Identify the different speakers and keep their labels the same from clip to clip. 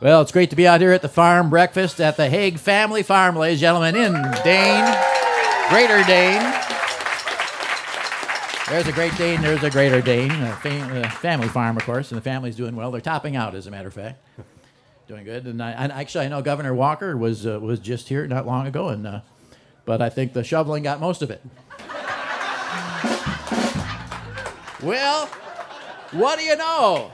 Speaker 1: Well, it's great to be out here at the farm breakfast at the Hague Family Farm, ladies and gentlemen, in Dane, Greater Dane. There's a Great Dane, there's a Greater Dane, a fam- uh, family farm, of course, and the family's doing well. They're topping out, as a matter of fact. Doing good. And, I, and actually, I know Governor Walker was, uh, was just here not long ago, and, uh, but I think the shoveling got most of it. well, what do you know?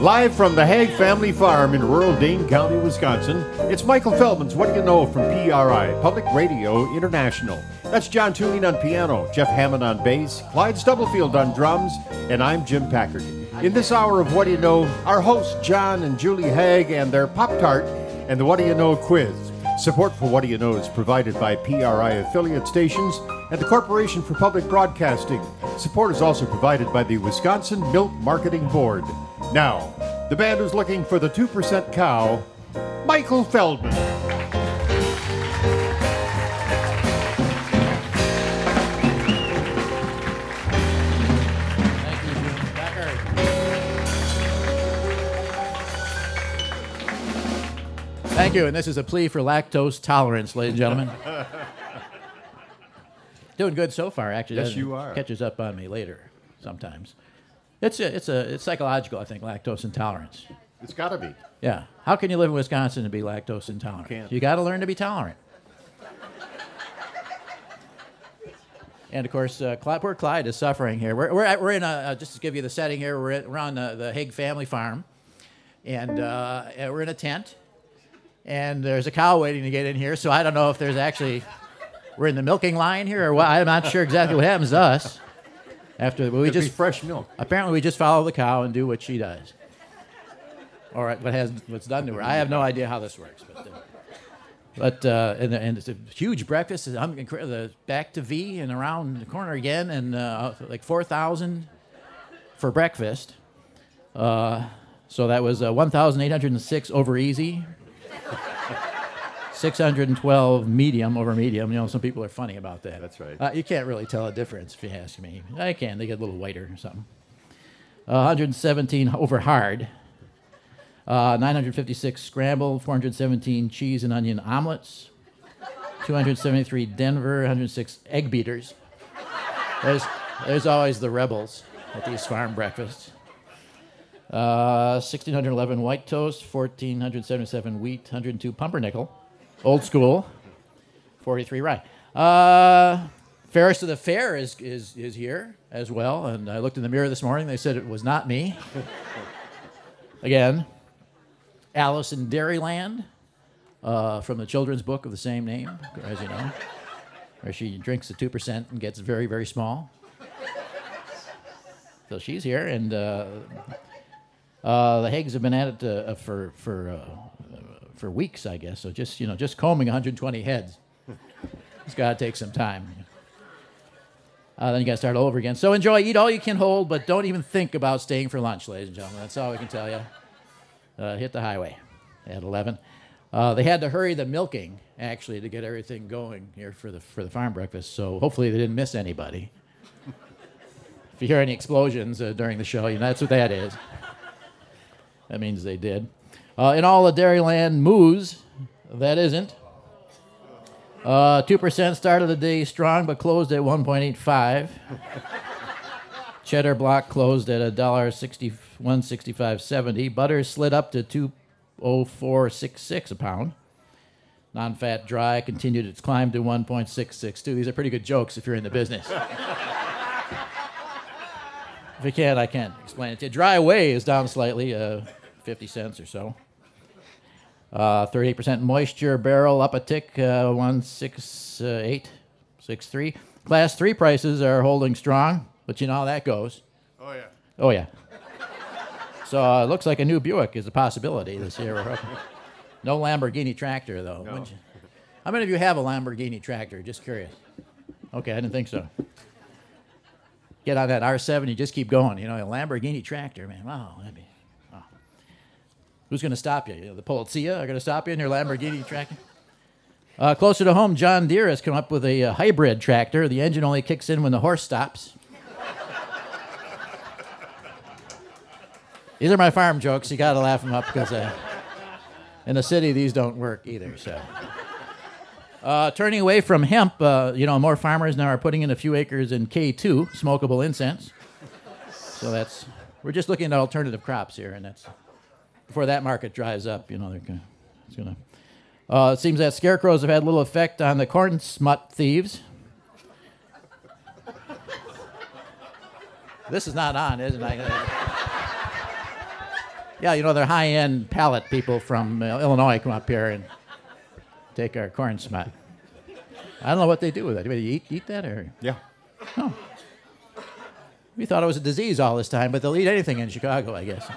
Speaker 2: Live from the Haig Family Farm in rural Dane County, Wisconsin, it's Michael Feldman's What Do You Know from PRI, Public Radio International. That's John Toomey on piano, Jeff Hammond on bass, Clyde Stubblefield on drums, and I'm Jim Packard. In this hour of What Do You Know, our hosts John and Julie Haig and their Pop Tart and the What Do You Know quiz. Support for What Do You Know is provided by PRI affiliate stations and the Corporation for Public Broadcasting. Support is also provided by the Wisconsin Milk Marketing Board. Now, the band who's looking for the 2% cow, Michael Feldman.
Speaker 1: Thank you, Jim Packard. Thank you, and this is a plea for lactose tolerance, ladies and gentlemen. Doing good so far, actually.
Speaker 2: Yes,
Speaker 1: doesn't-
Speaker 2: you are.
Speaker 1: Catches up on me later, sometimes. It's a, it's a, it's psychological, I think, lactose intolerance.
Speaker 2: It's got to be.
Speaker 1: Yeah. How can you live in Wisconsin and be lactose intolerant?
Speaker 2: Can't.
Speaker 1: You got to learn to be tolerant. and of course, uh, Clyde, poor Clyde is suffering here. We're, we're, at, we're in a, uh, just to give you the setting here, we're, at, we're on the, the Haig family farm, and uh, and we're in a tent, and there's a cow waiting to get in here, so I don't know if there's actually, we're in the milking line here, or what. I'm not sure exactly what happens to us. After we
Speaker 2: It'd be
Speaker 1: just
Speaker 2: fresh milk.
Speaker 1: Apparently, we just follow the cow and do what she does. All right, what has what's done to her? I have no idea how this works, but. Uh, but uh, and, and it's a huge breakfast. I'm incre- the back to V and around the corner again, and uh, like four thousand for breakfast. Uh, so that was uh, one thousand eight hundred and six over easy, six hundred and twelve medium over medium. You know, some people are funny about that.
Speaker 2: That's right.
Speaker 1: Uh, you can't really tell a difference if you ask me. I can. They get a little whiter or something. Uh, 117 over hard. Uh, 956 scramble, 417 cheese and onion omelets, 273 Denver, 106 egg beaters. There's, there's always the rebels at these farm breakfasts. Uh, 1611 white toast, 1477 wheat, 102 pumpernickel, old school, 43 rye. Uh, Ferris of the Fair is, is, is here as well. And I looked in the mirror this morning. They said it was not me. Again, Alice in Dairyland uh, from the children's book of the same name, as you know, where she drinks the 2% and gets very, very small. So she's here, and uh, uh, the Higgs have been at it uh, for, for, uh, for weeks, I guess. So just, you know, just combing 120 heads. It's got to take some time. Uh, then you got to start all over again. So enjoy, eat all you can hold, but don't even think about staying for lunch, ladies and gentlemen. That's all we can tell you. Uh, hit the highway at 11. Uh, they had to hurry the milking actually to get everything going here for the for the farm breakfast. So hopefully they didn't miss anybody. if you hear any explosions uh, during the show, you know that's what that is. That means they did. Uh, in all the Dairyland moos, that isn't. Uh, 2% started the day strong, but closed at 1.85. Cheddar block closed at a dollar sixty one sixty five seventy. Butter slid up to two oh four six six a pound. Non-fat dry continued its climb to one point six six two. These are pretty good jokes if you're in the business. if you can't, I can't explain it to you. Dry whey is down slightly, uh, fifty cents or so. Uh, 38% moisture barrel up a tick, uh, 16863. Class 3 prices are holding strong, but you know how that goes.
Speaker 2: Oh, yeah.
Speaker 1: Oh, yeah. So uh, it looks like a new Buick is a possibility this year. We're hoping. No Lamborghini tractor, though. Wouldn't you- How many of you have a Lamborghini tractor? Just curious. Okay, I didn't think so. Get on that R70, just keep going. You know, a Lamborghini tractor, man. Wow, that'd be. wow. Who's going to stop you? You know, the Polizia are going to stop you in your Lamborghini tractor? Uh, closer to home, John Deere has come up with a uh, hybrid tractor. The engine only kicks in when the horse stops. These are my farm jokes. You got to laugh them up because uh, in the city these don't work either. So, uh, turning away from hemp, uh, you know, more farmers now are putting in a few acres in K2 smokable incense. So that's we're just looking at alternative crops here, and that's before that market dries up. You know, they're gonna, it's gonna. Uh, it seems that scarecrows have had little effect on the corn smut thieves. This is not on, isn't it? yeah, you know, they're high end pallet people from uh, Illinois come up here and take our corn smut. I don't know what they do with it. Do they eat, eat that? or
Speaker 2: Yeah.
Speaker 1: We thought it was a disease all this time, but they'll eat anything in Chicago, I guess.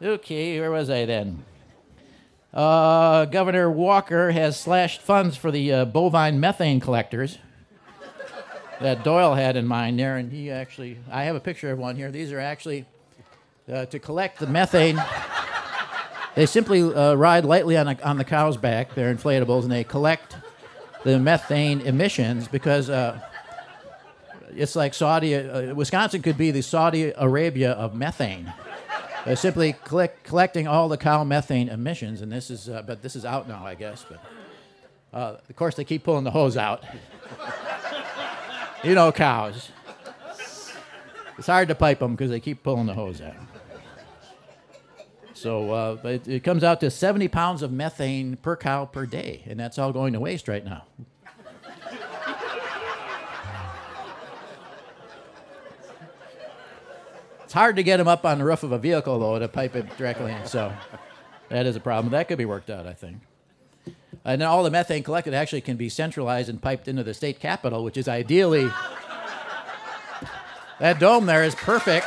Speaker 1: okay, where was I then? Uh, Governor Walker has slashed funds for the uh, bovine methane collectors that Doyle had in mind there, and he actually, I have a picture of one here. These are actually uh, to collect the methane. They simply uh, ride lightly on, a, on the cow's back. They're inflatables, and they collect the methane emissions because uh, it's like Saudi, uh, Wisconsin could be the Saudi Arabia of methane. They're simply collect, collecting all the cow methane emissions, and this is, uh, but this is out now, I guess. But uh, of course, they keep pulling the hose out. you know, cows. It's hard to pipe them because they keep pulling the hose out. So uh, but it, it comes out to 70 pounds of methane per cow per day, and that's all going to waste right now. It's hard to get them up on the roof of a vehicle, though, to pipe it directly in. So that is a problem. That could be worked out, I think. And then all the methane collected actually can be centralized and piped into the state capital, which is ideally. That dome there is perfect.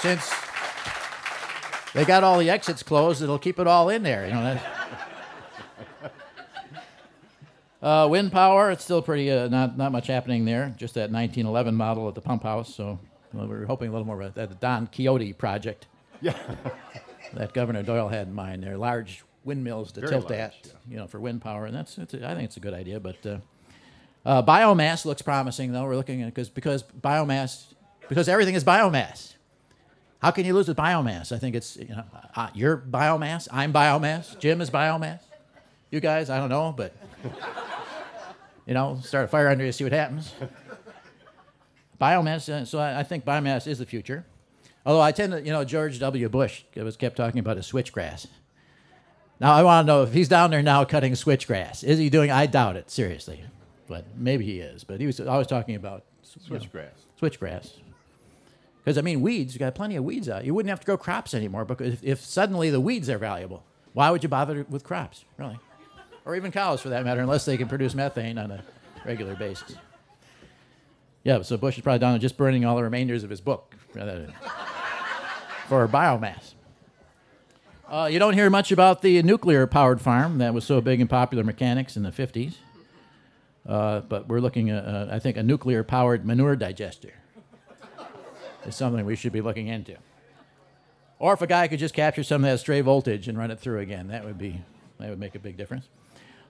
Speaker 1: Since they got all the exits closed, it'll keep it all in there. You know that. Uh, wind power, it's still pretty, uh, not, not much happening there. Just that 1911 model at the pump house. So well, we we're hoping a little more about that. The Don Quixote project that Governor Doyle had in mind. They're large windmills to
Speaker 2: Very
Speaker 1: tilt
Speaker 2: large,
Speaker 1: at,
Speaker 2: yeah.
Speaker 1: you know, for wind power. And that's, that's I think it's a good idea. But uh, uh, biomass looks promising, though. We're looking at because because biomass, because everything is biomass. How can you lose with biomass? I think it's, you know, uh, you're biomass, I'm biomass, Jim is biomass. You guys, I don't know, but you know, start a fire under you, see what happens. biomass, uh, so I, I think biomass is the future. Although I tend to, you know, George W. Bush was kept talking about his switchgrass. Now I want to know if he's down there now cutting switchgrass. Is he doing? I doubt it, seriously, but maybe he is. But he was always talking about you know,
Speaker 2: Switchgrass.
Speaker 1: switchgrass. Because I mean, weeds. You got plenty of weeds out. You wouldn't have to grow crops anymore because if, if suddenly the weeds are valuable, why would you bother with crops, really? Or even cows, for that matter, unless they can produce methane on a regular basis. Yeah, so Bush is probably down to just burning all the remainders of his book rather than- for biomass. Uh, you don't hear much about the nuclear-powered farm that was so big in popular mechanics in the 50s. Uh, but we're looking at, uh, I think, a nuclear-powered manure digester is something we should be looking into. Or if a guy could just capture some of that stray voltage and run it through again, that would be that would make a big difference.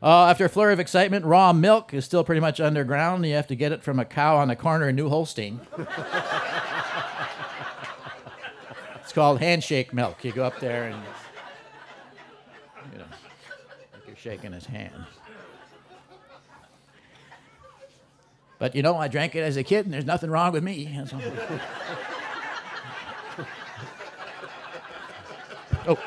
Speaker 1: Uh, after a flurry of excitement, raw milk is still pretty much underground. You have to get it from a cow on the corner in New Holstein. it's called handshake milk. You go up there and you know, like you're shaking his hand. But you know, I drank it as a kid, and there's nothing wrong with me. That's all. Oh.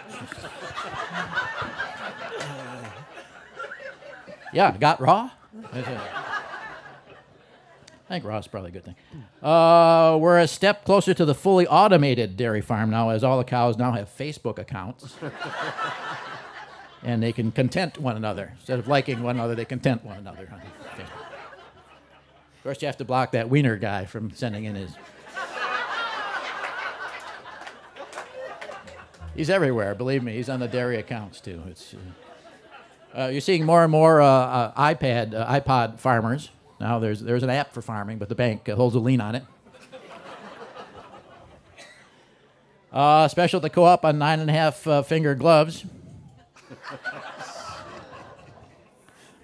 Speaker 1: yeah, got raw. That's it. I think raw is probably a good thing. Uh, we're a step closer to the fully automated dairy farm now, as all the cows now have Facebook accounts. and they can content one another. Instead of liking one another, they content one another. on Facebook. Of course, you have to block that wiener guy from sending in his He's everywhere, believe me. He's on the dairy accounts too. It's, uh, uh, you're seeing more and more uh, uh, iPad, uh, iPod farmers. Now there's there's an app for farming, but the bank uh, holds a lien on it. Uh, special at the co-op on nine and a half uh, finger gloves,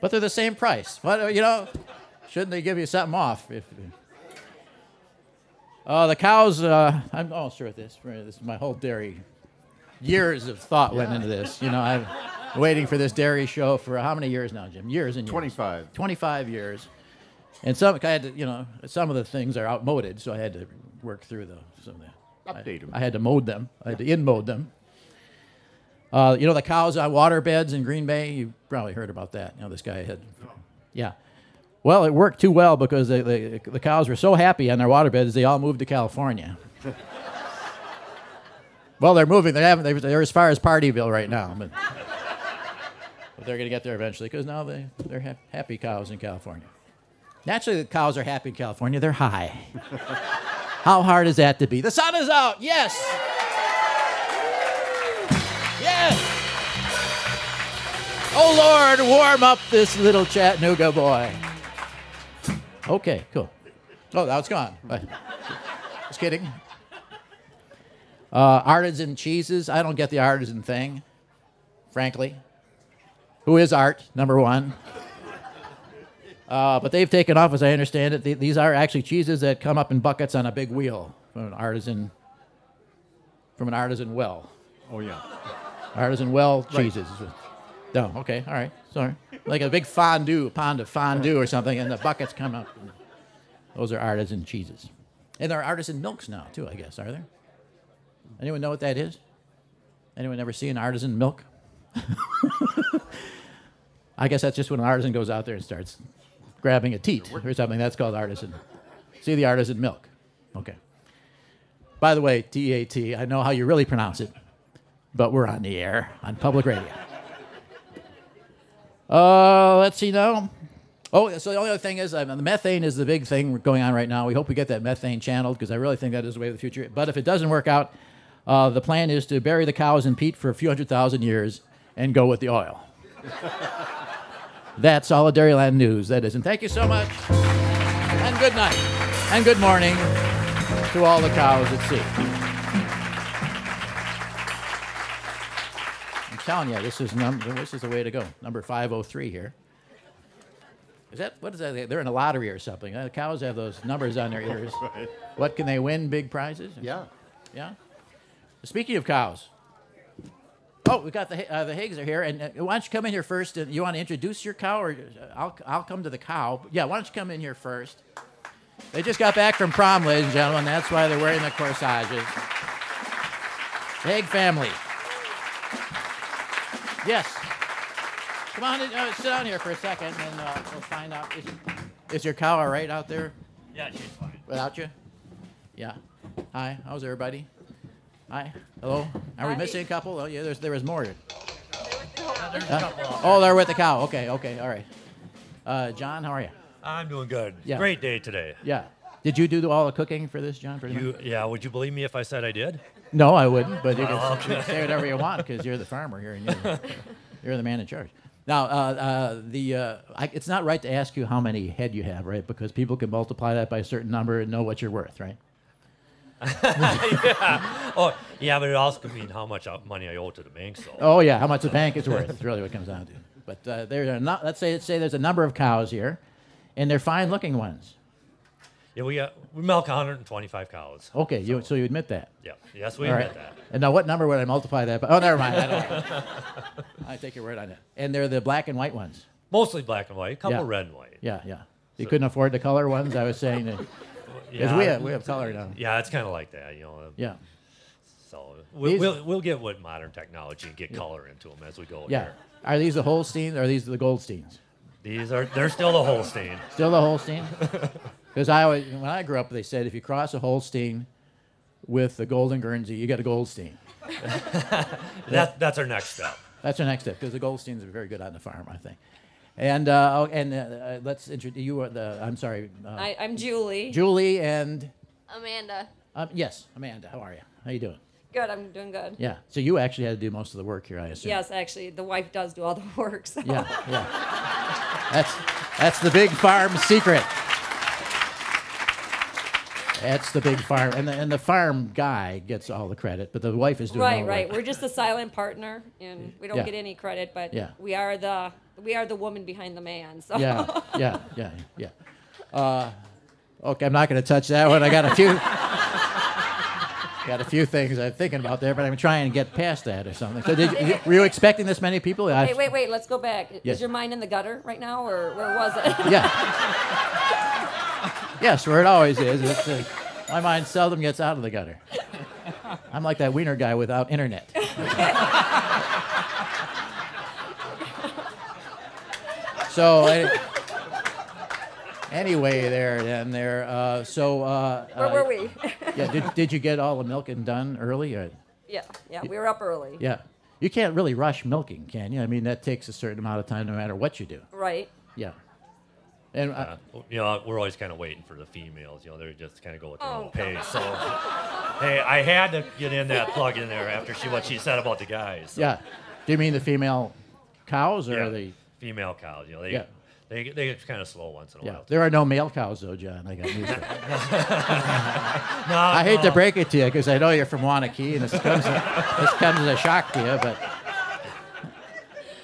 Speaker 1: but they're the same price. What you know? Shouldn't they give you something off if? Uh, the cows, uh, I'm almost sure with this. for This is my whole dairy. Years of thought went into this. You know, i am waiting for this dairy show for how many years now, Jim? Years and years.
Speaker 2: 25.
Speaker 1: 25 years. And some, I had to, you know, some of the things are outmoded, so I had to work through the, some of the.
Speaker 2: Update 'em.
Speaker 1: I, I had to mode them. I had to in mode them. Uh, you know, the cows on water beds in Green Bay, you probably heard about that. You know, this guy had. Yeah. Well, it worked too well because they, they, the cows were so happy on their water beds, they all moved to California. well, they're moving. They haven't, they're, they're as far as Partyville right now. But, but they're going to get there eventually because now they, they're ha- happy cows in California. Naturally, the cows are happy in California. They're high. How hard is that to be? The sun is out. Yes. Yes. Oh, Lord, warm up this little Chattanooga boy. Okay, cool. Oh, now it's gone. Bye. Just kidding. Uh, artisan cheeses. I don't get the artisan thing, frankly. Who is art, number one? Uh, but they've taken off, as I understand it. Th- these are actually cheeses that come up in buckets on a big wheel from an artisan, from an artisan well.
Speaker 2: Oh, yeah.
Speaker 1: Artisan well cheeses. No, okay, all right, sorry. Like a big fondue, pond of fondue or something, and the buckets come up. Those are artisan cheeses. And there are artisan milks now, too, I guess, are there? Anyone know what that is? Anyone ever seen artisan milk? I guess that's just when an artisan goes out there and starts grabbing a teat or something. That's called artisan. See the artisan milk. Okay. By the way, T E A T, I know how you really pronounce it but we're on the air on public radio. Uh, let's see now. Oh, so the only other thing is um, the methane is the big thing going on right now. We hope we get that methane channeled because I really think that is the way of the future. But if it doesn't work out, uh, the plan is to bury the cows in peat for a few hundred thousand years and go with the oil. That's all of Dairyland News. That is. And thank you so much. And good night. And good morning to all the cows at sea. I'm telling you, this is num- this is the way to go. Number 503 here. Is that what is that? They're in a lottery or something. Uh, cows have those numbers on their ears. What can they win? Big prizes?
Speaker 2: Yeah.
Speaker 1: Yeah. Speaking of cows. Oh, we got the Hi- uh, the Higgs are here, and uh, why don't you come in here first? And you want to introduce your cow, or uh, I'll I'll come to the cow. Yeah, why don't you come in here first? They just got back from prom, ladies and gentlemen. That's why they're wearing the corsages. Hig family. Yes. Come on, in, uh, sit down here for a second, and uh, we'll find out. Is, is your cow all right out there
Speaker 3: Yeah, she's fine.
Speaker 1: without you? Yeah. Hi. How's everybody? Hi. Hello. Are we missing a couple? Oh yeah. There's there was more. Huh? Oh, they're with the cow. Okay. Okay. All right. Uh, John, how are you?
Speaker 3: I'm doing good.
Speaker 1: Yeah.
Speaker 3: Great day today.
Speaker 1: Yeah. Did you do all the cooking for this, John? pretty much?
Speaker 3: You, yeah, would you believe me if I said I did? Oh,
Speaker 1: No, I wouldn't. But you
Speaker 3: Well,
Speaker 1: can, you can say whatever you want because you're the farmer here and you're, you're the man in charge. Now, uh, uh, the uh, I, it's not right to ask you how many head you have, right? Because people can multiply that by a certain number and know what you're worth, right?
Speaker 3: Oh, yeah, but it also could mean how much uh, money I owe to the bank. So,
Speaker 1: Oh yeah, how much the bank is worth is really what it comes down to. But uh, there are not. Let's say say there's a number of cows here, and they're fine-looking ones.
Speaker 3: yeah, we uh, we milk 125 cows.
Speaker 1: Okay, you so you admit that.
Speaker 3: Yeah, yes, we
Speaker 1: All
Speaker 3: admit
Speaker 1: right.
Speaker 3: that.
Speaker 1: And now, what number would I multiply that by? Oh, never mind. I don't. I take your word on it. And they're the black and white ones.
Speaker 3: Mostly black and white, a couple
Speaker 1: Yeah.
Speaker 3: red and white.
Speaker 1: Yeah, yeah. You couldn't afford the color ones. I was saying that because
Speaker 3: Yeah,
Speaker 1: we have we have color now.
Speaker 3: yeah, it's kind of like that, you know.
Speaker 1: Yeah,
Speaker 3: So we,
Speaker 1: These-
Speaker 3: we'll we'll get with modern technology and get color into them as we go.
Speaker 1: yeah.
Speaker 3: Here.
Speaker 1: Are these the Holsteins? Or are these the Goldsteins?
Speaker 3: These are they're still the Holstein.
Speaker 1: Still the Holstein? Because I always, when I grew up, they said if you cross a Holstein with the Golden Guernsey, you get a Goldstein.
Speaker 3: That that's our next step.
Speaker 1: That's our next step because the Goldsteins are very good on the farm, I think. And uh, oh, and uh, uh, let's introduce you. Are the I'm sorry, uh,
Speaker 4: I, I'm Julie.
Speaker 1: Julie and
Speaker 4: Amanda.
Speaker 1: um, yes, Amanda. How are you? How you doing?
Speaker 4: Good, I'm doing good.
Speaker 1: Yeah. So you actually had to do most of the work here, I assume.
Speaker 4: Yes, actually, the wife does do all the work. So.
Speaker 1: Yeah, yeah. That's that's the big farm secret. That's the big farm, and the, and the farm guy gets all the credit, but the wife is doing all
Speaker 4: Right,
Speaker 1: the
Speaker 4: right.
Speaker 1: work.
Speaker 4: We're just a silent partner, and we don't
Speaker 1: Yeah.
Speaker 4: get any credit, but
Speaker 1: Yeah.
Speaker 4: we are the we are the woman behind the man. So
Speaker 1: Yeah, yeah, yeah, yeah. Uh, okay, I'm not going to touch that one. I got a few. Got a few things I'm thinking about there, but I'm trying to get past that or something. So, did you, were you expecting this many people? I-
Speaker 4: Hey, wait, wait. Let's go back. I-
Speaker 1: Yes.
Speaker 4: Is your mind in the gutter right now, or where was it?
Speaker 1: Yeah. yes, where it always is. It's, uh, my mind seldom gets out of the gutter. I'm like that wiener guy without internet. so, any- anyway, there then there. Uh, so, uh,
Speaker 4: Where
Speaker 1: uh,
Speaker 4: were we?
Speaker 1: Yeah, did, did you get all the milking done early? Or,
Speaker 4: yeah, yeah. We were up early.
Speaker 1: yeah, you can't really rush milking, can you? I mean, that takes a certain amount of time, no matter what you do.
Speaker 4: Right.
Speaker 1: Yeah, and uh,
Speaker 3: you know, we're always kind of waiting for the females. You know, they just kind of go at their
Speaker 4: Oh,
Speaker 3: own pace. So, hey, I had to get in that plug in there after she what she said about the guys. So,
Speaker 1: Yeah. Do you mean the female cows or
Speaker 3: yeah,
Speaker 1: the?
Speaker 3: female cows. You know, they
Speaker 1: Yeah.
Speaker 3: they they get kind of slow once in a
Speaker 1: Yeah.
Speaker 3: while.
Speaker 1: There are no male cows though, John. I got news for you.
Speaker 3: No,
Speaker 1: I hate to
Speaker 3: no.
Speaker 1: break it to you because I know you're from Wanakee and this comes this comes as a shock to you, but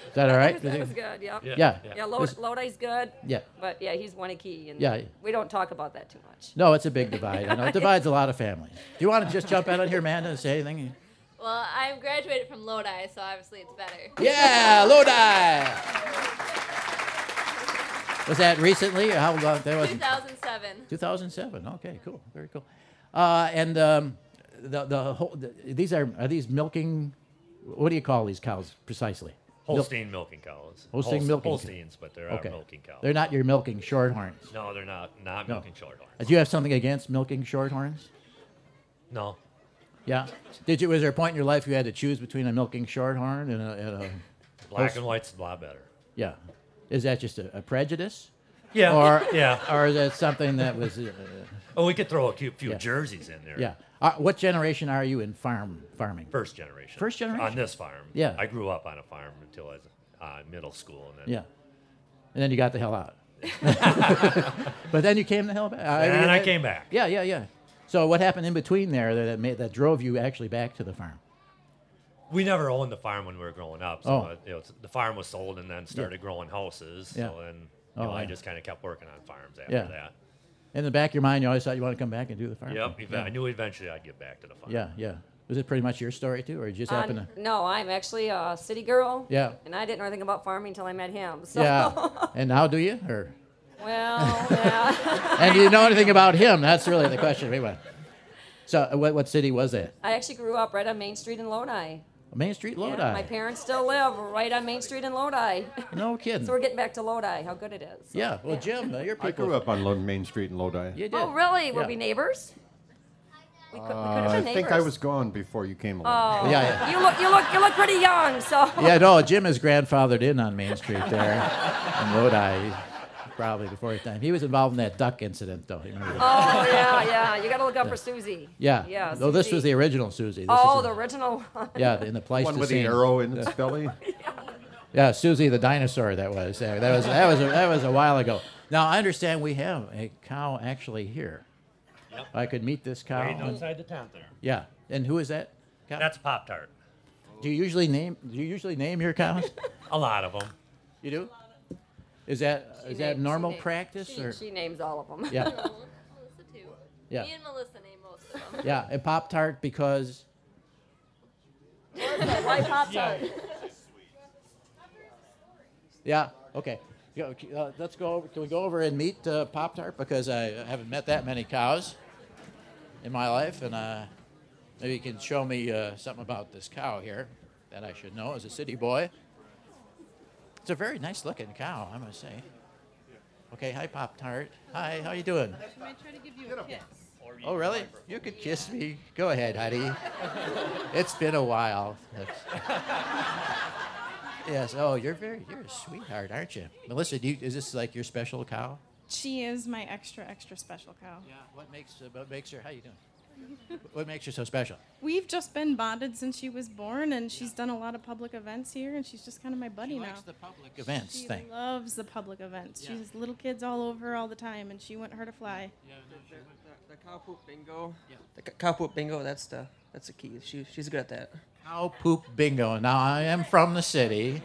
Speaker 1: is that all right?
Speaker 4: That was good. Yeah.
Speaker 3: Yeah.
Speaker 1: Yeah.
Speaker 4: Yeah. Lo-
Speaker 1: This-
Speaker 4: Lodi's good.
Speaker 1: Yeah.
Speaker 4: But yeah, he's one key, and
Speaker 1: Yeah.
Speaker 4: we don't talk about that too much.
Speaker 1: No, it's a big divide. I know it divides a lot of families. Do you want to just jump out on here, Amanda, and say anything?
Speaker 5: Well, I'm graduated from Lodi, so obviously it's better.
Speaker 1: Yeah, Lodi. Was that recently? Or how long? That was
Speaker 5: 2007.
Speaker 1: 2007. Okay, cool. Very cool. Uh, and um, the the, whole, the these are are these milking? What do you call these cows precisely? Mil-
Speaker 3: Holstein milking cows.
Speaker 1: Holstein
Speaker 3: Holst-
Speaker 1: milking cow.
Speaker 3: Holsteins, but they're not milking cows.
Speaker 1: They're not your milking shorthorns.
Speaker 3: No, they're not. Not
Speaker 1: No.
Speaker 3: milking shorthorns.
Speaker 1: Do you have something against milking shorthorns?
Speaker 3: No.
Speaker 1: Yeah. Did you? Was there a point in your life you had to choose between a milking shorthorn and a, and a
Speaker 3: Black
Speaker 1: Holst-
Speaker 3: and white's a lot better.
Speaker 1: yeah? Is that just a, a prejudice,
Speaker 3: Yeah.
Speaker 1: Or-
Speaker 3: yeah.
Speaker 1: or is that something that was? Uh,
Speaker 3: Oh, we could throw a few, few
Speaker 1: Yeah.
Speaker 3: jerseys in there.
Speaker 1: yeah. Uh, what generation are you in farm farming?
Speaker 3: First generation.
Speaker 1: First generation?
Speaker 3: On this farm.
Speaker 1: Yeah.
Speaker 3: I grew up on a farm until I was uh, middle school, and then
Speaker 1: Yeah. And then you got the hell out. but then you came the hell back.
Speaker 3: And I came back.
Speaker 1: Yeah, yeah, yeah. So what happened in between there that that, made, that drove you actually back to the farm?
Speaker 3: We never owned the farm when we were growing up. So
Speaker 1: Oh.
Speaker 3: uh, you know, the farm was sold, and then started growing houses.
Speaker 1: Yeah.
Speaker 3: So then you
Speaker 1: Oh,
Speaker 3: know, I
Speaker 1: yeah.
Speaker 3: just kind of kept working on farms after
Speaker 1: Yeah.
Speaker 3: that.
Speaker 1: In the back of your mind, you always thought you want to come back and do the farm.
Speaker 3: Yep. eve-
Speaker 1: Yeah.
Speaker 3: I knew eventually I'd get back to the farm.
Speaker 1: yeah, yeah. Was it pretty much your story too, or you just
Speaker 4: Uh,
Speaker 1: happened to?
Speaker 4: no, I'm actually a city girl.
Speaker 1: Yeah.
Speaker 4: And I didn't know anything about farming until I met him. So.
Speaker 1: Yeah. and now do you? Or
Speaker 4: well, yeah.
Speaker 1: and do you know anything about him? That's really the question. Anyway. So uh, what what city was that?
Speaker 4: I actually grew up right on Main Street in Lodi.
Speaker 1: Main Street,
Speaker 4: Yeah,
Speaker 1: Lodi.
Speaker 4: my parents still live right on Main Street in Lodi.
Speaker 1: No kidding.
Speaker 4: so we're getting back to Lodi. How good it is.
Speaker 1: yeah. Well, Jim, uh, your people.
Speaker 2: I grew up on London Main Street in Lodi.
Speaker 1: You did.
Speaker 4: Oh, really? Were
Speaker 1: Yeah. Uh,
Speaker 4: we neighbors? We could, we could have
Speaker 2: Uh, I
Speaker 4: been neighbors.
Speaker 2: think I was gone before you came along.
Speaker 4: Oh.
Speaker 1: Yeah, yeah.
Speaker 4: You look, you look, you look pretty young. So.
Speaker 1: Yeah, no, Jim is grandfathered in on Main Street there in Lodi, probably before his time. He was involved in that duck incident, though. You remember that?
Speaker 4: Oh yeah, yeah. You gotta look out for Susie.
Speaker 1: yeah.
Speaker 4: Yeah.
Speaker 1: No, this was the
Speaker 4: Susie.
Speaker 1: original Susie. This
Speaker 4: Oh,
Speaker 1: is
Speaker 4: the original one.
Speaker 1: yeah, in the place
Speaker 2: One with the arrow in its belly.
Speaker 1: Yeah, Susie the dinosaur. That was that was that was a, that was a while ago. Now I understand we have a cow actually here. I could meet this cow.
Speaker 3: Waiting outside the tent there.
Speaker 1: yeah, and who is that? Cow?
Speaker 3: That's Pop Tart.
Speaker 1: do you usually name? Do you usually name your cows?
Speaker 3: A lot of them.
Speaker 1: You do. Is that is
Speaker 4: She
Speaker 1: that
Speaker 4: names- she
Speaker 1: normal
Speaker 4: names-
Speaker 1: practice
Speaker 4: she,
Speaker 1: or?
Speaker 4: she names all of them.
Speaker 1: yeah.
Speaker 5: Melissa too.
Speaker 1: Yeah.
Speaker 5: Me and Melissa name most of them.
Speaker 1: Yeah, and Pop Tart because
Speaker 4: Why Pop Tart?
Speaker 1: yeah, okay. Yeah, okay, uh, let's go. Over, can we go over and meet uh, Pop Tart because I haven't met that many cows in my life, and uh, maybe you can show me uh, something about this cow here that I should know as a city boy. It's a very nice looking cow, I must say. Okay, hi Pop Tart. Hi, how you doing?
Speaker 6: I might try to give you a kiss.
Speaker 1: Oh, really? You could kiss me. Go ahead, honey. It's been a while. That's- yes. Oh, you're very, you're a sweetheart, aren't you, Melissa? Do you, is this like your special cow?
Speaker 6: She is my extra, extra special cow.
Speaker 1: Yeah. What makes uh, what makes her? How you doing? What makes her so special?
Speaker 6: We've just been bonded since she was born, and she's done a lot of public events here, and she's just kind of my buddy
Speaker 1: She
Speaker 6: now.
Speaker 1: likes the public events
Speaker 6: she
Speaker 1: thing.
Speaker 6: loves the public events.
Speaker 1: Yeah.
Speaker 6: She has little kids all over all the time, and she wouldn't hurt a fly.
Speaker 7: The, the, the cow poop bingo. Yeah. The c- cow poop bingo. That's the that's the key. She she's good at that.
Speaker 1: Cow poop bingo. Now I am from the city,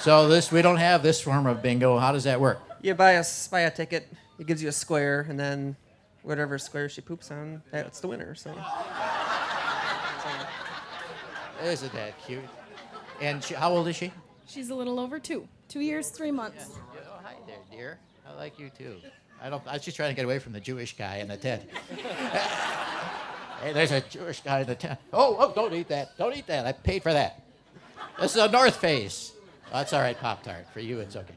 Speaker 1: so this we don't have this form of bingo. How does that work?
Speaker 7: You buy a s- buy a ticket. It gives you a square, and then whatever square she poops on, that's the winner. So
Speaker 1: Isn't that cute? And she, how old is she?
Speaker 8: She's a little over two. Two years, three months.
Speaker 1: Oh, hi there, dear. I like you too. I don't. I was just trying to get away from the Jewish guy in the tent. hey, there's a Jewish guy in the tent. Oh, oh, don't eat that. Don't eat that. I paid for that. This is a North Face. That's all right, Pop Tart. For you, it's okay.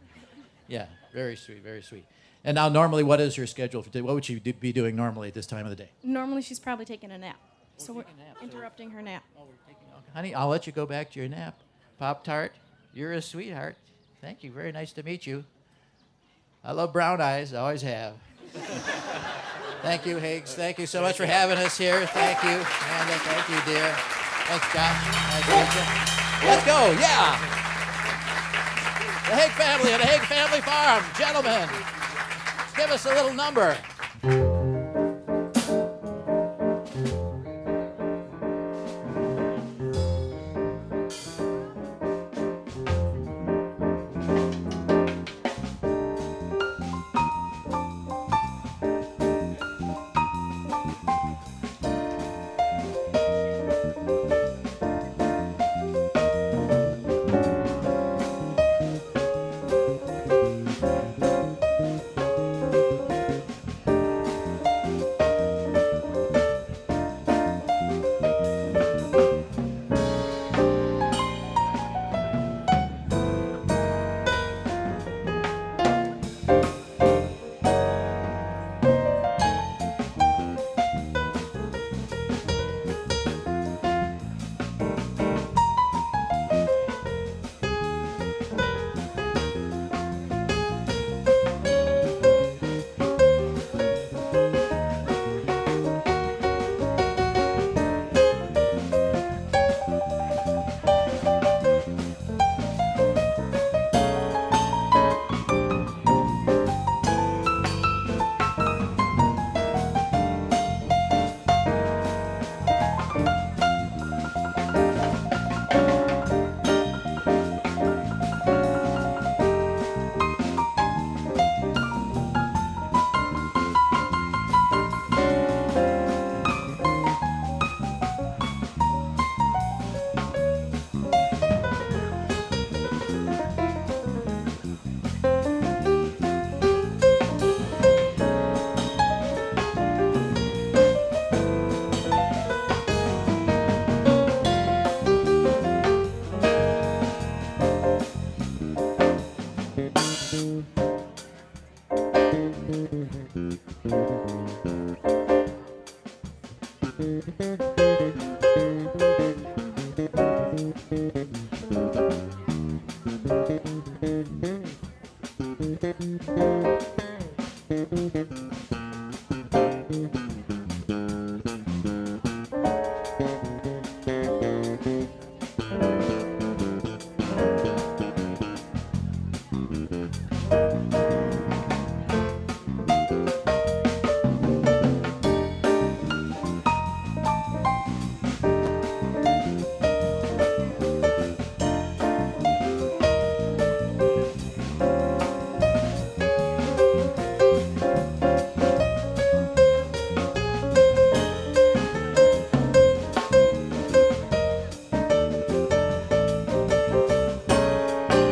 Speaker 1: Yeah, very sweet, very sweet. And now, normally, what is your schedule for today? What would you do, be doing normally at this time of the day?
Speaker 8: Normally, she's probably taking a nap.
Speaker 1: Oh,
Speaker 8: So we're interrupting her nap.
Speaker 1: Honey, I'll let you go back to your nap. Pop Tart, you're a sweetheart. Thank you. Very nice to meet you. I love brown eyes. I always have. thank you, Higgs. Thank you so much for having us here. Thank you, Amanda. Thank you, dear. Thanks, Josh. Thank you, Lisa. Let's go. Yeah. The Haig family and the Haig family farm. Gentlemen, give us a little number.
Speaker 9: Um,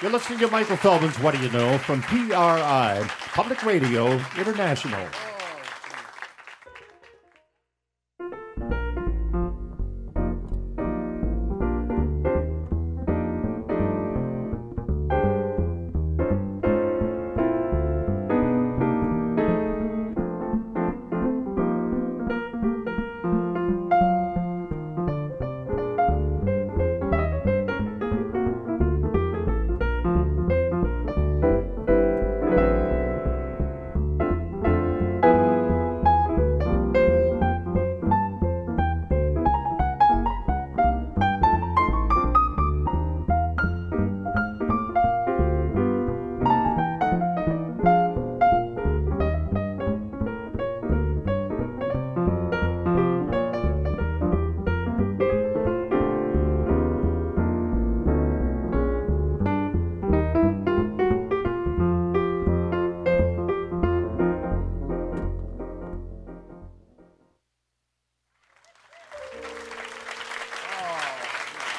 Speaker 10: You're listening to Michael Feldman's What Do You Know from PRI, Public Radio International.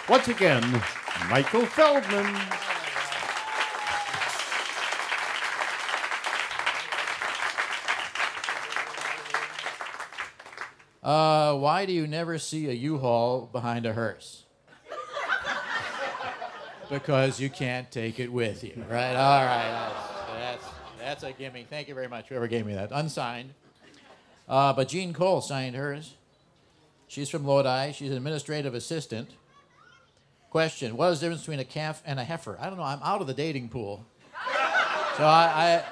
Speaker 2: Once again, Michael Feldman.
Speaker 1: Uh, why do you never see a U-Haul behind a hearse? because you can't take it with you, right? All right, that's, that's, that's a gimme. Thank you very much, whoever gave me that. Unsigned. Uh, but Jean Cole signed hers. She's from Lodi. She's an administrative assistant. Question: What is the difference between a calf and a heifer? I don't know. I'm out of the dating pool, so I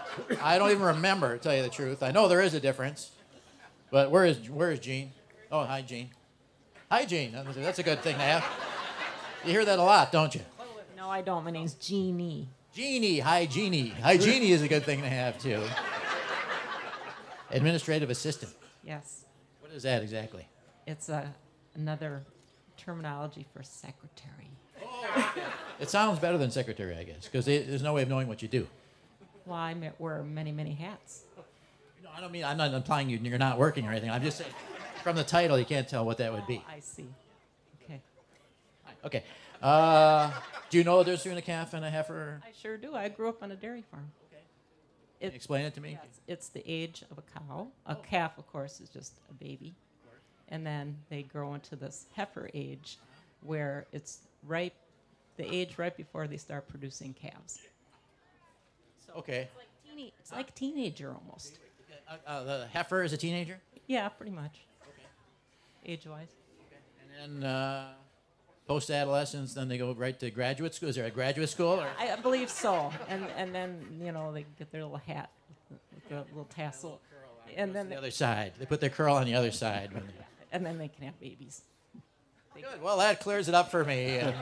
Speaker 1: I, I don't even remember. To tell you the truth, I know there is a difference. But where is where is Gene? Oh, hi Gene. Hi Gene. That's a- That's a good thing to have. You hear that a lot, don't you?
Speaker 11: No, I don't. My name's Jeannie.
Speaker 1: Genie. Hi Genie. Hi Genie is a good thing to have too. Administrative assistant.
Speaker 11: Yes.
Speaker 1: What is that exactly?
Speaker 11: It's a, another terminology for secretary.
Speaker 1: It sounds better than secretary, I guess, because there's no way of knowing what you do.
Speaker 11: Well, I met, wear many, many hats.
Speaker 1: No, I don't mean I'm not implying you you're not working or anything. I'm just saying from the title you can't tell what that would be.
Speaker 11: Oh, I see. Okay.
Speaker 1: Okay. Uh, do you know the difference between a calf and a heifer?
Speaker 11: I sure do. I grew up on a dairy farm.
Speaker 1: Can you explain it to me.
Speaker 11: Yes, it's the age of a cow. A calf, of course, is just a baby. And then they grow into this heifer age where it's ripe, the age right before they start producing calves.
Speaker 1: Okay.
Speaker 11: Teeny, it's like teenager almost.
Speaker 1: Uh, uh, the heifer is a teenager.
Speaker 11: Yeah, pretty much. Age wise.
Speaker 1: And then uh, post adolescence, then they go right to graduate school. Is there a graduate school? Or?
Speaker 11: I I believe so. And, and then, you know, they get their little hat with the little tassel. And then,
Speaker 1: uh, The
Speaker 11: they,
Speaker 1: other side. They put their curl on the other side. when they-
Speaker 11: and then they can have babies.
Speaker 1: Good. Well, that clears it up for me. And,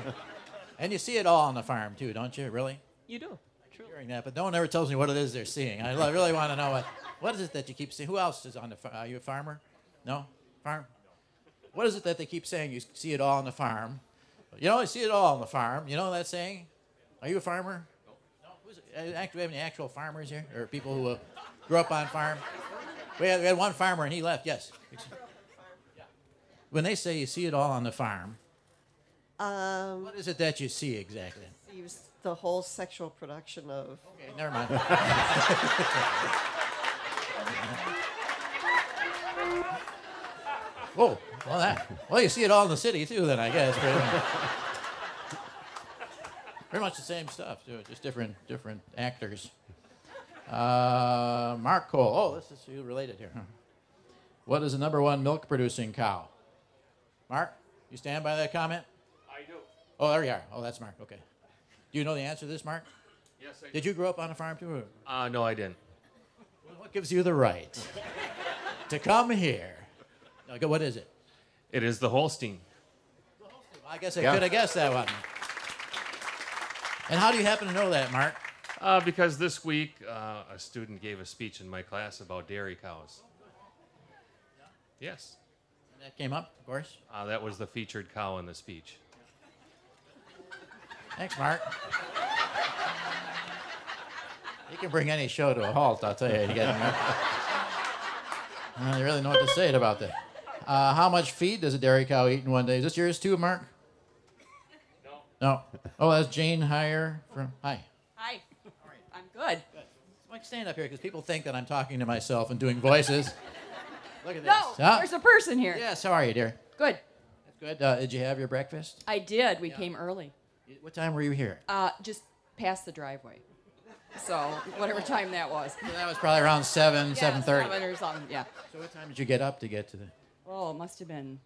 Speaker 1: and you see it all on the farm, too, don't you? Really?
Speaker 11: You do.
Speaker 1: True. Hearing that, but no one ever tells me what it is they're seeing. I lo- really want to know what, what is it that you keep seeing? Who else is on the farm? Are you a farmer? No? Farm? What is it that they keep saying? You see it all on the farm. You know, you see it all on the farm. You know that saying? Are you a farmer? No. Who's, uh, act- do we have any actual farmers here? Or people who uh, grew up on farm? We had, we had one farmer and he left, yes. When they say you see it all on the farm,
Speaker 9: Um,
Speaker 1: what is it that you see exactly?
Speaker 9: use the whole sexual production of.
Speaker 1: Okay, never mind. Whoa, Oh, well, that, well, you see it all in the city too, then I guess. Pretty much, pretty much the same stuff, too, just different, different actors. Uh, Mark Cole. Oh, this is you related here. huh? What is the number one milk-producing cow? Mark, you stand by that comment? I do. Oh, there you are. Oh, that's Mark. Okay. Do you know the answer to this, Mark? Yes, I Did you grow up on a farm too? or-
Speaker 12: Uh, no, I didn't.
Speaker 1: What gives you the right to come here? No, go- what is it?
Speaker 12: It is the Holstein.
Speaker 1: I guess I
Speaker 12: Yeah.
Speaker 1: could have guessed that one. And how do you happen to know that, Mark?
Speaker 12: Uh, because this week uh, a student gave a speech in my class about dairy cows. Yes.
Speaker 1: That came up, of course.
Speaker 12: Uh, that was the featured cow in the speech.
Speaker 1: Thanks, Mark. You can bring any show to a halt, I'll tell you. You, get, I really know what to say about that. Uh, how much feed does a dairy cow eat in one day? Is this yours too, Mark? No. No. Oh, that's Jane Heyer from. Hi.
Speaker 13: Hi. I'm good.
Speaker 1: Mike, stand up here because people think that I'm talking to myself and doing voices. Look at this.
Speaker 13: No,
Speaker 1: Huh?
Speaker 13: there's a person here.
Speaker 1: Yes, how are you, dear?
Speaker 13: Good.
Speaker 1: That's good. Uh, did you have your breakfast?
Speaker 13: I did. We came early.
Speaker 1: What time were you here?
Speaker 13: Uh, just past the driveway. So whatever time that was.
Speaker 1: That was Probably around seven, seven thirty.
Speaker 13: Seven or something. Yeah.
Speaker 1: So what time did you get up to get to the?
Speaker 13: Oh, it must have been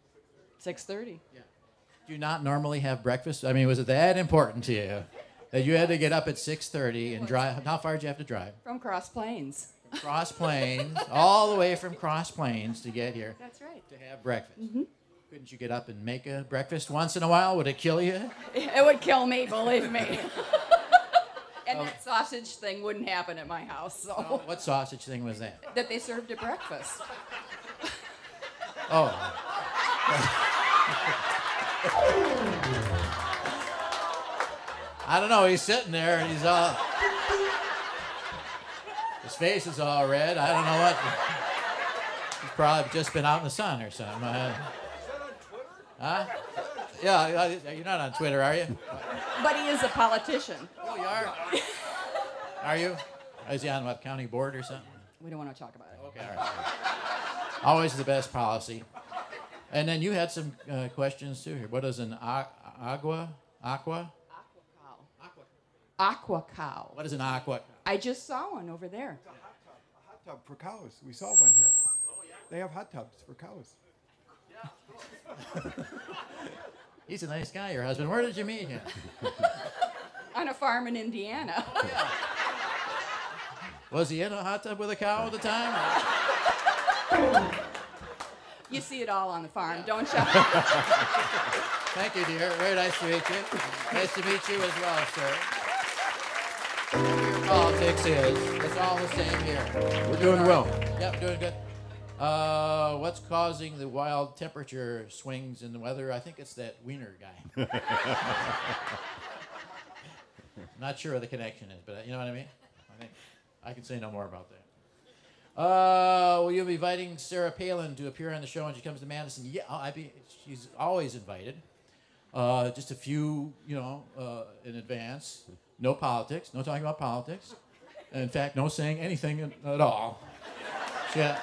Speaker 13: six thirty. Yeah.
Speaker 1: Do you not normally have breakfast? I mean, was it that important to you that you had to get up at six thirty and drive? How far did you have to drive?
Speaker 13: From Cross Plains.
Speaker 1: Cross Plains, all the way from Cross Plains to get here.
Speaker 13: That's right.
Speaker 1: To have breakfast.
Speaker 13: Mm-hmm.
Speaker 1: Couldn't you get up and make a breakfast once in a while? Would it kill you?
Speaker 13: It would kill me, believe me. and that sausage thing wouldn't happen at my house. So
Speaker 1: Oh. What sausage thing was that?
Speaker 13: that they served at breakfast.
Speaker 1: Oh. I don't know. He's sitting there and he's all. His face is all red. I don't know what. He's probably just been out in the sun or something. Uh, huh? Yeah, uh, you're not on Twitter, are you?
Speaker 13: But he is a politician.
Speaker 8: Oh, you are?
Speaker 1: Are you? Is he on what county board or something?
Speaker 13: We don't want to talk about it.
Speaker 1: Okay, all right. Always the best policy. And then you had some uh, questions too here. What is an a- agua? Aqua?
Speaker 13: Aqua cow.
Speaker 1: What is an aqua?
Speaker 13: I just saw one over there.
Speaker 14: Hot tub for cows. We saw one here.
Speaker 1: Oh,
Speaker 14: They have hot tubs for cows.
Speaker 1: He's a nice guy, your husband. Where did you meet him?
Speaker 13: On a farm in Indiana.
Speaker 1: Was he in a hot tub with a cow all the time?
Speaker 13: you see it all on the farm, don't you?
Speaker 1: Thank you, dear. Very nice to meet you. Nice to meet you as well, sir. Your politics is. It's all the same here.
Speaker 2: We're doing well.
Speaker 1: Yep, doing good. Uh, what's causing the wild temperature swings in the weather? I think it's that wiener guy. Not sure what the connection is, but uh, you know what I mean? I think I can say no more about that. Uh, will you be inviting Sarah Palin to appear on the show when she comes to Madison? Yeah, I be, she's always invited. Uh, just a few, you know, uh, in advance. No politics, no talking about politics. And in fact, no saying anything at, at all. Yeah,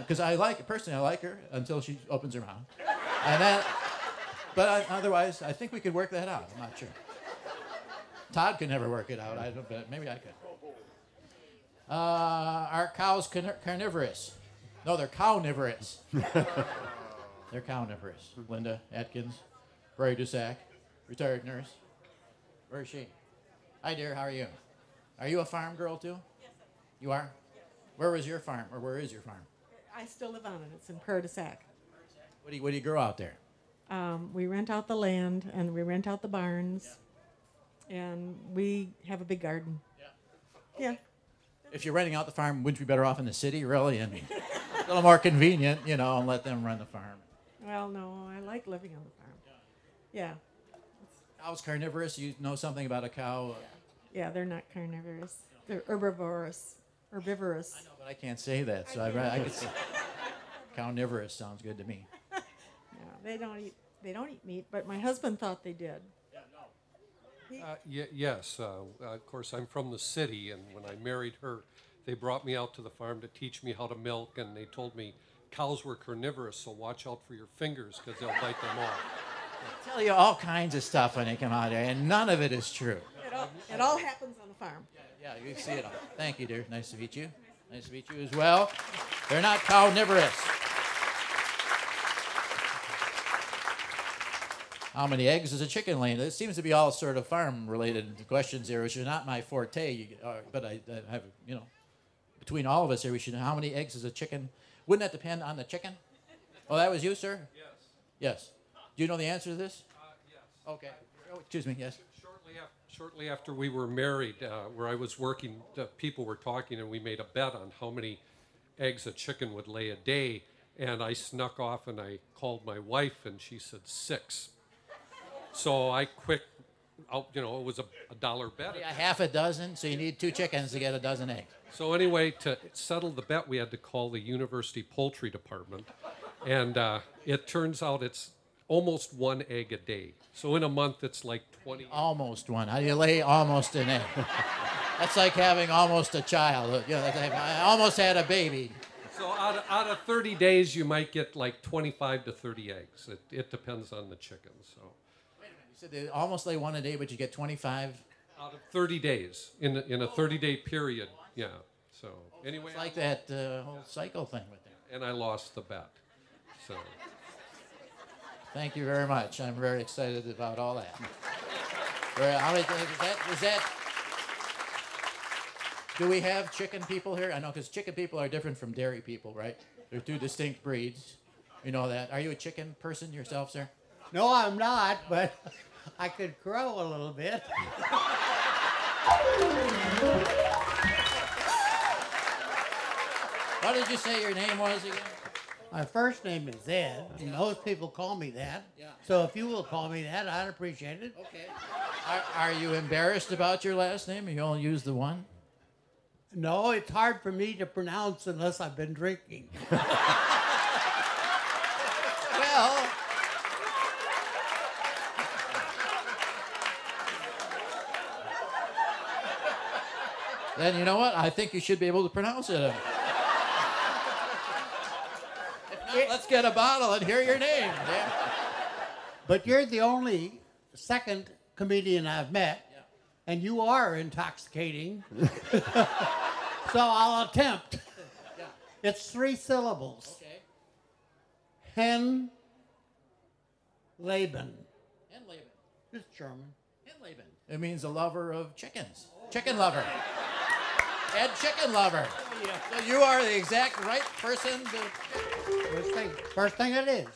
Speaker 1: because I like her personally. I like her until she opens her mouth, and that. But I, otherwise, I think we could work that out. I'm not sure. Todd could never work it out. I don't, but maybe I could. Uh, are cows carni- carnivorous? No, they're cownivorous. they're cownivorous. Linda Atkins, Ray Dusak, retired nurse. Where is she? Hi, dear. How are you? Are you a farm girl too? Yes. You are. Where was your farm, or where is your farm?
Speaker 15: I still live on it. It's in Prairie du Sac.
Speaker 1: What do you, what do you grow out there?
Speaker 15: Um, we rent out the land and we rent out the barns, and we have a big garden. Yeah. Yeah.
Speaker 1: If you're renting out the farm, wouldn't you be better off in the city? Really, I mean, a little more convenient, you know, and let them run the farm.
Speaker 15: Well, no, I like living on the farm. Yeah.
Speaker 1: Cows carnivorous. You know something about a cow, uh,
Speaker 15: Yeah, they're not carnivorous. They're herbivorous. Herbivorous.
Speaker 1: but I can't say that, so I, I, could say cownivorous sounds good to me.
Speaker 15: Yeah, they don't eat. They don't eat meat, but my husband thought they did. Yeah, no.
Speaker 16: Uh, ye- yes, uh, uh, of course, I'm from the city, and when I married her, they brought me out to the farm to teach me how to milk, and they told me cows were carnivorous, so watch out for your fingers because they'll bite them off.
Speaker 1: tell you all kinds of stuff when they come out here, and none of it is true.
Speaker 15: it, all, it all happens on the farm.
Speaker 1: Yeah, you see it all. Thank you, dear. Nice to meet you. Nice to meet you as well. They're not carnivorous. How many eggs is a chicken laying? It seems to be all sort of farm-related questions here, which are not my forte. You, uh, but I, I have, you know, between all of us here, we should know how many eggs is a chicken. Wouldn't that depend on the chicken? Oh, that was you, sir. Yes. Yes. Do you know the answer to this? Okay. Oh, excuse me. Yes.
Speaker 16: Shortly after we were married, uh, where I was working, uh, people were talking, and we made a bet on how many eggs a chicken would lay a day. And I snuck off and I called my wife, and she said six. So I quit. Out, you know, it was a, a dollar bet.
Speaker 1: A half a dozen, so you need two chickens to get a dozen eggs.
Speaker 16: So anyway, to settle the bet, we had to call the university poultry department, and uh, it turns out it's almost one egg a day. So in a month, it's like twenty.
Speaker 1: Almost one. How do you lay almost an egg? that's like having almost a child. You know, that's like, I almost had a baby.
Speaker 16: So out of, out of thirty days, you might get like twenty-five to thirty eggs. It, it depends on the chicken. So
Speaker 1: You said they almost lay one a day, but you get 25.
Speaker 16: out of thirty days in a, in a thirty-day period, yeah. So anyway,
Speaker 1: It's like that uh, whole cycle thing with them.
Speaker 16: and I lost the bet. So
Speaker 1: Thank you very much. I'm very excited about all that. Very- how many- is that, is that, do we have chicken people here? I know because chicken people are different from dairy people, right? They're two distinct breeds. You know that. Are you a chicken person yourself, sir?
Speaker 17: No, I'm not, but I could grow a little bit.
Speaker 1: What did you say your name was again?
Speaker 17: My first name is Ed, and most people call me that.
Speaker 1: Yeah.
Speaker 17: So if you will call me that, I'd appreciate it.
Speaker 1: Okay. Are, are you embarrassed about your last name? You only use the one?
Speaker 17: No, it's hard for me to pronounce unless I've been drinking.
Speaker 1: Well, then you know what? I think you should be able to pronounce it. If not, let's get a bottle and hear your name. damn.
Speaker 17: But you're the only second comedian I've met, and you are intoxicating. so I'll attempt. It's three syllables.
Speaker 1: Okay.
Speaker 17: Hen Laban.
Speaker 1: Henleben.
Speaker 17: It's German.
Speaker 1: Henleben. It means a lover of chickens. Chicken lover. Ed Chicken Lover. So you are the exact right person to.
Speaker 17: First thing, first thing it is.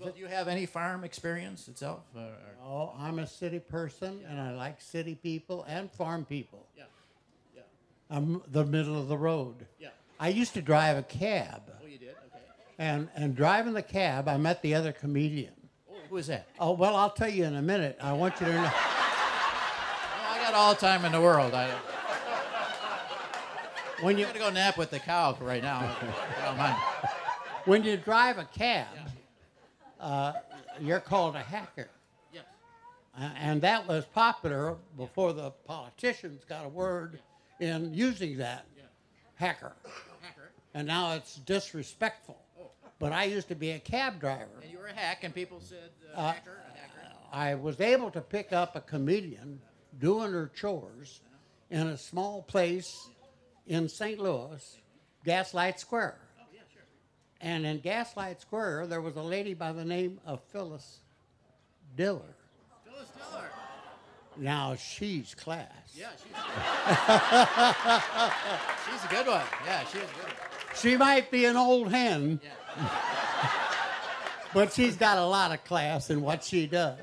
Speaker 1: Well, do you have any farm experience itself? Or, or-
Speaker 17: Oh, I'm a city person, and I like city people and farm people.
Speaker 1: Yeah. Yeah.
Speaker 17: I'm the middle of the road.
Speaker 1: Yeah.
Speaker 17: I used to drive a cab.
Speaker 1: Oh, you did? Okay.
Speaker 17: And and driving the cab, I met the other comedian.
Speaker 1: Who was that?
Speaker 17: Oh well, I'll tell you in a minute. I want you to know.
Speaker 1: I got all the time in the world. I,
Speaker 17: When
Speaker 1: you gotta go nap with the cow right now. I don't mind.
Speaker 17: When you drive a cab, uh, you're called a hacker.
Speaker 1: Yes.
Speaker 17: Uh, and that was popular before the politicians got a word in using that hacker.
Speaker 1: Hacker. Oh.
Speaker 17: And now it's disrespectful. But I used to be a cab driver.
Speaker 1: And you were a hack, and people said uh,
Speaker 17: Uh,
Speaker 1: hacker, a hacker.
Speaker 17: I was able to pick up a comedian doing her chores in a small place in St. Louis, Gaslight Square.
Speaker 1: Oh,
Speaker 17: And in Gaslight Square, there was a lady by the name of Phyllis Diller.
Speaker 1: Phyllis Diller.
Speaker 17: Now she's class.
Speaker 1: Yeah, she's, she's a good one. Yeah, she's good.
Speaker 17: She might be an old hen, but she's got a lot of class in what she does.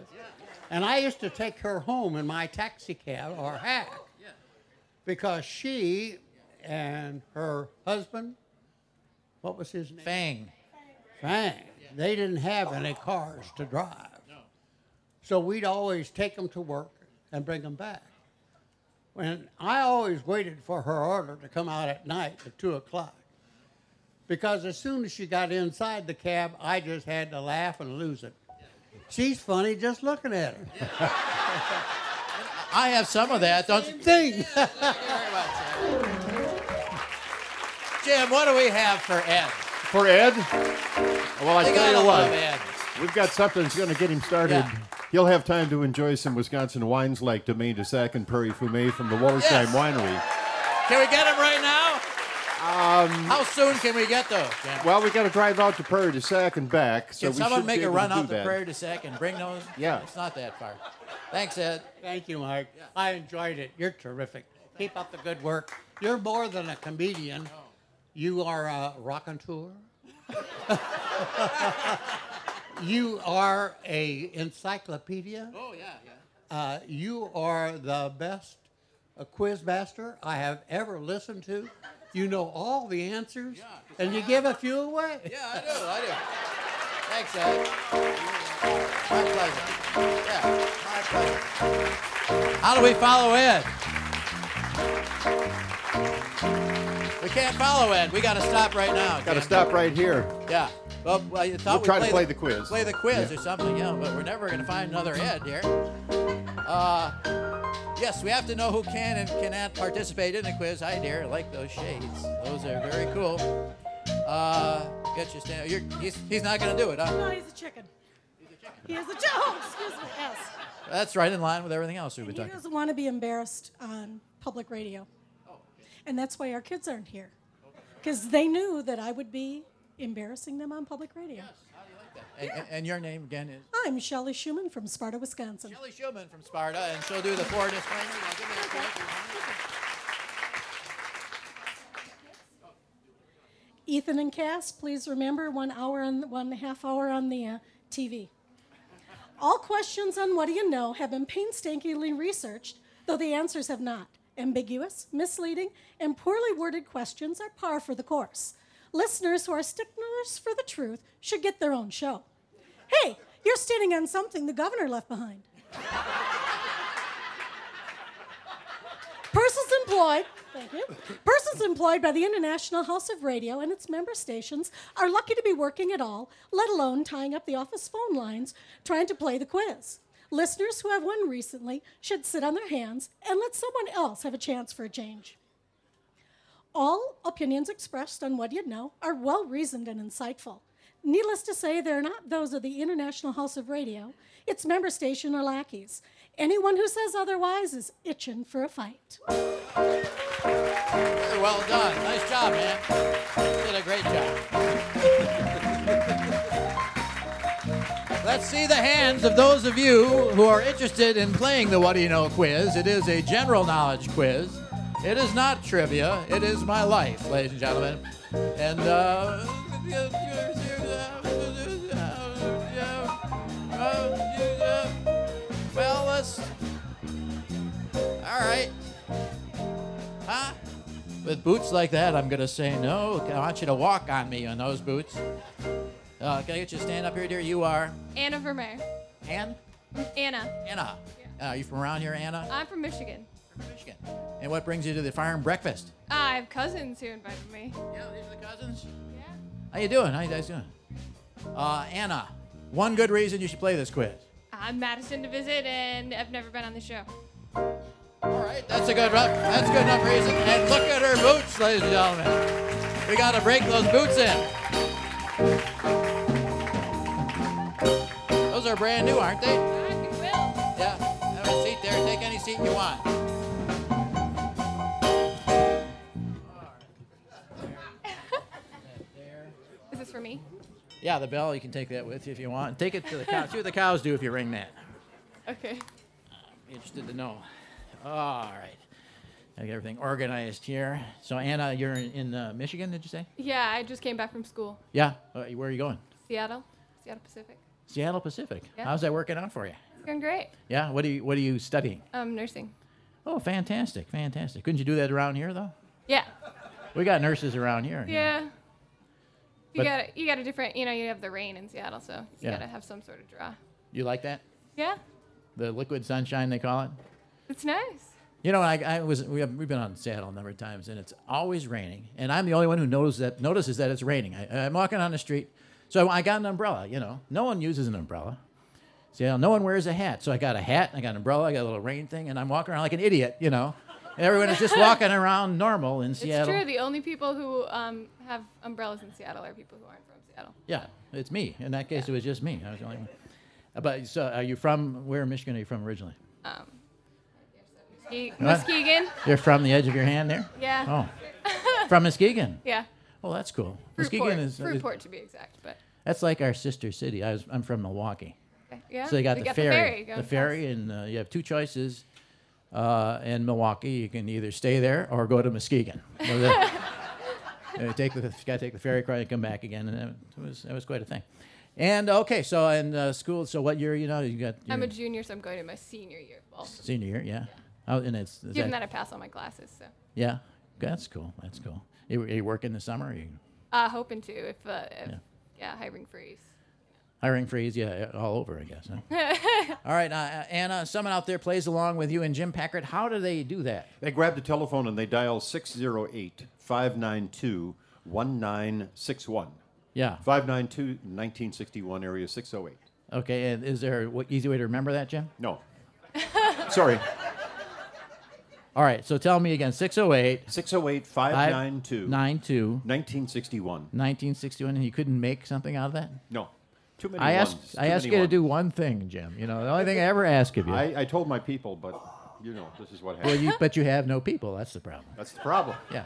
Speaker 17: And I used to take her home in my taxi cab or hack because she and her husband, what was his name?
Speaker 1: Fang.
Speaker 17: Fang. They didn't have any cars to drive. So we'd always take them to work and bring them back. And I always waited for her order to come out at night at 2 o'clock because as soon as she got inside the cab, I just had to laugh and lose it. She's funny just looking at her.
Speaker 1: I have some of that, don't you?
Speaker 17: Thing.
Speaker 1: Jim, what do we have for Ed?
Speaker 2: For Ed? Well, I
Speaker 1: They
Speaker 2: tell
Speaker 1: gotta
Speaker 2: you
Speaker 1: love
Speaker 2: what,
Speaker 1: Ed.
Speaker 2: we've got something that's going to get him started. He'll have time to enjoy some Wisconsin wines like Domaine de Sac and Prairie Fumé from the Wallersheim Winery.
Speaker 1: Can we get him right now?
Speaker 2: Um,
Speaker 1: How soon can we get those? Jim?
Speaker 2: Well, we got to drive out to Prairie de Sac and back. So
Speaker 1: Can
Speaker 2: we
Speaker 1: someone
Speaker 2: should
Speaker 1: make
Speaker 2: be
Speaker 1: a
Speaker 2: able to
Speaker 1: run
Speaker 2: do
Speaker 1: out the
Speaker 2: that.
Speaker 1: prairie to sec and bring those?
Speaker 2: Yeah.
Speaker 1: It's not that far. Thanks, Ed.
Speaker 17: Thank you, Mike. I enjoyed it. You're terrific. Keep up the good work. You're more than a comedian. You are a raconteur. you are a encyclopedia.
Speaker 1: Oh, yeah, yeah.
Speaker 17: Uh, you are the best uh, quiz master I have ever listened to. You know all the answers, and you give a few away.
Speaker 1: Yeah, I do. I do. Thanks, Ed. My pleasure. Yeah, my pleasure. How do we follow Ed? We can't follow Ed. We got to stop right now.
Speaker 2: Got to stop right here.
Speaker 1: Yeah. Well, well you thought
Speaker 2: We'll
Speaker 1: we'd
Speaker 2: try to play the quiz.
Speaker 1: Play the quiz
Speaker 2: Yeah.
Speaker 1: or something, yeah, but we're never going to find another Ed here. Uh, yes, we have to know who can and cannot participate in the quiz. Hi, dear. I like those shades. Those are very cool. Uh, get your stand. You're, he's, he's not going to do it, huh?
Speaker 6: No, he's a chicken. He is a chicken. Oh, excuse me. Yes.
Speaker 1: That's right in line with everything else we've been
Speaker 6: He
Speaker 1: talking
Speaker 6: doesn't want to be embarrassed on public radio. And that's why our kids aren't here. Because they knew that I would be embarrassing them on public radio.
Speaker 1: And, and- and your name again is
Speaker 6: I'm Shelley Schuman from Sparta, Wisconsin.
Speaker 1: Shelley Schuman from Sparta, and she'll do the four disclaimers. Now, give me a break.
Speaker 6: Ethan and Cass, please remember one hour and one half hour on the uh, TV. All questions on what do you know have been painstakingly researched, though the answers have not. Ambiguous, misleading, and poorly worded questions are par for the course. Listeners who are sticklers for the truth should get their own show. Hey, you're standing on something the governor left behind. Persons employed, thank you. Persons employed by the International House of Radio and its member stations are lucky to be working at all, let alone tying up the office phone lines trying to play the quiz. Listeners who have won recently should sit on their hands and let someone else have a chance for a change. All opinions expressed on what you know are well reasoned and insightful. Needless to say, they're not those of the International House of Radio, its member station, or lackeys. Anyone who says otherwise is itching for a fight.
Speaker 8: Very well done. Nice job, man. You did a great job. Let's see the hands of those of you who are interested in playing the What Do You Know quiz. It is a general knowledge quiz. It is not trivia. It is my life, ladies and gentlemen. And uh, well, let's. All right. Huh? With boots like that, I'm gonna say no. I want you to walk on me on those boots. Uh, can I get you to stand up here, dear? You are
Speaker 5: Anna Vermeer.
Speaker 8: Ann?
Speaker 5: Anna.
Speaker 8: Anna. Uh, you from around here, Anna?
Speaker 5: I'm from Michigan.
Speaker 8: Michigan. And what brings you to the farm breakfast?
Speaker 5: I have cousins who invited me.
Speaker 8: Yeah, these are the cousins. How you doing? How you guys doing? Uh, Anna, one good reason you should play this quiz.
Speaker 5: I'm Madison to visit, and I've never been on the show.
Speaker 8: That's a good enough. That's a good enough reason. And look at her boots, ladies and gentlemen. We got to break those boots in. Those are brand new, aren't they? Yeah. Have a seat there. Take any seat you want.
Speaker 5: Is this for me?
Speaker 1: Yeah, the bell, you can take that with you if you want. Take it to the cows. See what the cows do if you ring that.
Speaker 5: Okay.
Speaker 1: Interested to know. All right. I got everything organized here. So, Anna, you're in, in uh, Michigan, did you say?
Speaker 5: Yeah, I just came back from school.
Speaker 1: Yeah. Uh, where are you going?
Speaker 5: Seattle. Seattle Pacific.
Speaker 1: Seattle Pacific.
Speaker 5: Yeah.
Speaker 1: How's that working out for you?
Speaker 5: It's going great.
Speaker 1: Yeah. What are you What are you studying?
Speaker 5: Um, nursing.
Speaker 1: Oh, fantastic, fantastic. Couldn't you do that around here though?
Speaker 5: Yeah.
Speaker 1: We got nurses around here.
Speaker 5: Yeah. You
Speaker 1: But-
Speaker 5: got you got a different you know you have the rain in Seattle so you
Speaker 1: Yeah.
Speaker 5: gotta have some sort of draw.
Speaker 1: You like that?
Speaker 5: Yeah,
Speaker 1: The liquid sunshine they call it.
Speaker 5: it's nice.
Speaker 1: You know, I, I was we have, we've been on Seattle a number of times, and it's always raining, and I'm the only one who notices that notices that it's raining. I, I'm walking on the street, so I got an umbrella. You know, no one uses an umbrella. Seattle, no one wears a hat, so I got a hat, I got an umbrella, I got a little rain thing, and I'm walking around like an idiot. You know, and everyone is just walking around normal in Seattle.
Speaker 5: It's true. The only people who um, have umbrellas in Seattle are people who aren't from Seattle.
Speaker 1: Yeah, it's me. In that case, it was just me. I was the only one. Uh, But so, are you from where in Michigan are you from originally?
Speaker 5: Um, Muskegon.
Speaker 1: What? You're from the edge of your hand there.
Speaker 5: Yeah.
Speaker 1: Oh, from Muskegon.
Speaker 5: Yeah.
Speaker 1: Well, that's cool.
Speaker 5: Fruitport,
Speaker 1: Muskegon is, uh, is
Speaker 5: Fruitport to be exact, but
Speaker 1: that's like our sister city. I was, I'm from Milwaukee.
Speaker 5: Okay, yeah,
Speaker 1: So you got
Speaker 5: we
Speaker 1: the
Speaker 5: got the ferry
Speaker 1: ferry,
Speaker 5: going
Speaker 1: the ferry, and uh, you have two choices. Uh, in Milwaukee, you can either stay there or go to Muskegon. Well, the- uh, take the got to take the ferry across and come back again, and it was it was quite a thing. And okay, so in uh, school, so what year? You know, you got
Speaker 5: I'm a
Speaker 1: your
Speaker 5: junior, so I'm going to my senior year. of Well,
Speaker 1: senior year, yeah. Oh, and it's is
Speaker 5: given
Speaker 1: that-
Speaker 5: that, I pass all my classes, so
Speaker 1: yeah, that's cool. That's cool. You, you work in the summer? Are you
Speaker 5: uh, hoping to if, uh, if
Speaker 1: Yeah.
Speaker 5: yeah. hiring freeze.
Speaker 1: hiring freeze? Yeah, all over, I guess. Huh? All right, uh, Anna, someone out there plays along with you and Jim Packard. How do they do that?
Speaker 2: They grab the telephone and they dial 608 592 1961.
Speaker 1: Yeah.
Speaker 2: 592 1961, area 608.
Speaker 1: Okay, and is there an easy way to remember that, Jim?
Speaker 2: No. Sorry.
Speaker 1: All right, so tell me again 608
Speaker 2: 608 592
Speaker 1: 1961. 1961, and you couldn't make something out of that?
Speaker 2: No. Too many
Speaker 1: I asked,
Speaker 2: ones. Too
Speaker 1: I asked you
Speaker 2: many
Speaker 1: to do one thing, Jim. You know, the only thing I ever ask of you.
Speaker 2: I, I told my people, but you know, this is what
Speaker 1: well,
Speaker 2: happened.
Speaker 1: you, but you have no people. That's the problem.
Speaker 2: That's the problem.
Speaker 1: Yeah.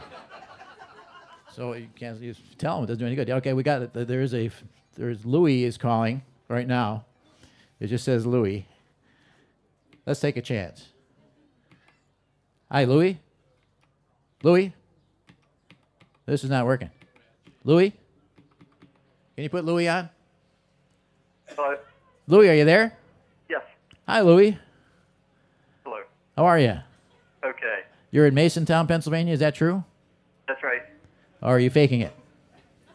Speaker 1: So you can't you just tell them it doesn't do any good. Okay, we got it. There is a there's Louis is calling right now. It just says Louis. Let's take a chance. Hi, Louis. Louis. This is not working. Louis. Can you put Louis on?
Speaker 18: Hello.
Speaker 1: Louis, are you there?
Speaker 18: Yes.
Speaker 1: Hi, Louis.
Speaker 18: Hello.
Speaker 1: How are you?
Speaker 18: Okay.
Speaker 1: You're in Masontown, Pennsylvania. Is that true?
Speaker 18: That's right.
Speaker 1: Or are you faking it?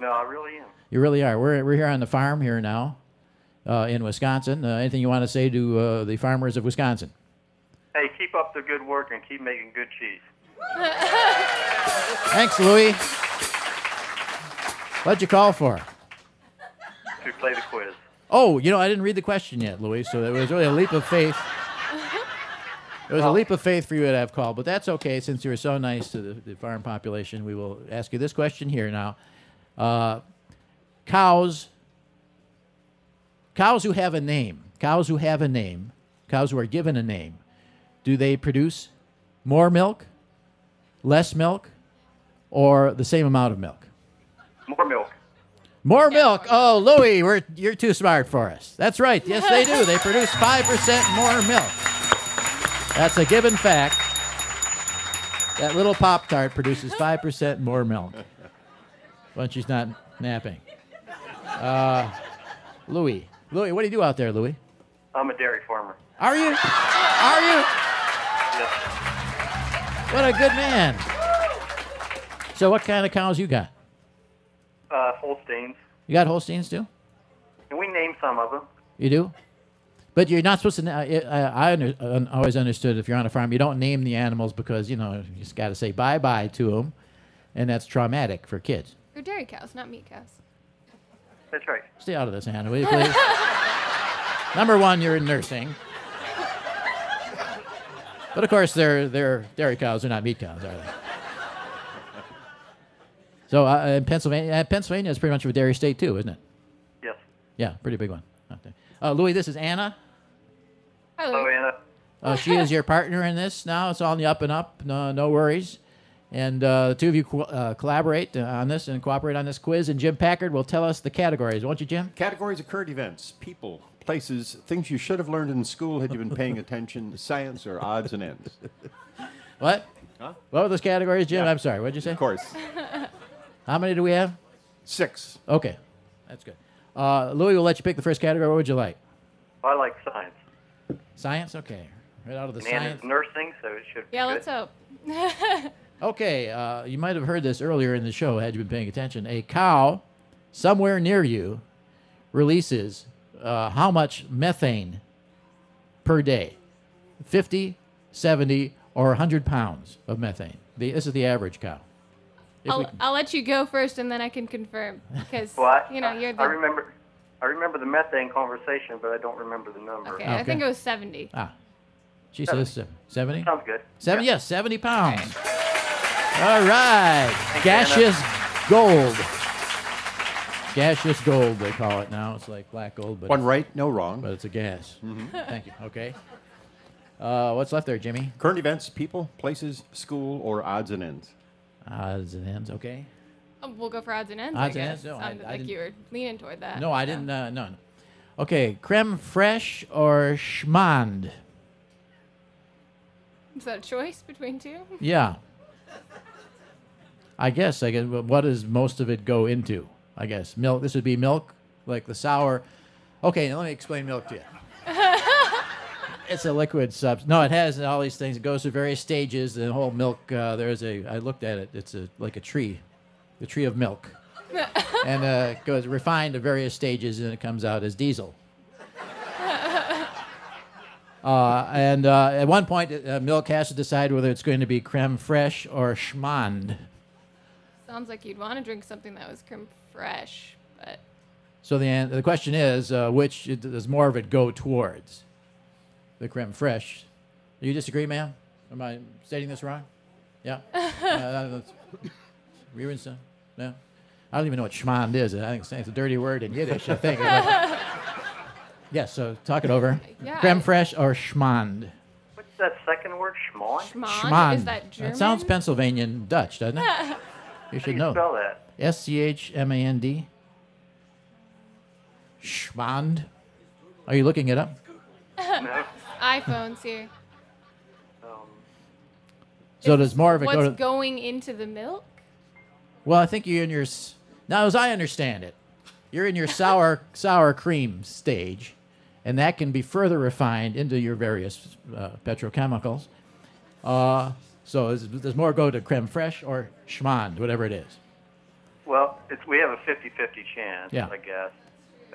Speaker 18: No, I really am.
Speaker 1: You really are. We're, we're here on the farm here now uh, in Wisconsin. Uh, anything you want to say to uh, the farmers of Wisconsin?
Speaker 18: Hey, keep up the good work and keep making good cheese.
Speaker 1: Thanks, Louis. What'd you call for?
Speaker 18: To play the quiz.
Speaker 1: Oh, you know, I didn't read the question yet, Louis, so it was really a leap of faith. It was a leap of faith for you to have called, but that's okay since you were so nice to the, the farm population. We will ask you this question here now: uh, cows, cows who have a name, cows who have a name, cows who are given a name, do they produce more milk, less milk, or the same amount of milk?
Speaker 18: More milk.
Speaker 1: More milk. Oh, Louie, we're, you're too smart for us. That's right. Yes, they do. They produce 5% more milk. That's a given fact. That little Pop Tart produces 5% more milk when she's not napping. Uh, Louie, Louie, what do you do out there, Louie?
Speaker 18: I'm a dairy farmer.
Speaker 1: Are you? Are you?
Speaker 18: Yes.
Speaker 1: What a good man. So, what kind of cows you got?
Speaker 18: Uh, Holsteins.
Speaker 1: You got Holsteins too?
Speaker 18: And we named some of them.
Speaker 1: You do? But you're not supposed to. na- I, I, I under, un- always understood if you're on a farm, you don't name the animals because you know you just got to say bye bye to them, and that's traumatic for kids.
Speaker 5: They're dairy cows, not meat cows.
Speaker 18: That's right.
Speaker 1: Stay out of this, Hannah, will you please? Number one, you're in nursing. But of course, they're they're dairy cows. They're not meat cows, are they? So uh, in Pennsylvania, uh, Pennsylvania is pretty much of a dairy state too, isn't it?
Speaker 18: Yes.
Speaker 1: Yeah, pretty big one. out there. Uh, Louis, this is Anna.
Speaker 18: Hello, Anna.
Speaker 1: Uh, she is your partner in this now. It's on the up and up. No, no worries. And uh, the two of you co- uh, collaborate uh, on this and cooperate on this quiz. And Jim Packard will tell us the categories, won't you, Jim?
Speaker 2: Categories of current events, people, places, things you should have learned in school had you been paying attention, science or odds and ends.
Speaker 1: What? What were those categories, Jim? I'm sorry. What did you say? Of
Speaker 2: course.
Speaker 1: How many do we have?
Speaker 2: Six.
Speaker 1: Okay, that's good. Uh, Louis will let you pick the first category. What would you like?
Speaker 18: I like science.
Speaker 1: Science. Okay, right out of the
Speaker 18: and
Speaker 1: science.
Speaker 18: Anna's nursing, so it should be
Speaker 5: Yeah,
Speaker 18: good.
Speaker 5: let's hope.
Speaker 1: Okay, uh, you might have heard this earlier in the show had you been paying attention. A cow somewhere near you releases uh, how much methane per day? 50, 70, or 100 pounds of methane. The, this is the average cow. If we-
Speaker 5: I'll, I'll let you go first, and then I can confirm because
Speaker 18: Well, I,
Speaker 5: you know
Speaker 18: I-
Speaker 5: you're the.
Speaker 18: I remember, I remember the methane conversation, but I don't remember the number.
Speaker 5: okay, I think it was seventy.
Speaker 1: ah, she says 70?
Speaker 18: Sounds good.
Speaker 1: 70, yes, 70 pounds. All right. Gaseous gold. Gaseous gold, they call it now. It's like black gold. But
Speaker 2: One
Speaker 1: it's-
Speaker 2: right, no wrong. Mm-hmm.
Speaker 1: But it's a gas. Thank you. Okay.
Speaker 2: Uh,
Speaker 1: what's left there, Jimmy?
Speaker 2: Current events, people, places, school, or odds and ends.
Speaker 1: Odds and ends, okay.
Speaker 5: Oh, we'll go for odds and ends.
Speaker 1: Odds
Speaker 5: I
Speaker 1: and ends?
Speaker 5: guess.
Speaker 1: No, I-
Speaker 5: Sounded
Speaker 1: I
Speaker 5: like
Speaker 1: didn't-
Speaker 5: you were leaning toward that.
Speaker 1: No, I didn't. Uh, no, no. Okay, creme fraiche or schmand?
Speaker 5: Is that a choice between two?
Speaker 1: Yeah. I guess. I guess. but What does most of it go into? I guess milk. This would be milk, like the sour. Okay, let me explain milk to you. It's a liquid substance. No, it has all these things. It goes through various stages. The whole milk. Uh, there's a. I looked at it. It's a like a tree, the tree of milk, and uh, it goes refined to various stages, and it comes out as diesel. Uh, and uh, at one point, uh, milk has to decide whether it's going to be creme fraiche or schmand.
Speaker 5: Sounds like you'd want to drink something that was creme fraiche, but
Speaker 1: So the, an- the question is, uh, which it- does more of it go towards? The creme fraiche. Do you disagree, ma'am? Am I stating this wrong? Yeah. uh, Rearing son? No. I don't even know what schmand is. I think it's- it's a dirty word in Yiddish. I think. yes. So talk it over.
Speaker 18: Yeah,
Speaker 1: Creme
Speaker 18: I-
Speaker 1: fraiche or schmand.
Speaker 18: What's that second word? Schmon.
Speaker 1: Schmand. sounds Pennsylvanian Dutch, doesn't it? you should
Speaker 18: you
Speaker 1: know.
Speaker 18: spell that?
Speaker 1: S C H M A N D. Schmand. Are you looking it up?
Speaker 5: iPhones here.
Speaker 1: So does more of it
Speaker 5: What's
Speaker 1: go to?
Speaker 5: going into the milk?
Speaker 1: well, I think you're in your. s- Now, as I understand it, you're in your sour sour cream stage, and that can be further refined into your various uh, petrochemicals. Uh, so is, does more go to creme fraiche or schmand, whatever it is?
Speaker 18: Well, it's, we have a 50-50 chance,
Speaker 1: Yeah.
Speaker 18: I guess.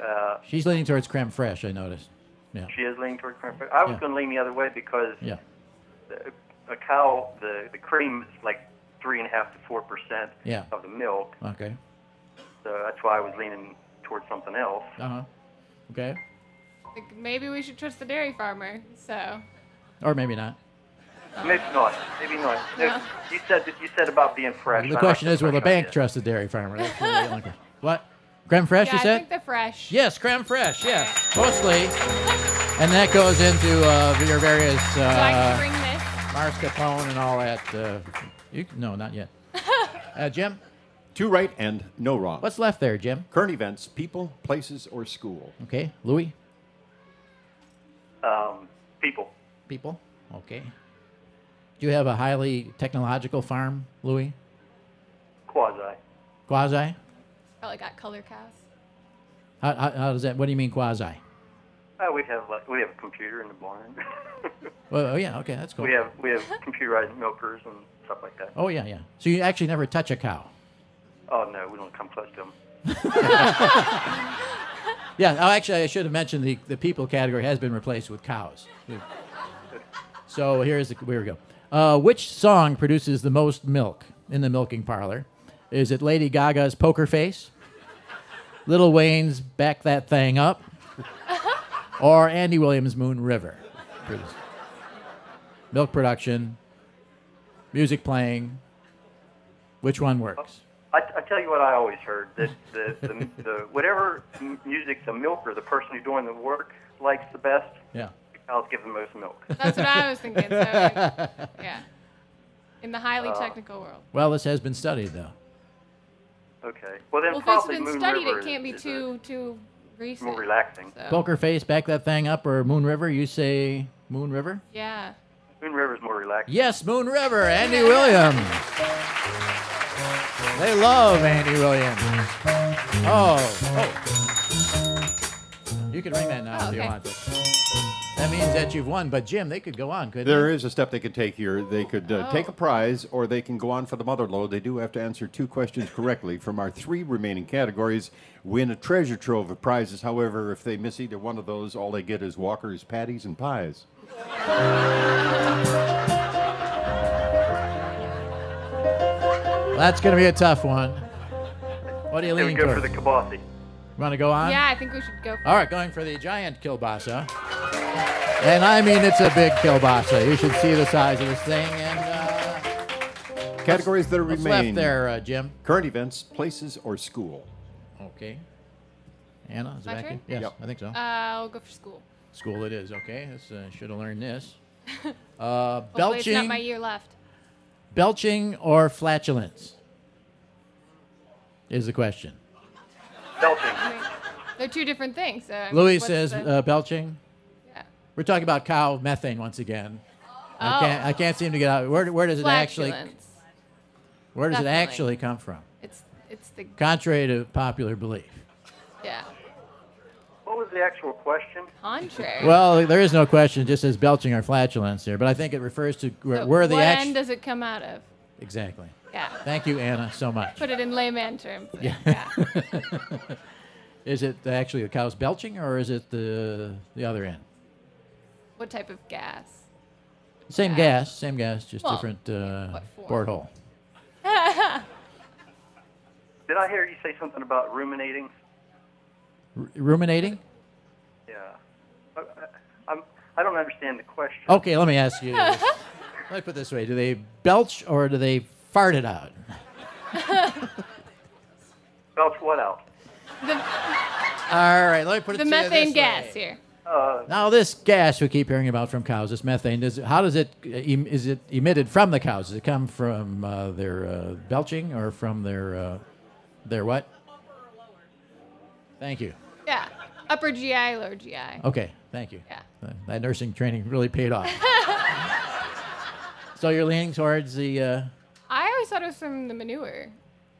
Speaker 18: Uh,
Speaker 1: She's leaning towards creme fraiche, I noticed. Yeah.
Speaker 18: She is leaning toward creme fraiche. I was
Speaker 1: Yeah.
Speaker 18: going to lean the other way because
Speaker 1: Yeah.
Speaker 18: the, a cow, the, the cream is like three and a half to four percent
Speaker 1: Yeah.
Speaker 18: of the milk,
Speaker 1: Okay.
Speaker 18: so that's why I was leaning toward something else.
Speaker 1: Uh huh. Okay.
Speaker 5: Like maybe we should trust the dairy farmer. So
Speaker 1: Or maybe not.
Speaker 18: Maybe not. Maybe not. No,
Speaker 5: No.
Speaker 18: You said that you said about being fresh.
Speaker 1: The
Speaker 18: I
Speaker 1: question
Speaker 18: like
Speaker 1: is, will the
Speaker 18: fresh
Speaker 1: bank
Speaker 18: idea.
Speaker 1: trust the dairy farmer? That's really the only question. What? Creme fresh,
Speaker 5: yeah,
Speaker 1: you
Speaker 5: I
Speaker 1: said?
Speaker 5: think the fresh.
Speaker 1: Yes, creme fresh. Yes, mostly. And that goes into uh, your various
Speaker 5: so I
Speaker 1: uh,
Speaker 5: can bring this.
Speaker 1: mascarpone and all that. Uh, you, no, not yet. Uh, Jim,
Speaker 2: Two right and no wrong.
Speaker 1: what's left there, Jim?
Speaker 2: Current events, people, places, or school.
Speaker 1: Okay, Louis.
Speaker 18: Um, people.
Speaker 1: People. Okay. Do you have a highly technological farm, Louis?
Speaker 18: Quasi.
Speaker 1: Quasi?
Speaker 5: Probably got color cows.
Speaker 1: How, how, how does that? What do you mean quasi?
Speaker 18: Uh, we have like we have a computer in the barn.
Speaker 1: Well, oh yeah, okay, that's cool.
Speaker 18: We have we have computerized milkers and stuff like that.
Speaker 1: Oh yeah, yeah. So you actually never touch a cow.
Speaker 18: Oh no, we don't come close to them.
Speaker 1: Yeah. Oh, actually, I should have mentioned the, the people category has been replaced with cows. So here's the here we go. Uh, which song produces the most milk in the milking parlor? Is it Lady Gaga's Poker Face, Little Wayne's Back That Thing Up, or Andy Williams' Moon River? Produce- Milk production, music playing. Which one works?
Speaker 18: I, I tell you what I always heard that the, the, the whatever m- music the milker, the person who's doing the work, likes the best.
Speaker 1: Yeah.
Speaker 18: The cows give the most milk.
Speaker 5: That's what I was thinking. So like, yeah, in the highly
Speaker 18: Uh,
Speaker 5: technical world.
Speaker 1: Well, this has been studied though.
Speaker 18: Okay. Well then
Speaker 5: Well, if it's
Speaker 18: probably
Speaker 5: been
Speaker 18: Moon
Speaker 5: studied,
Speaker 18: River
Speaker 5: it can't be
Speaker 18: is
Speaker 5: too too recent.
Speaker 18: more relaxing.
Speaker 5: so-
Speaker 1: Poker Face, Back That Thing Up, or Moon River? You say Moon River?
Speaker 5: Yeah.
Speaker 18: Moon River's more relaxing.
Speaker 1: Yes, Moon River, Andy Williams. They love Andy Williams. Oh, oh. You can ring that now
Speaker 5: Oh,
Speaker 1: if you
Speaker 5: okay.
Speaker 1: want to. That means that you've won, but Jim, they could go on, couldn't
Speaker 2: There
Speaker 1: they?
Speaker 2: is a step they could take here. They could uh,
Speaker 1: Oh.
Speaker 2: take a prize, or they can go on for the mother load. They do have to answer two questions correctly from our three remaining categories. Win a treasure trove of prizes. However, if they miss either one of those, all they get is Walker's patties and pies.
Speaker 1: That's going to be a tough one. What are you
Speaker 18: Then we
Speaker 1: leaning
Speaker 18: go for
Speaker 1: towards?
Speaker 18: the kibasi.
Speaker 1: Want to go on?
Speaker 5: Yeah, I think we should go. For
Speaker 1: All right, going for the giant kielbasa. And I mean, it's a big kielbasa. You should see the size of this thing. And uh,
Speaker 2: Categories that
Speaker 1: what's
Speaker 2: remain.
Speaker 1: left there, uh, Jim?
Speaker 2: Current events, places, or school.
Speaker 1: Okay. Anna, is it
Speaker 5: My
Speaker 1: back in?
Speaker 5: turn?
Speaker 1: Yes,
Speaker 2: Yep.
Speaker 1: I think so.
Speaker 5: Uh, I'll go for school.
Speaker 1: School it is, okay. This, uh, should have learned this. Uh,
Speaker 5: Hopefully it's not
Speaker 1: belching,
Speaker 5: my year left.
Speaker 1: belching or flatulence is the question.
Speaker 5: I mean, they're two different things. So I mean,
Speaker 1: Louis
Speaker 5: what's
Speaker 1: says
Speaker 5: the-
Speaker 1: uh, belching.
Speaker 5: Yeah.
Speaker 1: We're talking about cow methane once again. I
Speaker 5: Oh.
Speaker 1: can't. I can't seem to get out. Where, where does it actually?
Speaker 5: Flatulence.
Speaker 1: Where does
Speaker 5: Definitely.
Speaker 1: it actually come from?
Speaker 5: It's it's the
Speaker 1: Contrary to popular belief.
Speaker 5: yeah
Speaker 18: What was the actual question?
Speaker 5: contrary.
Speaker 1: Well, there is no question. It just says belching or flatulence here, but I think it refers to where,
Speaker 5: So
Speaker 1: where the
Speaker 5: what
Speaker 1: action.
Speaker 5: end does it come out of?
Speaker 1: exactly.
Speaker 5: Yeah.
Speaker 1: Thank you, Anna, so much.
Speaker 5: Put it in layman terms.
Speaker 1: Yeah. is it actually the cow's belching or is it the the other end?
Speaker 5: What type of gas?
Speaker 1: Same gas, same gas, just
Speaker 5: Well,
Speaker 1: different uh,
Speaker 5: what for?
Speaker 1: porthole.
Speaker 18: Did I hear you say something about ruminating?
Speaker 1: R- ruminating?
Speaker 18: Yeah. I, I, I'm, I don't understand the question.
Speaker 1: Okay, let me ask you. This. let me put it this way: Do they belch or do they fart it out?
Speaker 18: Belch what out?
Speaker 5: The,
Speaker 1: All right, let me put it
Speaker 5: the
Speaker 1: to you
Speaker 5: methane
Speaker 1: this
Speaker 5: gas
Speaker 1: way.
Speaker 5: here.
Speaker 1: Now, this gas we keep hearing about from cows, this methane, does it, how does it uh, em, is it emitted from the cows? Does it come from uh, their uh, belching or from their uh, their what? Thank you.
Speaker 5: Yeah. Upper GI, lower GI.
Speaker 1: Okay, thank you.
Speaker 5: Yeah.
Speaker 1: Uh, That nursing training really paid off. so you're leaning towards the. Uh,
Speaker 5: I always thought it was from the manure.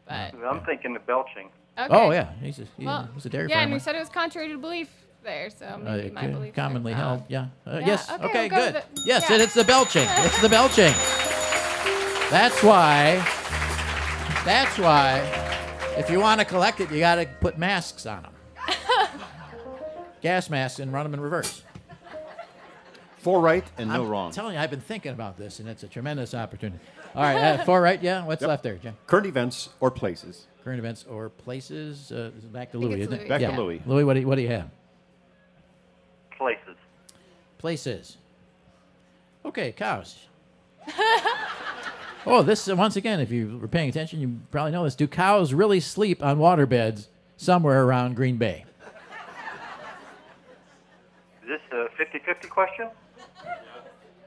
Speaker 5: But
Speaker 18: I'm thinking the belching.
Speaker 5: okay.
Speaker 1: Oh yeah, he's a, he's,
Speaker 5: Well,
Speaker 1: a, he's a dairy
Speaker 5: yeah, and
Speaker 1: farmer.
Speaker 5: we said it was contrary to belief there, so
Speaker 1: Uh,
Speaker 5: maybe
Speaker 1: it
Speaker 5: my
Speaker 1: could-
Speaker 5: belief.
Speaker 1: commonly held, yeah. Uh,
Speaker 5: Yeah,
Speaker 1: yes.
Speaker 5: okay,
Speaker 1: Okay.
Speaker 5: we'll go
Speaker 1: good.
Speaker 5: with it.
Speaker 1: yes,
Speaker 5: Yeah.
Speaker 1: it, it's the belching. It's the belching. That's why. That's why. If you want to collect it, you got to put masks on them. Gas masks and run them in reverse.
Speaker 2: Four right and no
Speaker 1: I'm
Speaker 2: wrong.
Speaker 1: telling you, I've been thinking about this, and it's a tremendous opportunity. All right, uh, four right, yeah. What's
Speaker 2: Yep.
Speaker 1: left there, Jim?
Speaker 2: Current events or places.
Speaker 1: Current events or places? Uh, this is back to
Speaker 2: I think
Speaker 1: Louis,
Speaker 2: it's
Speaker 1: isn't it?
Speaker 2: Louis, Back to yeah. Louis.
Speaker 1: Louis, what do you, what do you have?
Speaker 18: Places.
Speaker 1: Places. Okay, cows. Oh, this once again, if you were paying attention, you probably know this. Do cows really sleep on waterbeds somewhere around Green Bay?
Speaker 18: Is this a 50 50 question?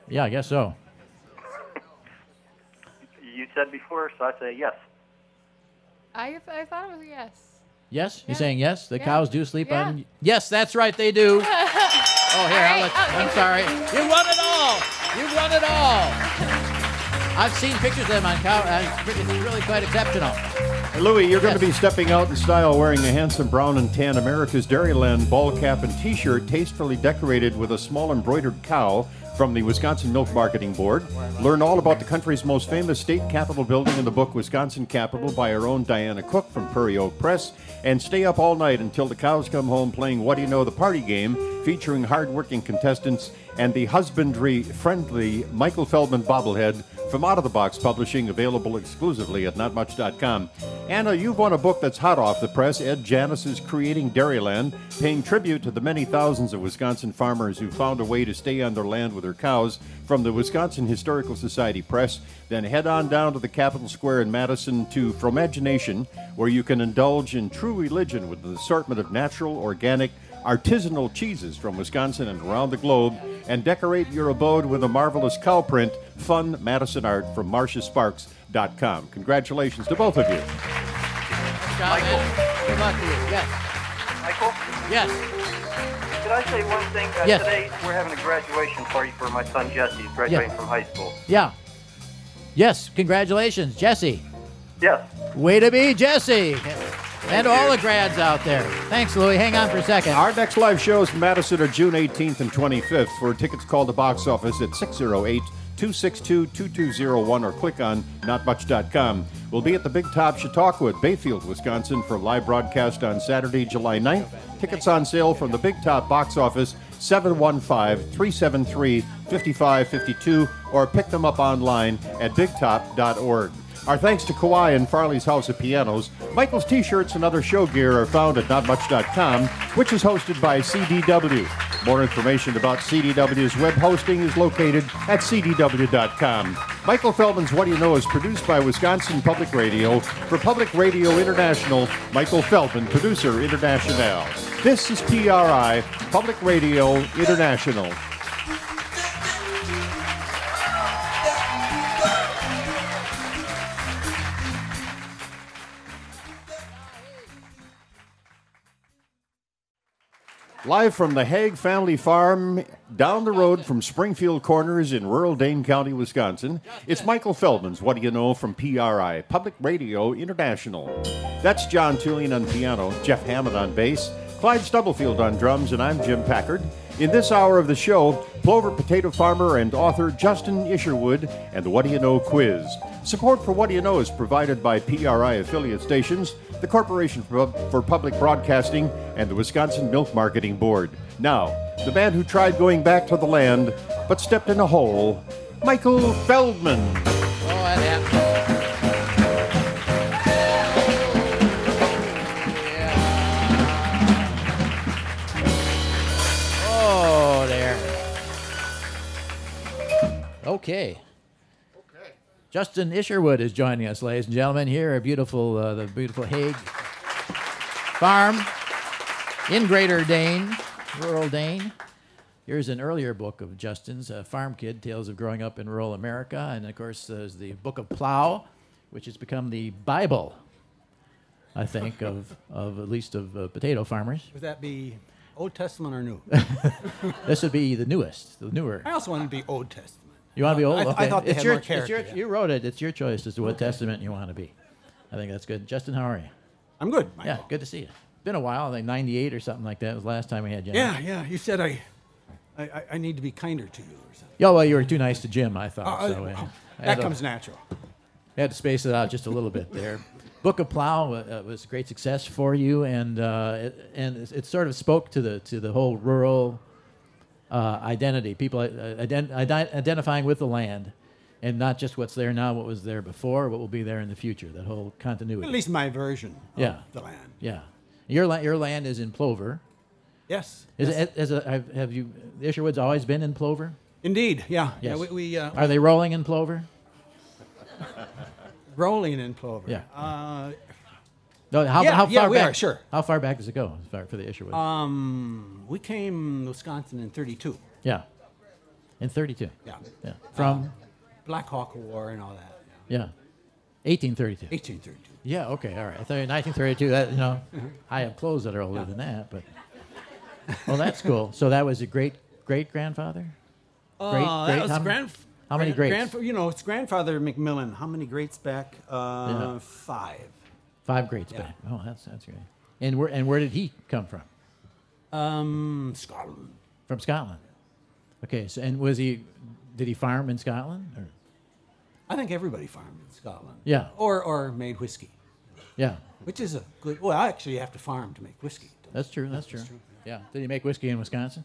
Speaker 1: Yeah, I guess so.
Speaker 18: You said before, so I say yes.
Speaker 5: I, I thought it was a yes.
Speaker 1: Yes, you're saying yes. The
Speaker 5: Yeah.
Speaker 1: cows do sleep
Speaker 5: Yeah.
Speaker 1: on. Yes, that's right, they do.
Speaker 5: oh,
Speaker 1: here, I'll let- I'm sorry. You won it all. You won it all. I've seen pictures of them on cow. uh, It's it's really quite exceptional.
Speaker 2: Hey, Louis, you're going to be stepping out in style wearing a handsome brown and tan America's Dairyland ball cap and t shirt, tastefully decorated with a small embroidered cow from the Wisconsin Milk Marketing Board. Learn all about the country's most famous state capitol building in the book Wisconsin Capitol by our own Diana Cook from Prairie Oak Press. And stay up all night until the cows come home playing What Do You Know the Party Game, featuring hardworking contestants and the husbandry friendly Michael Feldman bobblehead from Out of the Box Publishing, available exclusively at notmuch.com. Anna, you've won a book that's hot off the press Ed Janice's Creating Dairyland, paying tribute to the many thousands of Wisconsin farmers who found a way to stay on their land with their cows from the Wisconsin Historical Society Press. Then head on down to the Capitol Square in Madison to Fromagination, where you can indulge in true religion with an assortment of natural, organic, artisanal cheeses from Wisconsin and around the globe, and decorate your abode with a marvelous cow print, fun Madison art from marciasparks.com. Congratulations to both of you.
Speaker 1: Michael. Good luck to you. Yes.
Speaker 18: Michael?
Speaker 1: Yes.
Speaker 18: Can I say one thing? Uh,
Speaker 1: Yes.
Speaker 18: Today, we're having a graduation party for my son Jesse. He's graduating from high school.
Speaker 1: Yeah. Yes. Congratulations, Jesse.
Speaker 18: Yes.
Speaker 1: Way to be, Jesse. And all the grads out there. Thanks, Louie. Hang on for a second.
Speaker 2: Our next live shows in Madison are June 18th and 25th. For tickets, call the box office at 608 262 2201 or click on notmuch.com. We'll be at the Big Top Chautauqua at Bayfield, Wisconsin for live broadcast on Saturday, July 9th. Tickets on sale from the Big Top box office 715 373 5552 or pick them up online at bigtop.org. Our thanks to Kawhi and Farley's House of Pianos. Michael's t shirts and other show gear are found at notmuch.com, which is hosted by CDW. More information about CDW's web hosting is located at CDW.com. Michael Feldman's What Do You Know is produced by Wisconsin Public Radio. For Public Radio International, Michael Feldman, producer international. This is PRI, Public Radio International. Live from the Haig Family Farm down the road from Springfield Corners in rural Dane County, Wisconsin, it's Michael Feldman's What Do You Know from PRI, Public Radio International. That's John Tulian on piano, Jeff Hammond on bass, Clyde Stubblefield on drums, and I'm Jim Packard. In this hour of the show, Plover potato farmer and author Justin Isherwood and the What Do You Know quiz. Support for What Do You Know is provided by PRI affiliate stations, the Corporation for for Public Broadcasting, and the Wisconsin Milk Marketing Board. Now, the man who tried going back to the land but stepped in a hole, Michael Feldman.
Speaker 1: Oh, that happened. Oh, there. Okay. Okay. Justin Isherwood is joining us, ladies and gentlemen. Here, at beautiful, uh, the beautiful Hague farm in Greater Dane, rural Dane. Here's an earlier book of Justin's, uh, Farm Kid: Tales of Growing Up in Rural America, and of course, there's the Book of Plow, which has become the Bible, I think, of of at least of uh, potato farmers.
Speaker 19: Would that be Old Testament or New?
Speaker 1: This would be the newest, the newer.
Speaker 19: I also want to be Old Testament.
Speaker 1: You want to be old?
Speaker 19: I,
Speaker 1: okay.
Speaker 19: I thought they
Speaker 1: it's
Speaker 19: had
Speaker 1: your,
Speaker 19: more character.
Speaker 1: it's your, You wrote it. It's your choice as to what testament you want to be. I think that's good. Justin, how are you?
Speaker 19: I'm good.
Speaker 1: Yeah, good to see you. Been a while. I think 98 or something like that was the last time we had you. on.
Speaker 19: yeah, yeah. You said I, I- I, I need to be kinder to you or something.
Speaker 1: Yeah, well, you were too nice to Jim, I thought.
Speaker 19: Uh,
Speaker 1: so,
Speaker 19: uh,
Speaker 1: uh, I had
Speaker 19: that
Speaker 1: to-
Speaker 19: comes natural.
Speaker 1: I had to space it out just a little bit there. Book of Plow uh, was a great success for you, and uh, it, and it, it sort of spoke to the to the whole rural uh, identity. People uh, ident- ident- identifying with the land, and not just what's there now, what was there before, what will be there in the future. That whole continuity.
Speaker 19: At least my version. Of
Speaker 1: yeah.
Speaker 19: The land.
Speaker 1: Yeah. Your land. Your land is in Plover.
Speaker 19: Yes.
Speaker 1: Is
Speaker 19: Yes.
Speaker 1: It, is it, have, have you? Isherwood's always been in Plover.
Speaker 19: Indeed, yeah. yeah
Speaker 1: Yes.
Speaker 19: we, we, uh,
Speaker 1: Are they rolling in plover?
Speaker 19: rolling in plover?
Speaker 1: Yeah.
Speaker 19: Uh,
Speaker 1: No, how,
Speaker 19: yeah,
Speaker 1: how far
Speaker 19: yeah, we
Speaker 1: back?
Speaker 19: are, sure. Uh,
Speaker 1: How far back does it go as far- for the issue? Was?
Speaker 19: Um, we came to Wisconsin in 32.
Speaker 1: yeah. In 32.
Speaker 19: Yeah.
Speaker 1: Yeah. From
Speaker 19: Uh, Black Hawk War and all that.
Speaker 1: yeah. 1832.
Speaker 19: 1832.
Speaker 1: Yeah. Okay. All right. I thought 1932. That you know, I have clothes that are older than that, but well, that's cool. So that was a great great grandfather.
Speaker 19: Uh, that was
Speaker 1: how, many-
Speaker 19: grandf-
Speaker 1: how many
Speaker 19: grand-
Speaker 1: greats?
Speaker 19: grandf- you know, it's grandfather McMillan. How many greats back? Uh,
Speaker 1: Yeah.
Speaker 19: Five.
Speaker 1: Five greats
Speaker 19: Yeah.
Speaker 1: back. Oh, that's that's great. And where and where did he come from?
Speaker 19: Um, Scotland.
Speaker 1: From Scotland. Okay. So and was he? Did he farm in Scotland? Or?
Speaker 19: I think everybody farmed in Scotland.
Speaker 1: Yeah.
Speaker 19: Or or made whiskey,
Speaker 1: Yeah.
Speaker 19: which is a good. Well, I actually have to farm to make whiskey.
Speaker 1: That's true. That's true. Yeah. Did he make whiskey in Wisconsin?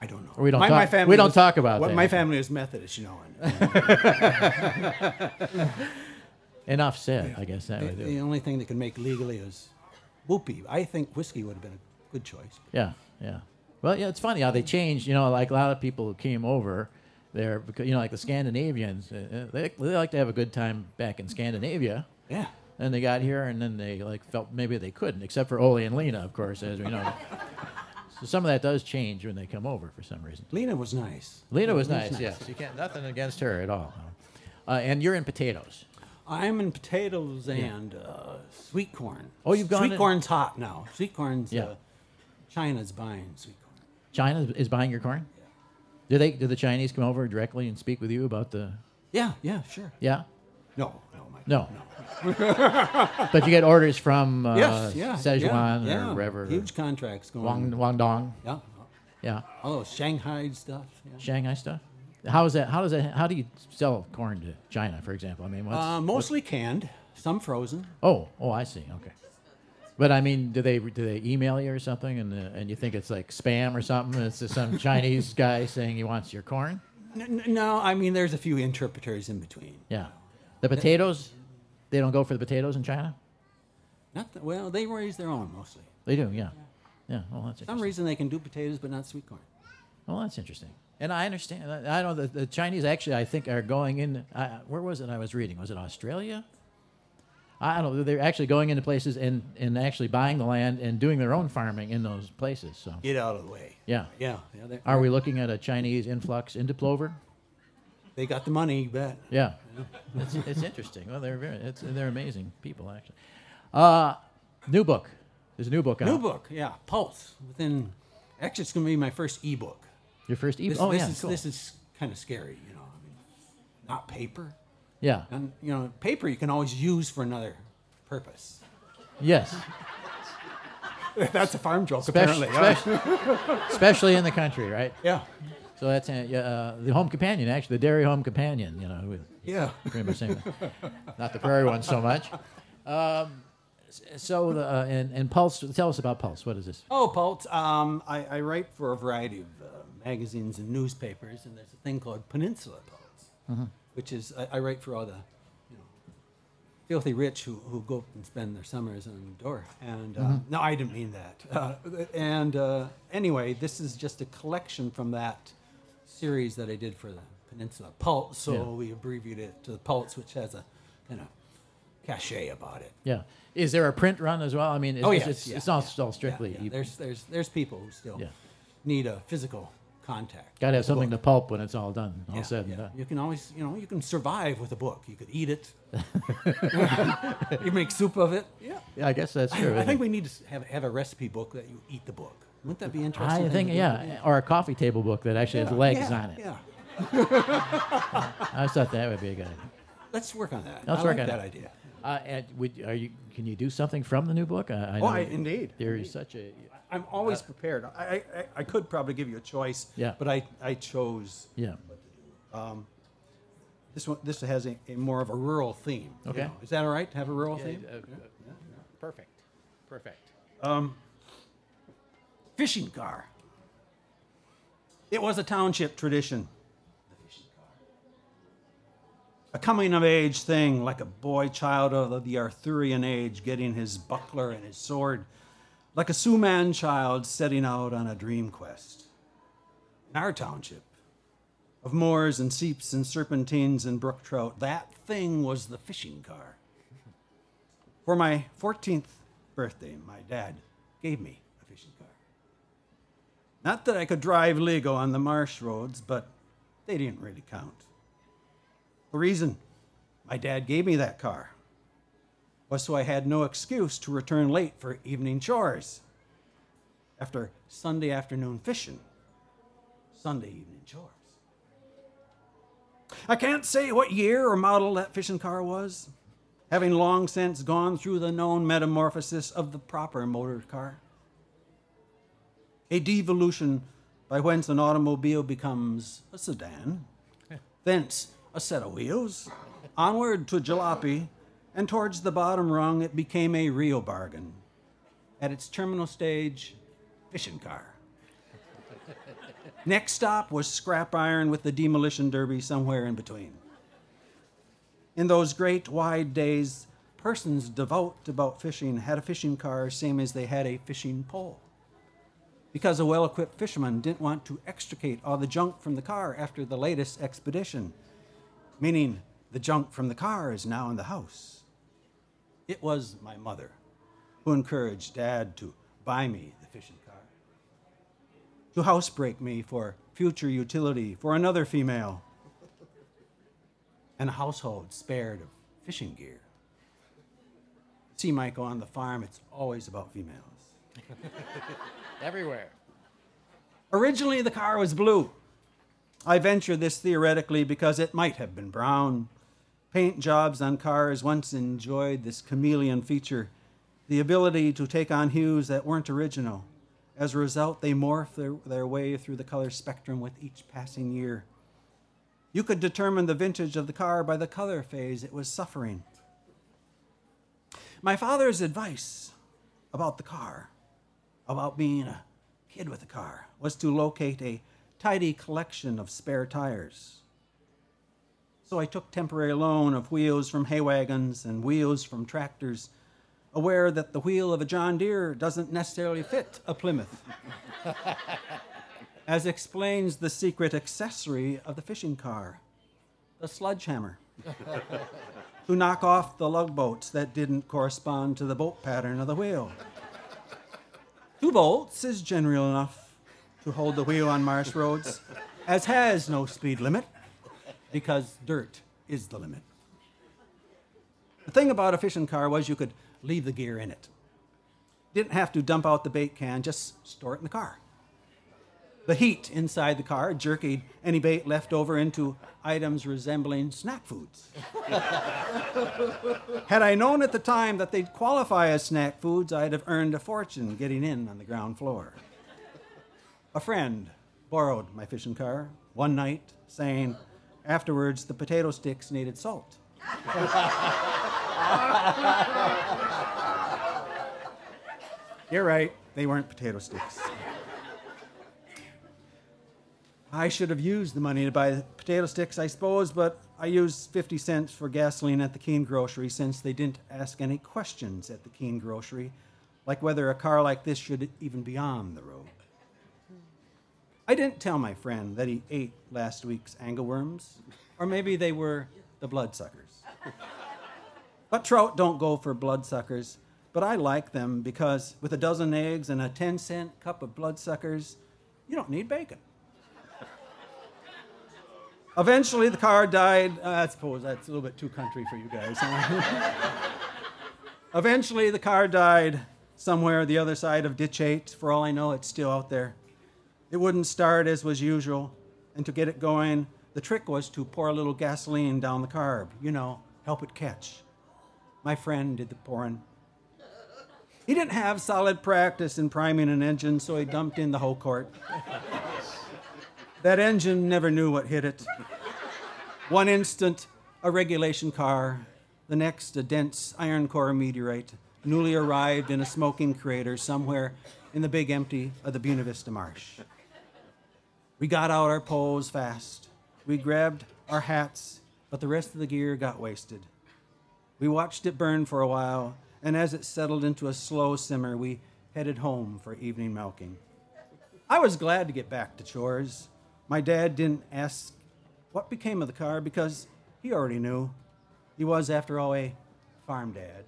Speaker 19: I don't know.
Speaker 1: Or we don't.
Speaker 19: My-
Speaker 1: talk,
Speaker 19: my family
Speaker 1: we don't
Speaker 19: was-
Speaker 1: talk about
Speaker 19: what-
Speaker 1: that.
Speaker 19: my family is Methodist, you know,
Speaker 1: Enough said. I guess that
Speaker 19: the,
Speaker 1: would do. it.
Speaker 19: the only thing they can make legally is whoopee. I think whiskey would have been a good choice.
Speaker 1: Yeah, yeah. Well, yeah, it's funny how they changed. You know, like a lot of people who came over there, because you know, like the Scandinavians, uh, uh, they, they like to have a good time back in Scandinavia.
Speaker 19: Yeah.
Speaker 1: And they got here, and then they like felt maybe they couldn't, except for Ole and Lena, of course, as we know. so some of that does change when they come over for some reason.
Speaker 19: Lena was nice.
Speaker 1: Lena was
Speaker 19: Lena's
Speaker 1: nice. Yes, you can't nothing against her at all. Uh, and you're in potatoes.
Speaker 19: I'm in potatoes and uh, sweet corn.
Speaker 1: Oh, you've gone
Speaker 19: Sweet
Speaker 1: in-
Speaker 19: corn's hot now. Sweet corn's.
Speaker 1: Yeah.
Speaker 19: Uh, China's buying sweet corn.
Speaker 1: China is- is buying your corn. Do they? Do the Chinese come over directly and speak with you about the?
Speaker 19: Yeah, yeah, sure.
Speaker 1: Yeah.
Speaker 19: No, no, my
Speaker 1: No. but you get orders from uh,
Speaker 19: yes, yeah, yeah,
Speaker 1: Sichuan
Speaker 19: yeah.
Speaker 1: or wherever.
Speaker 19: Huge contracts going.
Speaker 1: Wang, Guangdong.
Speaker 19: Yeah.
Speaker 1: Yeah.
Speaker 19: All those Shanghai stuff. yeah.
Speaker 1: Shanghai stuff. How is that? How does that? How do you sell corn to China, for example? I mean, what's,
Speaker 19: Uh,
Speaker 1: what-
Speaker 19: mostly canned, some frozen.
Speaker 1: oh, oh, I see. Okay. But I mean, do they do they email you or something, and uh, and you think it's like spam or something? It's just some Chinese guy saying he wants your corn.
Speaker 19: N- n- no, I mean there's a few interpreters in between.
Speaker 1: Yeah. The potatoes, they don't go for the potatoes in China.
Speaker 19: Not that, well, they raise their own mostly.
Speaker 1: They do. Yeah. Yeah. Well, that's
Speaker 19: For
Speaker 1: interesting.
Speaker 19: some reason they can do potatoes but not sweet corn.
Speaker 1: Well, that's interesting. And I understand. I I know that the Chinese actually, I think, are going in. I, where was it? I was reading. Was it Australia? I don't know. They're actually going into places and, and actually buying the land and doing their own farming in those places. So
Speaker 19: Get out of the way.
Speaker 1: yeah,
Speaker 19: Yeah. yeah they-
Speaker 1: Are we looking at a Chinese influx into plover?
Speaker 19: They got the money, you bet.
Speaker 1: Yeah, it's, it's interesting. Well, they're very, it's, they're amazing people actually. Uh, new book. There's a new book out.
Speaker 19: New book, yeah. Pulse. Within, actually, it's going to be my first ebook.
Speaker 1: Your first ebook.
Speaker 19: This,
Speaker 1: oh
Speaker 19: this
Speaker 1: yeah,
Speaker 19: is,
Speaker 1: cool.
Speaker 19: This is kind of scary, you know. I mean, not paper.
Speaker 1: Yeah.
Speaker 19: And you know, paper you can always use for another purpose.
Speaker 1: Yes.
Speaker 19: That's a farm joke,
Speaker 1: Spec-
Speaker 19: apparently. huh?
Speaker 1: spec- especially in the country, right?
Speaker 19: Yeah.
Speaker 1: So that's uh, yeah, uh, the home companion, actually, the dairy home companion. You know, with
Speaker 19: Yeah.
Speaker 1: pretty much same. Not the prairie one so much. Um, s- so the, uh, and and pulse. Tell us about pulse. What is this?
Speaker 19: Oh, Pult. Um, I, I write for a variety of uh, magazines and newspapers, and there's a thing called Peninsula Pulse,
Speaker 1: Mhm.
Speaker 19: which is I, I write for all the you know, filthy rich who, who go up and spend their summers on Dora. And uh,
Speaker 1: Mhm.
Speaker 19: no, I didn't mean that. Uh, and uh, anyway, this is just a collection from that series that I did for the Peninsula Pulse. So
Speaker 1: Yeah.
Speaker 19: we abbreviated it to the Pulse, which has a kind of cachet about it.
Speaker 1: Yeah. Is there a print run as well? I mean, it's,
Speaker 19: Oh,
Speaker 1: it's,
Speaker 19: yes,
Speaker 1: it's,
Speaker 19: yeah,
Speaker 1: it's not all strictly.
Speaker 19: Yeah, There's there's there's people who still
Speaker 1: Yeah.
Speaker 19: need a physical contact.
Speaker 1: Got to have
Speaker 19: with a
Speaker 1: something to
Speaker 19: book.
Speaker 1: pulp when it's all done, all said and done.
Speaker 19: You can always you know you can survive with a book. You could eat it. you make soup of it. Yeah.
Speaker 1: Yeah, I guess that's true,
Speaker 19: I,
Speaker 1: isn't
Speaker 19: think
Speaker 1: it?
Speaker 19: we need to s- have have a recipe book that you eat the book. Wouldn't that be interesting?
Speaker 1: I
Speaker 19: thing
Speaker 1: think,
Speaker 19: to do?
Speaker 1: yeah, or a coffee table book that actually has
Speaker 19: Yeah,
Speaker 1: legs
Speaker 19: yeah,
Speaker 1: on it.
Speaker 19: Yeah.
Speaker 1: I thought that would be a good idea.
Speaker 19: Let's work on that.
Speaker 1: Let's
Speaker 19: I
Speaker 1: work
Speaker 19: like
Speaker 1: on
Speaker 19: that
Speaker 1: it.
Speaker 19: idea.
Speaker 1: Uh, and would, are you? Can you do something from the new book? I, I
Speaker 19: Oh,
Speaker 1: know
Speaker 19: I, indeed.
Speaker 1: There is
Speaker 19: Indeed.
Speaker 1: such a
Speaker 19: I'm always prepared. I, I, I- I could probably give you a choice.
Speaker 1: Uh, Yeah.
Speaker 19: But I, I chose.
Speaker 1: Yeah.
Speaker 19: Um, this one this has a, a more of a rural theme. you
Speaker 1: Okay.
Speaker 19: know. Is that all right to have a rural
Speaker 1: Yeah,
Speaker 19: theme?
Speaker 1: uh, uh, perfect, perfect.
Speaker 19: Um, fishing car. It was a township tradition. A coming of age thing, like a boy child of the Arthurian age getting his buckler and his sword, like a Sioux man child setting out on a dream quest. In our township, of moors and seeps and serpentines and brook trout. That thing was the fishing car. For my 14th birthday, my dad gave me a fishing car. Not that I could drive legal on the marsh roads, but they didn't really count. The reason my dad gave me that car was so I had no excuse to return late for evening chores. After Sunday afternoon fishing, Sunday evening chores. I can't say what year or model that fishing car was, having long since gone through the known metamorphosis of the proper motor car. A devolution by whence an automobile becomes a sedan, thence a set of wheels, onward to jalopy, and towards the bottom rung it became a real bargain. At its terminal stage, fishing car. Next stop was scrap iron with the demolition derby somewhere in between. In those great wide days, persons devout about fishing had a fishing car same as they had a fishing pole. Because a well equipped fisherman didn't want to extricate all the junk from the car after the latest expedition, meaning the junk from the car is now in the house. It was my mother who encouraged Dad to buy me the fishing car to housebreak me for future utility for another female, and a household spared of fishing gear. See, Michael, on the farm, it's always about females.
Speaker 8: Everywhere.
Speaker 19: Originally, the car was blue. I venture this theoretically because it might have been brown. Paint jobs on cars once enjoyed this chameleon feature the ability to take on hues that weren't original. As a result, they morph their, their way through the color spectrum with each passing year. You could determine the vintage of the car by the color phase it was suffering. My father's advice about the car, about being a kid with a car, was to locate a tidy collection of spare tires. So I took temporary loan of wheels from hay wagons and wheels from tractors aware that the wheel of a John Deere doesn't necessarily fit a Plymouth, as explains the secret accessory of the fishing car the sledgehammer, to knock off the lug bolts that didn't correspond to the bolt pattern of the wheel. Two bolts is general enough to hold the wheel on marsh roads, as has no speed limit, because dirt is the limit. The thing about a fishing car was you could leave the gear in it. Didn't have to dump out the bait can, just store it in the car. The heat inside the car jerkied any bait left over into items resembling snack foods. Had I known at the time that they'd qualify as snack foods, I'd have earned a fortune getting in on the ground floor. A friend borrowed my fishing car one night, saying afterwards the potato sticks needed salt. You're right, they weren't potato sticks. I should have used the money to buy the potato sticks, I suppose, but I used 50 cents for gasoline at the Keene grocery since they didn't ask any questions at the Keene grocery, like whether a car like this should even be on the road. I didn't tell my friend that he ate last week's angleworms, or maybe they were the bloodsuckers. But trout don't go for bloodsuckers. But I like them because with a dozen eggs and a 10 cent cup of bloodsuckers, you don't need bacon. Eventually, the car died. Uh, I suppose that's a little bit too country for you guys. huh? Eventually, the car died somewhere the other side of Ditch 8. For all I know, it's still out there. It wouldn't start as was usual. And to get it going, the trick was to pour a little gasoline down the carb, you know, help it catch. My friend did the pouring. He didn't have solid practice in priming an engine, so he dumped in the whole quart. That engine never knew what hit it. One instant, a regulation car, the next, a dense iron core meteorite, newly arrived in a smoking crater somewhere in the big empty of the Buena Vista Marsh. We got out our poles fast. We grabbed our hats, but the rest of the gear got wasted. We watched it burn for a while, and as it settled into a slow simmer, we headed home for evening milking. I was glad to get back to chores. My dad didn't ask what became of the car because he already knew. He was, after all, a farm dad.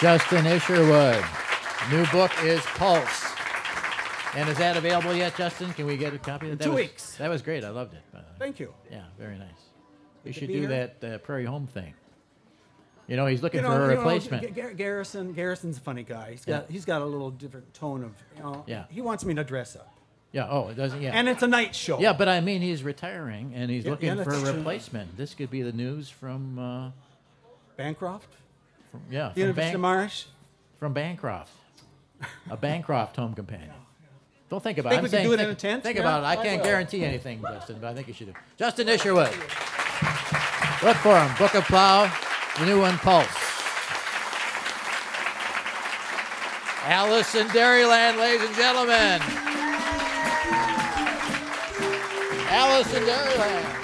Speaker 1: Justin Isherwood. New book is Pulse. And is that available yet, Justin? Can we get a copy of that?
Speaker 19: two
Speaker 1: That was-
Speaker 19: weeks.
Speaker 1: That was great. I loved it. Uh,
Speaker 19: Thank you.
Speaker 1: Yeah, very nice. We
Speaker 19: Good to
Speaker 1: should
Speaker 19: be
Speaker 1: do
Speaker 19: here.
Speaker 1: that uh, Prairie Home thing. You know, he's looking
Speaker 19: You
Speaker 1: for
Speaker 19: know-
Speaker 1: a
Speaker 19: you know,
Speaker 1: replacement.
Speaker 19: G- Gar- Garrison, Garrison's a funny guy. He's got
Speaker 1: Yeah.
Speaker 19: he's got a little different tone of. You know,
Speaker 1: Yeah.
Speaker 19: He wants me to dress up.
Speaker 1: yeah. Oh, it doesn't. Yeah.
Speaker 19: And it's a night show.
Speaker 1: Yeah, but I mean, he's retiring and he's
Speaker 19: Yeah,
Speaker 1: looking
Speaker 19: yeah,
Speaker 1: for
Speaker 19: that's
Speaker 1: a
Speaker 19: true.
Speaker 1: replacement. This could be the news from. Uh,
Speaker 19: Bancroft.
Speaker 1: From, yeah.
Speaker 19: The University of Marsh.
Speaker 1: From Bancroft. A Bancroft home companion. Don't think about
Speaker 19: Think
Speaker 1: it. I'm
Speaker 19: we could
Speaker 1: saying
Speaker 19: do it
Speaker 1: think,
Speaker 19: in a tent?
Speaker 1: Think
Speaker 19: Yeah,
Speaker 1: about it. I
Speaker 19: might
Speaker 1: can't
Speaker 19: well.
Speaker 1: guarantee anything, Justin, but I think you should do. Justin Isherwood. Look for him. Book of Plow, the new one, Pulse. Alice in Dairyland, ladies and gentlemen. Alice in Dairyland.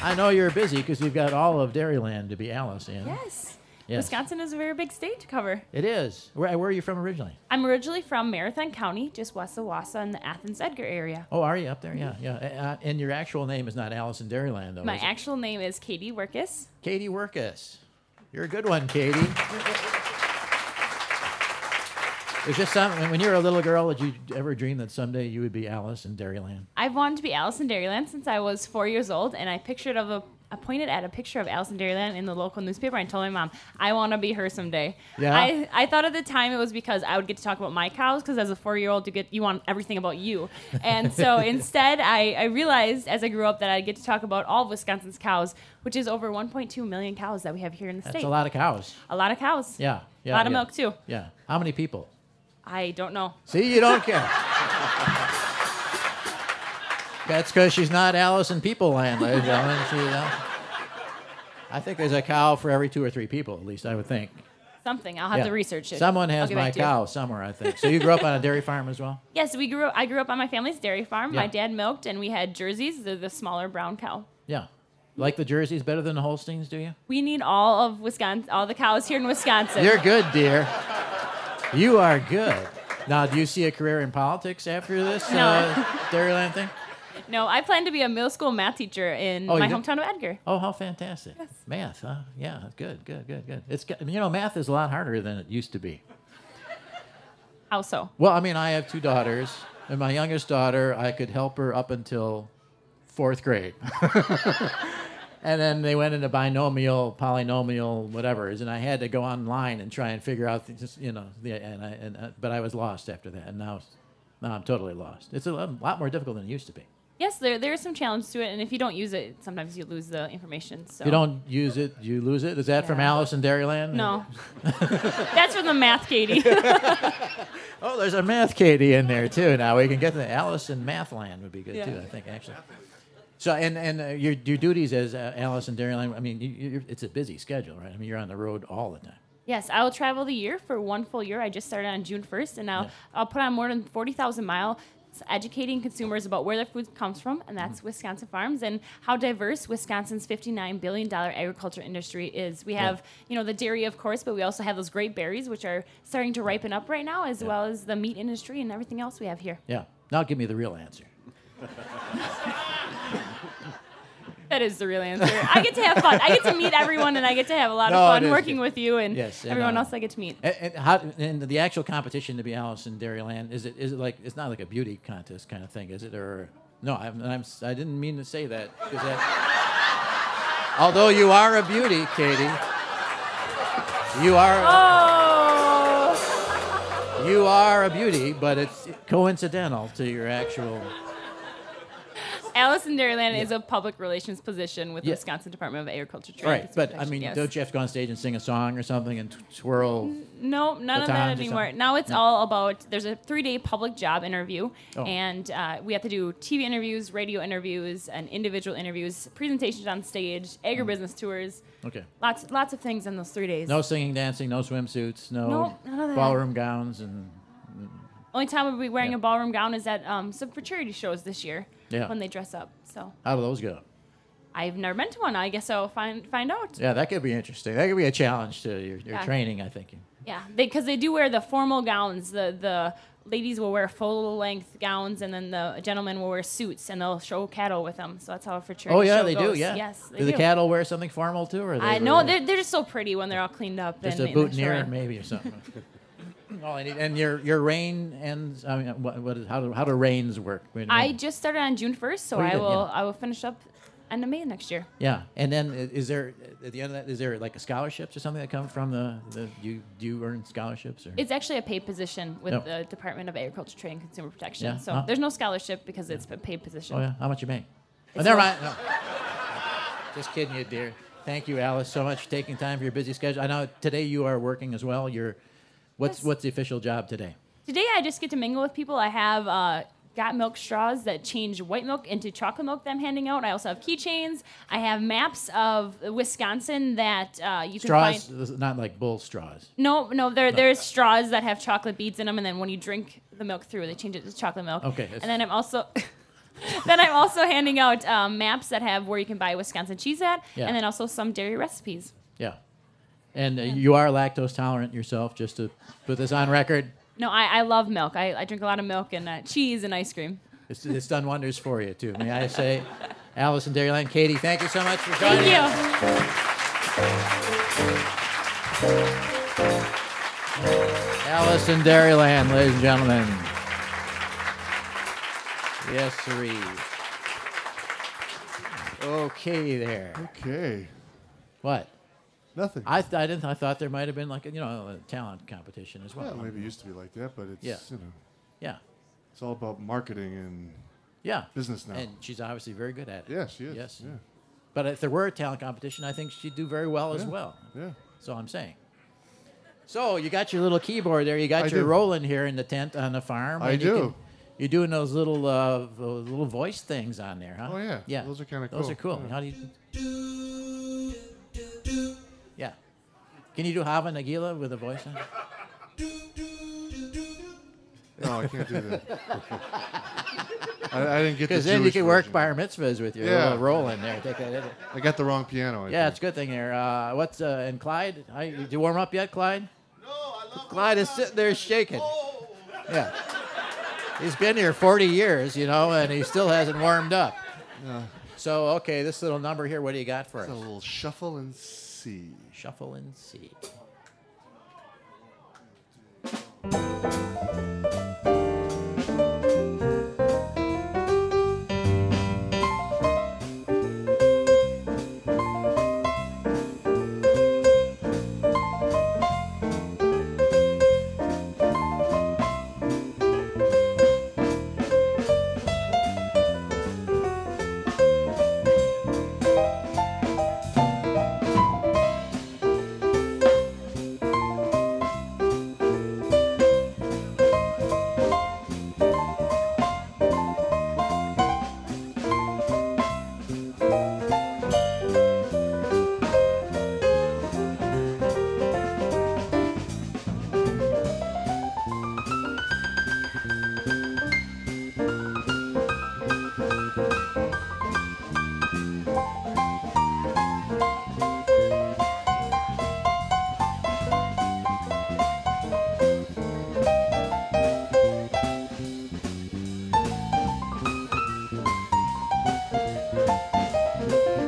Speaker 1: I know you're busy because you've got all of Dairyland to be Alice in.
Speaker 20: Yes.
Speaker 1: Yes.
Speaker 20: Wisconsin is a very big state to cover.
Speaker 1: It is. Where, where are you from originally?
Speaker 20: I'm originally from Marathon County, just west of Wausau in the Athens Edgar area.
Speaker 1: Oh, are you up there? Yeah, yeah. Uh, and your actual name is not Alice in Dairyland, though.
Speaker 20: My
Speaker 1: is it?
Speaker 20: actual name is Katie Workus.
Speaker 1: Katie Workus. You're a good one, Katie. Is this something, when you were a little girl, did you ever dream that someday you would be Alice in Dairyland?
Speaker 20: I've wanted to be Alice in Dairyland since I was four years old, and I pictured of a I pointed at a picture of Alice in Dairyland in the local newspaper and told my mom, I want to be her someday.
Speaker 1: Yeah?
Speaker 20: I, I thought at the time it was because I would get to talk about my cows because as a four year old you get you want everything about you. And so instead I, I realized as I grew up that I'd get to talk about all of Wisconsin's cows, which is over one point two million cows that we have here in the
Speaker 1: That's
Speaker 20: state.
Speaker 1: a lot of cows.
Speaker 20: A lot of cows.
Speaker 1: Yeah, yeah.
Speaker 20: a lot of
Speaker 1: yeah.
Speaker 20: milk too.
Speaker 1: Yeah. How many people?
Speaker 20: I don't know.
Speaker 1: See, you don't care. That's because she's not Alice in People Land, ladies and gentlemen. She, uh, I think there's a cow for every two or three people, at least I would think.
Speaker 20: Something. I'll have
Speaker 1: Yeah.
Speaker 20: to research it.
Speaker 1: Someone
Speaker 20: I'll
Speaker 1: has
Speaker 20: get
Speaker 1: my
Speaker 20: back to you.
Speaker 1: cow somewhere, I think. So you grew up on a dairy farm as well?
Speaker 20: Yes, we grew. I grew up on my family's dairy farm.
Speaker 1: Yeah.
Speaker 20: My dad milked, and we had Jerseys. They're the smaller brown cow.
Speaker 1: Yeah. Like the jerseys better than the Holsteins, do you?
Speaker 20: We need all of Wisconsin, all the cows here in Wisconsin.
Speaker 1: You're good, dear. You are good. Now, do you see a career in politics after this
Speaker 20: No.
Speaker 1: uh, Dairyland thing?
Speaker 20: No, I plan to be a middle school math teacher in
Speaker 1: Oh, you
Speaker 20: my
Speaker 1: do?
Speaker 20: hometown of Edgar.
Speaker 1: Oh, how fantastic. Math, huh? Yeah, good, good, good, good. It's g- you know, math is a lot harder than it used to be.
Speaker 20: How so?
Speaker 1: Well, I mean, I have two daughters, and my youngest daughter, I could help her up until fourth grade. and then they went into binomial, polynomial, whatever's, and I had to go online and try and figure out, th- just, you know, the, and I, and, uh, but I was lost after that, and now, now I'm totally lost. It's a lo- lot more difficult than it used to be.
Speaker 20: Yes, there there is some challenge to it, and if you don't use it, sometimes you lose the information. So
Speaker 1: You don't use it, you lose it. Is that from
Speaker 20: Yeah.
Speaker 1: Alice in Dairyland?
Speaker 20: No, that's for the math, Katie.
Speaker 1: Oh, there's a math Katie in there too. Now we can get the Alice in Mathland would be good
Speaker 20: Yeah.
Speaker 1: too. I think actually. So and and uh, your your duties as uh, Alice in Dairyland. I mean, you, you're, it's a busy schedule, right? I mean, you're on the road all the time.
Speaker 20: Yes, I will travel the year for one full year. I just started on June 1st, and I'll, I'll put on more than 40,000 miles educating consumers about where their food comes from, and that's
Speaker 1: Mm-hmm.
Speaker 20: Wisconsin farms, and how diverse Wisconsin's $59 billion agriculture industry is. We
Speaker 10: Yeah.
Speaker 20: have, you know, the dairy, of course, but we also have those great berries, which are starting to ripen up right now, as well as the meat industry and everything else we have here.
Speaker 1: Yeah. Now give me the real answer.
Speaker 20: That is the real answer. I get to have fun. I get to meet everyone, and I get to have a lot
Speaker 1: No, it
Speaker 20: of
Speaker 1: is
Speaker 20: fun working
Speaker 1: good.
Speaker 20: with you and
Speaker 1: Yes, and,
Speaker 20: everyone
Speaker 1: uh,
Speaker 20: else I get to meet.
Speaker 1: And, and how and the actual competition to be Alice in Dairyland is it is it like it's not like a beauty contest kind of thing, is it? Or no, I'm, I'm si didn't mean to say that 'cause that- although you are a beauty, Katie, you are.
Speaker 20: Oh.
Speaker 1: You are a beauty, but it's coincidental to your actual.
Speaker 20: Alice in Dairyland is a public relations position with the
Speaker 1: Yeah.
Speaker 20: Wisconsin Department of Agriculture. Trade
Speaker 1: All
Speaker 20: and
Speaker 1: right,
Speaker 20: Consumer
Speaker 1: but I mean,
Speaker 20: Protection, yes.
Speaker 1: don't you have to go on stage and sing a song or something and tw- twirl?
Speaker 20: No, none of that
Speaker 1: batons or
Speaker 20: anymore.
Speaker 1: something?
Speaker 20: Now it's
Speaker 1: No.
Speaker 20: all about. There's a three-day public job interview,
Speaker 1: Oh.
Speaker 20: and uh, we have to do TV interviews, radio interviews, and individual interviews, presentations on stage, agribusiness tours,
Speaker 1: Okay.
Speaker 20: lots, lots of things in those three days.
Speaker 1: Mm. No singing, dancing, no swimsuits, no
Speaker 20: No, none of that.
Speaker 1: ballroom gowns, and
Speaker 20: Only time we'll be wearing a ballroom gown is at um, some for charity shows this year
Speaker 1: Yeah.
Speaker 20: when they dress up. So
Speaker 1: how do those go?
Speaker 20: I've never been to one. I guess I'll find find out.
Speaker 1: Yeah, that could be interesting. That could be a challenge to your, your
Speaker 20: Yeah.
Speaker 1: training, I think.
Speaker 20: Yeah, because they, do wear the formal gowns. The the ladies will wear full length gowns, and then the gentlemen will wear suits, and they'll show cattle with them. So that's how for sure.
Speaker 1: oh yeah,
Speaker 20: show
Speaker 1: they
Speaker 20: goes.
Speaker 1: do. Yeah.
Speaker 20: Yes. They
Speaker 1: do the cattle wear something formal too, or are they
Speaker 20: I know
Speaker 1: really
Speaker 20: they're, they're just so pretty when they're all cleaned up.
Speaker 1: just
Speaker 20: and,
Speaker 1: a
Speaker 20: and
Speaker 1: boutonniere
Speaker 20: shorn.
Speaker 1: maybe or something? oh, and, and your your rein ends. I mean, what, what is, how do how do reins work? We know-
Speaker 20: I just started on June first, so
Speaker 1: Oh, you
Speaker 20: I
Speaker 1: did,
Speaker 20: will I will finish up end of May next year.
Speaker 1: yeah, and then i- is there at the end of that is there like a scholarships or something that come from the, the do you do you earn scholarships or
Speaker 20: It's actually a paid position with
Speaker 1: No.
Speaker 20: the Department of Agriculture, Trade, and Consumer Protection.
Speaker 1: Yeah,
Speaker 20: So
Speaker 1: huh.
Speaker 20: there's no scholarship because it's a paid position.
Speaker 1: oh yeah how much you make? Oh,
Speaker 20: It's
Speaker 1: never
Speaker 20: all-
Speaker 1: mind. No. Just kidding you, dear. Thank you, Alice, so much for taking time for your busy schedule. I know today you are working as well. You're, what's what's the official job today?
Speaker 20: Today I just get to mingle with people. I have uh, got milk straws that change white milk into chocolate milk that I'm handing out. I also have keychains. I have maps of Wisconsin that uh, you can
Speaker 1: straws,
Speaker 20: find.
Speaker 1: This is not like bull straws.
Speaker 20: No, no, there,
Speaker 1: No.
Speaker 20: there's straws that have chocolate beads in them, and then when you drink the milk through, they change it to chocolate milk.
Speaker 1: Okay, that's-
Speaker 20: And then I'm also, then I'm also handing out um, maps that have where you can buy Wisconsin cheese at,
Speaker 1: Yeah.
Speaker 20: and then also some dairy recipes.
Speaker 1: Yeah, and uh, you are lactose tolerant yourself. Just to put this on record,
Speaker 20: No, I, I love milk. I, I drink a lot of milk and uh, cheese and ice cream.
Speaker 1: it's, it's done wonders for you too. May I say, Alice and Dairyland, Katie, thank you so much for joining.
Speaker 20: Thank you.
Speaker 1: Alice in Dairyland, ladies and gentlemen. Yes, siree. Okay, there.
Speaker 2: Okay.
Speaker 1: What?
Speaker 10: Nothing.
Speaker 1: I, th- I didn't. I thought there might have been like a, you know a talent competition as well.
Speaker 10: Well, maybe it used to be like that, but it's
Speaker 1: Yeah.
Speaker 10: you know.
Speaker 1: Yeah.
Speaker 10: It's all about marketing and
Speaker 1: Yeah.
Speaker 10: business now.
Speaker 1: And she's obviously very good at it.
Speaker 10: Yeah, she is,
Speaker 1: Yes.
Speaker 10: yeah.
Speaker 1: But if there were a talent competition, I think she'd do very well as
Speaker 10: Yeah,
Speaker 1: well.
Speaker 10: yeah.
Speaker 1: So I'm saying. So you got your little keyboard there. You got
Speaker 10: I
Speaker 1: your
Speaker 10: do.
Speaker 1: Roland here in the tent on the farm.
Speaker 10: I
Speaker 1: and you
Speaker 10: do.
Speaker 1: can- you're doing those little uh, those little voice things on there, huh?
Speaker 10: Oh, yeah.
Speaker 1: Yeah.
Speaker 10: Those are kinda
Speaker 1: Those
Speaker 10: cool,
Speaker 1: are cool.
Speaker 10: yeah.
Speaker 1: How do you?
Speaker 10: Oh,
Speaker 1: Yeah. Can you do Hava Nagila with a voice on?
Speaker 10: No, I can't do that. I, I didn't get the
Speaker 1: Because then you
Speaker 10: Jewish
Speaker 1: can work
Speaker 10: version.
Speaker 1: bar mitzvahs with your
Speaker 10: Yeah.
Speaker 1: little Roland there. Take that in.
Speaker 10: I got the wrong piano. I
Speaker 1: Yeah, it's a good thing there. Uh, what's uh, and Clyde? How, you, did you warm up yet, Clyde? No, I love. Clyde is sitting there shaking. Yeah, he's been here 40 years, you know, and he still hasn't warmed up. So okay, this little number here. What do you got for us?
Speaker 10: It's a little shuffle and see.
Speaker 1: Shuffle and see.
Speaker 10: Shuffle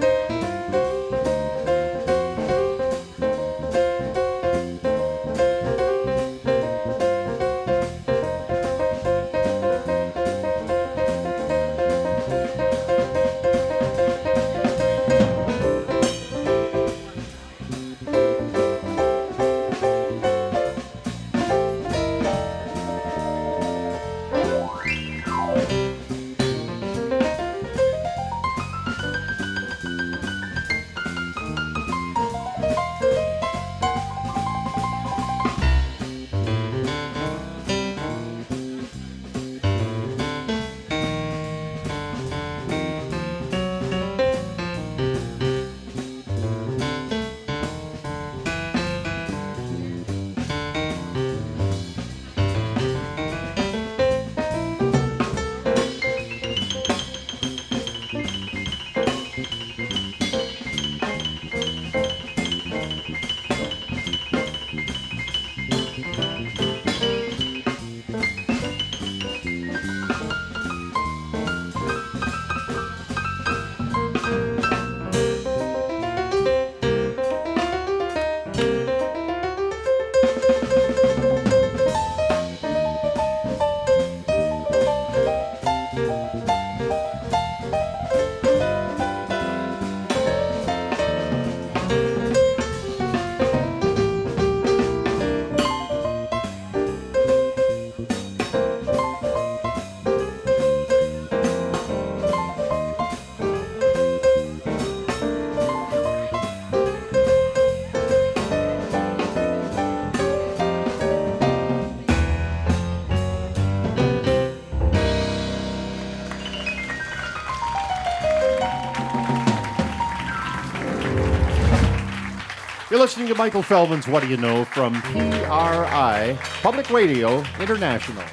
Speaker 2: You're listening to Michael Feldman's What Do You Know from PRI, Public Radio International.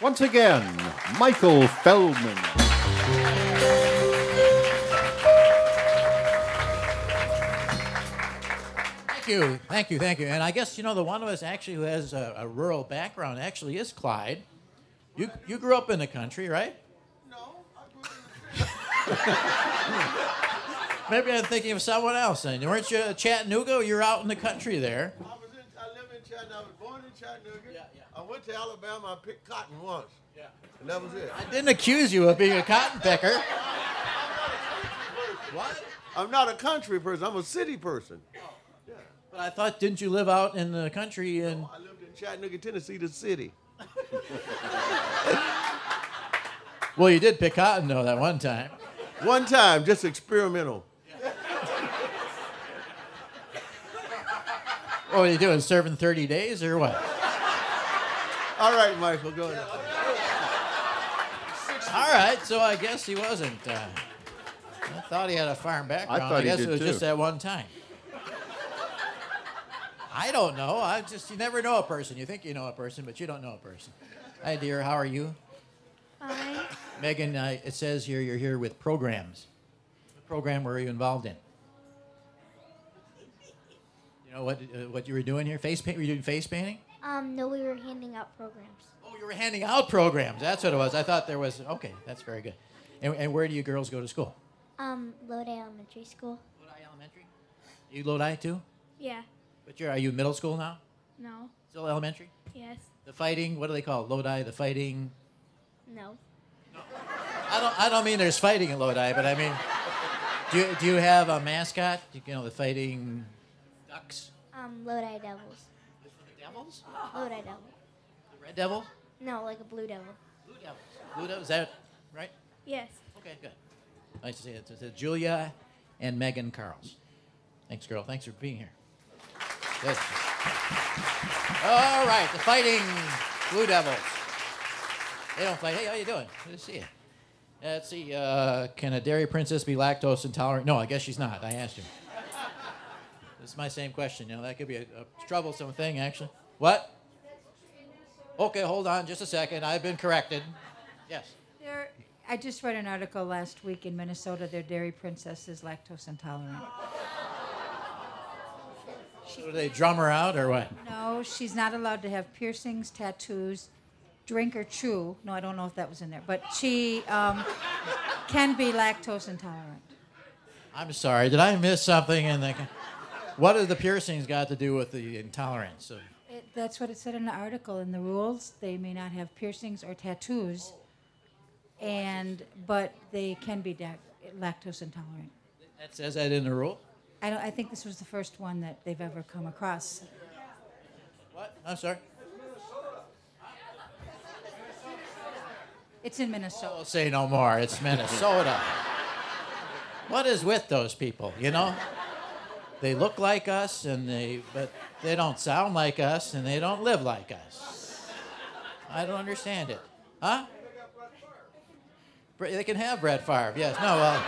Speaker 2: Once again, Michael Feldman.
Speaker 1: Thank you, thank you, thank you. And I guess you know the one of us actually who has a, a rural background actually is Clyde. You you grew up in the country, right? No. Maybe I'm thinking of someone else. And weren't you Chattanooga? You're out in the country there.
Speaker 21: I live in Chattanooga. I was born in Chattanooga. I went to Alabama. I picked cotton once. Yeah. And that was it.
Speaker 1: Didn't accuse you of being a cotton picker.
Speaker 21: What? I'm not a country person. I'm a city person.
Speaker 1: Oh, But I thought, didn't you live out in the country? And
Speaker 21: I lived in Chattanooga, Tennessee, the city.
Speaker 1: well, you did pick cotton though that one time.
Speaker 21: One time, just experimental.
Speaker 1: What are you doing? Serving 30 days or what?
Speaker 21: All right, Michael, go ahead.
Speaker 1: All right, so I guess he wasn't. Uh, I thought he had a farm background.
Speaker 2: thought he
Speaker 1: guess
Speaker 2: did
Speaker 1: it was
Speaker 2: too.
Speaker 1: just that one time. I don't know. I just you never know a person. You think you know a person, but you don't know a person. Hi, dear. How are you,
Speaker 22: Hi.
Speaker 1: Megan? Uh, it says here you're here with programs. What program were you involved in? You know what uh, what you were doing here? Face paint? Were you doing face painting?
Speaker 22: Um, no, we were handing out programs.
Speaker 1: Oh, you were handing out programs. That's what it was. I thought there was. Okay, that's very good. And, and where do you girls go to school?
Speaker 22: Um, Lodi Elementary School.
Speaker 1: Lodi Elementary? You Lodi too?
Speaker 22: Yeah.
Speaker 1: But you're, are you middle school now?
Speaker 22: No.
Speaker 1: Still elementary?
Speaker 22: Yes.
Speaker 1: The fighting, what do they call it? Lodi, the fighting.
Speaker 22: No.
Speaker 1: I don't, I don't mean there's fighting at Lodi, but I mean, do you, do you have a mascot? You know, the fighting ducks?
Speaker 22: Um, Lodi Devils.
Speaker 1: The Devils?
Speaker 22: Lodi Devil.
Speaker 1: The Red Devil?
Speaker 22: No, like a Blue Devil.
Speaker 1: Blue Devils. Blue Devil, is that right?
Speaker 22: Yes.
Speaker 1: Okay, good. Nice to see you. It's- it's Julia and Megan Carls. Thanks, girl. Thanks for being here. Good. All right, the Fighting Blue Devils. They don't fight. Hey, how you doing? Good to see you. Uh, Let's see. Uh, can a dairy princess be lactose intolerant? No, I guess she's not. I asked her. It's my same question. You know, that could be a, a troublesome thing, actually. What? Okay, hold on just a second. I've been corrected. Yes.
Speaker 23: There, I just read an article last week in Minnesota. Their dairy princess is lactose intolerant.
Speaker 1: So do they drum her out or what?
Speaker 23: No, she's not allowed to have piercings, tattoos, drink or chew. No, I don't know if that was in there, but she um, can be lactose intolerant.
Speaker 1: I'm sorry. Did I miss something? in the what have the piercings got to do with the intolerance? Of,
Speaker 23: It, that's what it said in the article. In the rules, they may not have piercings or tattoos, and but they can be da- lactose intolerant.
Speaker 1: that says that in the rule.
Speaker 23: I, don't, I think this was the first one that they've ever come across.
Speaker 1: What? I'm sorry.
Speaker 23: It's in Minnesota.
Speaker 1: I'll Oh, say no more. It's Minnesota. what is with those people? You know, they look like us, and they but they don't sound like us, and they don't live like us. I don't understand it, huh? Bre- They can have Brett Favre. Yes. No. Well,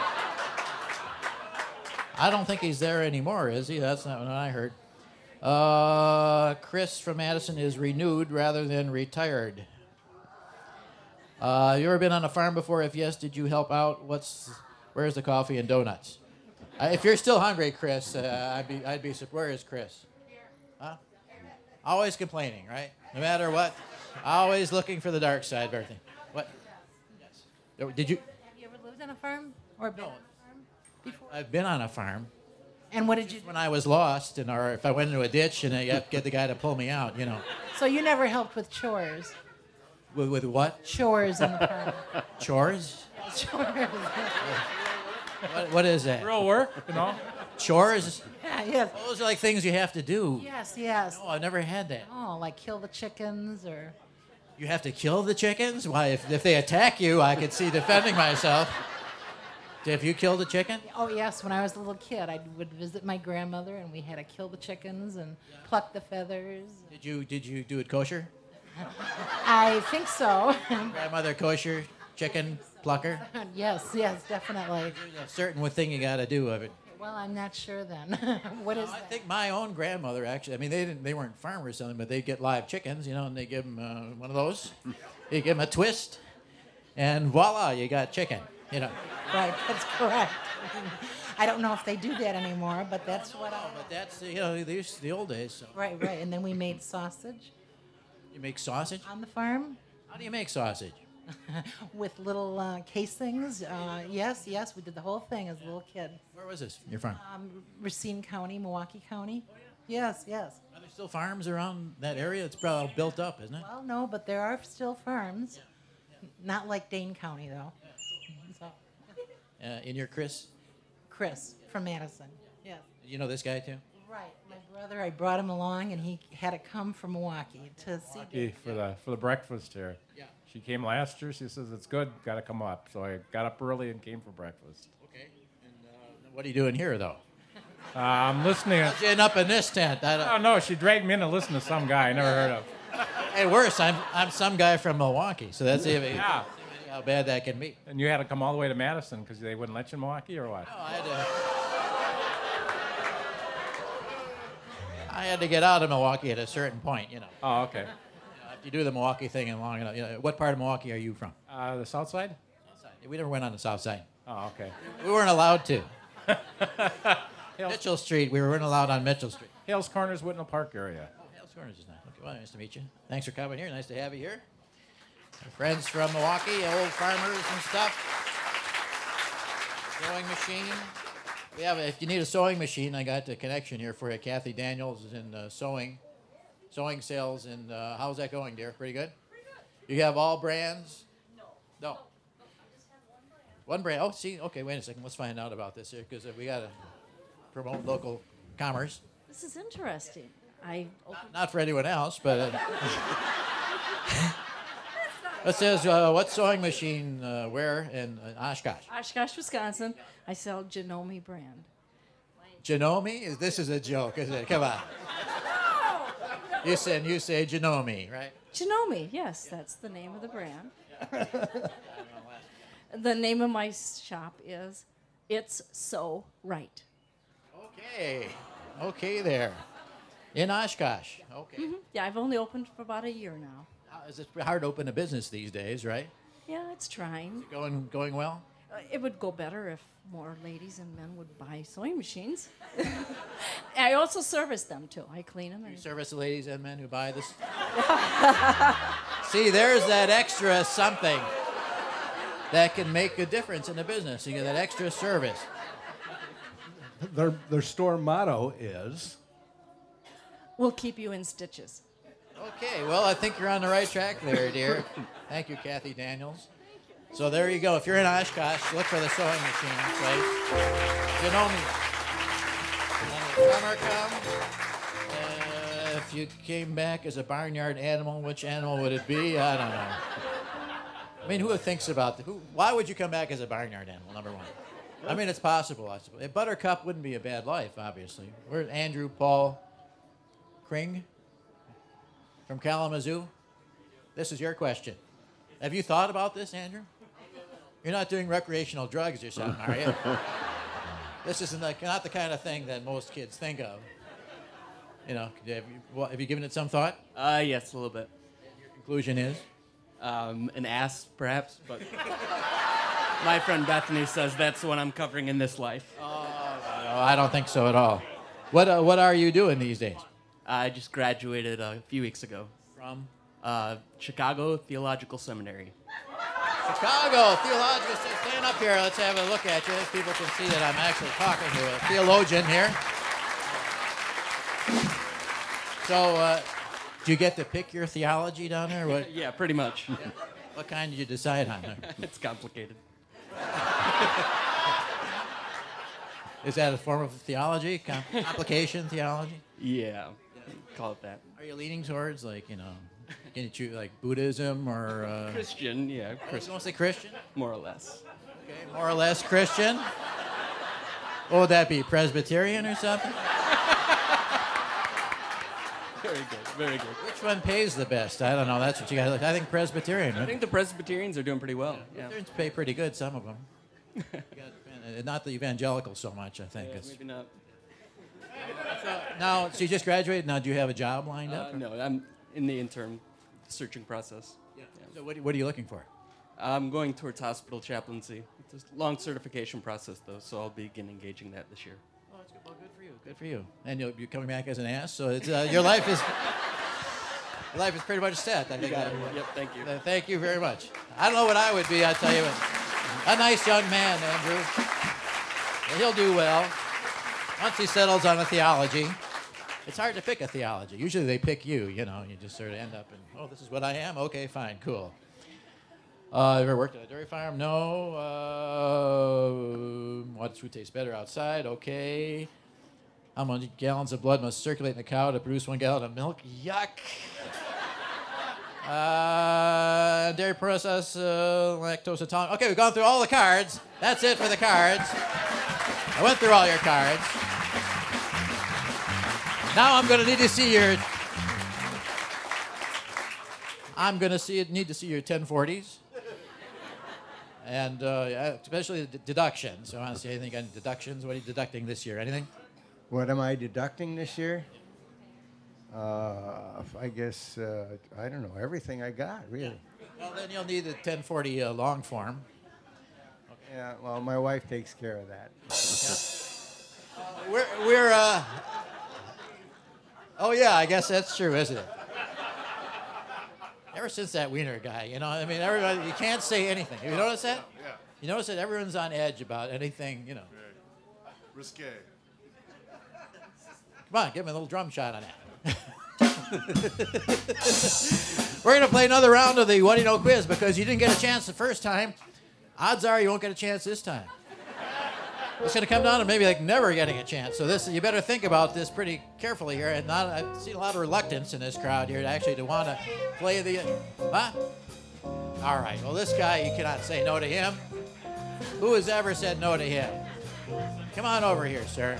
Speaker 1: I don't think he's there anymore, is he? That's not what I heard. Uh, Chris from Madison is renewed rather than retired. Uh, you ever been on a farm before? If yes, did you help out? What's Where's the coffee and donuts? Uh, if you're still hungry, Chris, uh, I'd be, I'd be. sur- Where is Chris? Huh? Always complaining, right? No matter what, always looking for the dark side of everything. What? Yes. Did you?
Speaker 24: Have you ever lived on a farm or been on a farm?
Speaker 1: I've been on a farm.
Speaker 24: And what did you?
Speaker 1: When I was lost, and or if I went into a ditch and I got- get the guy to pull me out, you know,
Speaker 24: So you never helped with chores,
Speaker 1: with, with what?
Speaker 24: chores on the farm.
Speaker 1: Chores?
Speaker 24: chores.
Speaker 1: What, what is that?
Speaker 10: Real work, you know?
Speaker 1: Chores?
Speaker 24: Yeah, yes.
Speaker 1: Those are like things you have to do.
Speaker 24: Yes, yes.
Speaker 1: No, I've never had that.
Speaker 24: Oh, like kill the chickens or.
Speaker 1: You have to kill the chickens? Why, if, if they attack you, I could see defending myself. Have you killed a chicken?
Speaker 24: Oh yes, when I was a little kid, I would visit my grandmother, and we had to kill the chickens and pluck the feathers.
Speaker 1: Did you did you do it kosher?
Speaker 24: I think so.
Speaker 1: Grandmother kosher, chicken plucker.
Speaker 24: yes, yes, definitely.
Speaker 1: A certain one thing you got to do of it.
Speaker 24: Well, I'm not sure then. what is
Speaker 1: I
Speaker 24: that?
Speaker 1: think my own grandmother actually. I mean, they didn't. They weren't farmers or something, but they'd get live chickens, you know, and they give them uh, one of those. you give them a twist, and voila, you got chicken. You know.
Speaker 24: Right, that's correct. I don't know if they do that anymore, but that's what I.
Speaker 1: But that's the- you know they used to- the old days. So
Speaker 24: Right, right. And then we made sausage
Speaker 1: you make sausage.
Speaker 24: on the farm
Speaker 1: How do you make sausage?
Speaker 24: with little uh, casings. Uh, yes, yes, we did the whole thing as a little kid.
Speaker 1: Where was this? Your farm.
Speaker 24: Um, Racine County, Milwaukee County.
Speaker 1: Oh,
Speaker 24: Yes, yes.
Speaker 1: Are there still farms around Um, that area? It's probably all built up, isn't it?
Speaker 24: Well, no, but there are still farms. Not like Dane County, though. So,
Speaker 1: Uh, in your Chris,
Speaker 24: Chris from Madison. Yes.
Speaker 1: you know this guy too.
Speaker 24: Right. My brother, I brought him along, and he had to come from Milwaukee to see.
Speaker 10: Lucky for the for the breakfast here.
Speaker 24: Yeah.
Speaker 10: She came last year. She says it's good. Got to come up. So I got up early and came for breakfast.
Speaker 1: Okay. What are you doing here though?
Speaker 10: Uh, I'm listening.
Speaker 1: How'd you end up in this tent? I don't,
Speaker 10: oh no, she dragged me in to listen to some guy I never heard of.
Speaker 1: Hey, worse, I'm I'm some guy from Milwaukee, so that's even
Speaker 10: Yeah.
Speaker 1: how bad that can be.
Speaker 10: And you had to come all the way to Madison because they wouldn't let you in Milwaukee or what?
Speaker 1: I had to. I had to get out of Milwaukee at a certain point, you know.
Speaker 10: Oh, okay.
Speaker 1: If you do the Milwaukee thing in long enough, you know, what part of Milwaukee are you from?
Speaker 10: Uh, the South Side.
Speaker 1: We never went on the South Side.
Speaker 10: Oh, okay.
Speaker 1: We weren't allowed to. Mitchell Street. We weren't allowed on Mitchell Street.
Speaker 10: Hales Corners, Whitnell Park area.
Speaker 1: Hales Corners is nice. Okay, well, nice to meet you. Thanks for coming here. Nice to have you here. Our friends from Milwaukee, old farmers and stuff. Sewing machine. We have. If you need a sewing machine, I got the connection here for you. Kathy Daniels is in uh, sewing, sewing sales. And uh, how's that going, dear? Pretty good. You have all brands. No. No. One brand. Oh, see. Okay, wait a second. Let's find out about this here because we gotta promote local commerce.
Speaker 7: This is interesting. I opened
Speaker 1: Not for anyone else, but. Uh, it says, uh, what sewing machine, uh, where, in uh, Oshkosh?
Speaker 7: Oshkosh, Wisconsin. I sell Janome brand.
Speaker 1: Janome? Is- This is a joke, isn't it? Come on. You say, and you say Janome, right?
Speaker 7: Janome, yes, that's the name of the brand. the name of my shop is It's So Right.
Speaker 1: Okay. Okay there. In Oshkosh. Okay.
Speaker 7: Mhm. Yeah, I've only opened for about a year now.
Speaker 1: How is it hard to open a business these days, right?
Speaker 7: Yeah, it's trying.
Speaker 1: Going, going well?
Speaker 7: Uh, It would go better if more ladies and men would buy sewing machines. I also service them too. I clean them.
Speaker 1: You service the ladies and men who buy this? See, there's that extra something that can make a difference in a business. You get that extra service.
Speaker 25: Their, their store motto is
Speaker 7: We'll keep you in stitches.
Speaker 1: Okay, well, I think you're on the right track there, dear. Thank you, Kathy Daniels. So there you go. If you're in Oshkosh, look for the sewing machine place. Janome. When the summer comes, uh, if you came back as a barnyard animal, which animal would it be? I don't know. I mean, who thinks about the, who? Why would you come back as a barnyard animal? Number one. I mean, it's possible. I suppose. Buttercup wouldn't be a bad life, obviously. Where's Andrew Paul Kring from Kalamazoo? This is your question. Have you thought about this, Andrew? You're not doing recreational drugs or something, are you? this isn't the, not the kind of thing that most kids think of. You know, have you, well, have you given it some thought?
Speaker 26: Uh, yes, a little bit.
Speaker 1: Your conclusion is?
Speaker 26: Um, an ass, perhaps, but
Speaker 11: My friend Bethany says that's the one I'm covering in this life.
Speaker 1: No, I don't think so at all. What, uh, what are you doing these days?
Speaker 11: I just graduated a few weeks ago. From? Uh, Chicago Theological Seminary.
Speaker 1: Chicago theological. Seminary. Stand up here. Let's have a look at you. People can see that I'm actually talking to a theologian here. So, uh, do you get to pick your theology down there? What,
Speaker 11: yeah, pretty much.
Speaker 1: What kind did you decide on there?
Speaker 11: it's complicated.
Speaker 1: Is that a form of theology? Com- complication theology?
Speaker 11: Yeah, call it that.
Speaker 1: Are you leaning towards like you know, can you choose like Buddhism or uh,
Speaker 11: Christian, yeah.
Speaker 1: Oh, you want to say Christian?
Speaker 11: More or less.
Speaker 1: Okay, more or less Christian? What would that be? Presbyterian or something?
Speaker 11: Very good, very good.
Speaker 1: Which one pays the best? I don't know. That's what you got to look. I think Presbyterian.
Speaker 11: I think the Presbyterians are doing pretty well. Yeah.
Speaker 1: Presbyterians pay pretty good. Some of them. Not the evangelicals so much. I think.
Speaker 11: Yeah,
Speaker 1: It's-
Speaker 11: maybe not.
Speaker 1: now, so you just graduated. Now, do you have a job lined up?
Speaker 11: Uh, no, I'm in the interim searching process. Yeah.
Speaker 1: So what, what are you looking for?
Speaker 11: I'm going towards hospital chaplaincy. It's a long certification process, though, so I'll begin engaging that this year.
Speaker 1: Oh, that's good. Well, good for you. Good for you. And you'll, you're coming back as an ass. So it's, uh, your life is your life is pretty much set. I
Speaker 11: You
Speaker 1: think.
Speaker 11: got it.
Speaker 1: Uh,
Speaker 11: Yep, thank you.
Speaker 1: uh, thank you very much. I don't know what I would be. I tell you, a nice young man, Andrew. He'll do well once he settles on a theology. It's hard to pick a theology. Usually they pick you. You know, you just sort of end up in. Oh, this is what I am. Okay, fine, cool. Uh, ever worked at a dairy farm? No. Uh, what food tastes better outside? Okay. How many gallons of blood must circulate in a cow to produce one gallon of milk? Yuck. Uh, dairy process, uh, lactose intolerant. Okay, we've gone through all the cards. That's it for the cards. I went through all your cards. Now I'm gonna need to see your. I'm gonna see it. Need to see your 1040s. And uh, yeah, especially the d- deductions. I want to see anything on deductions. What are you deducting this year? Anything?
Speaker 9: What am I deducting this year? Uh, I guess uh, I don't know everything I got really.
Speaker 1: Well, then you'll need the 1040 uh, long form.
Speaker 9: Yeah. Well, my wife takes care of that.
Speaker 1: We're, we're uh, oh yeah, I guess that's true, isn't it? Ever since that wiener guy, you know, I mean, everybody, you can't say anything. Have you notice that?
Speaker 10: Yeah.
Speaker 1: You notice that everyone's on edge about anything, you know.
Speaker 10: Risque.
Speaker 1: Come on, give me a little drum shot on that. We're going to play another round of the What Do You Know quiz because you didn't get a chance the first time. Odds are you won't get a chance this time. It's going to come down to maybe like never getting a chance. So this, you better think about this pretty carefully here. And not, I've seen a lot of reluctance in this crowd here to actually to want to play the, huh? All right. Well, this guy, you cannot say no to him. Who has ever said no to him? Come on over here, sir.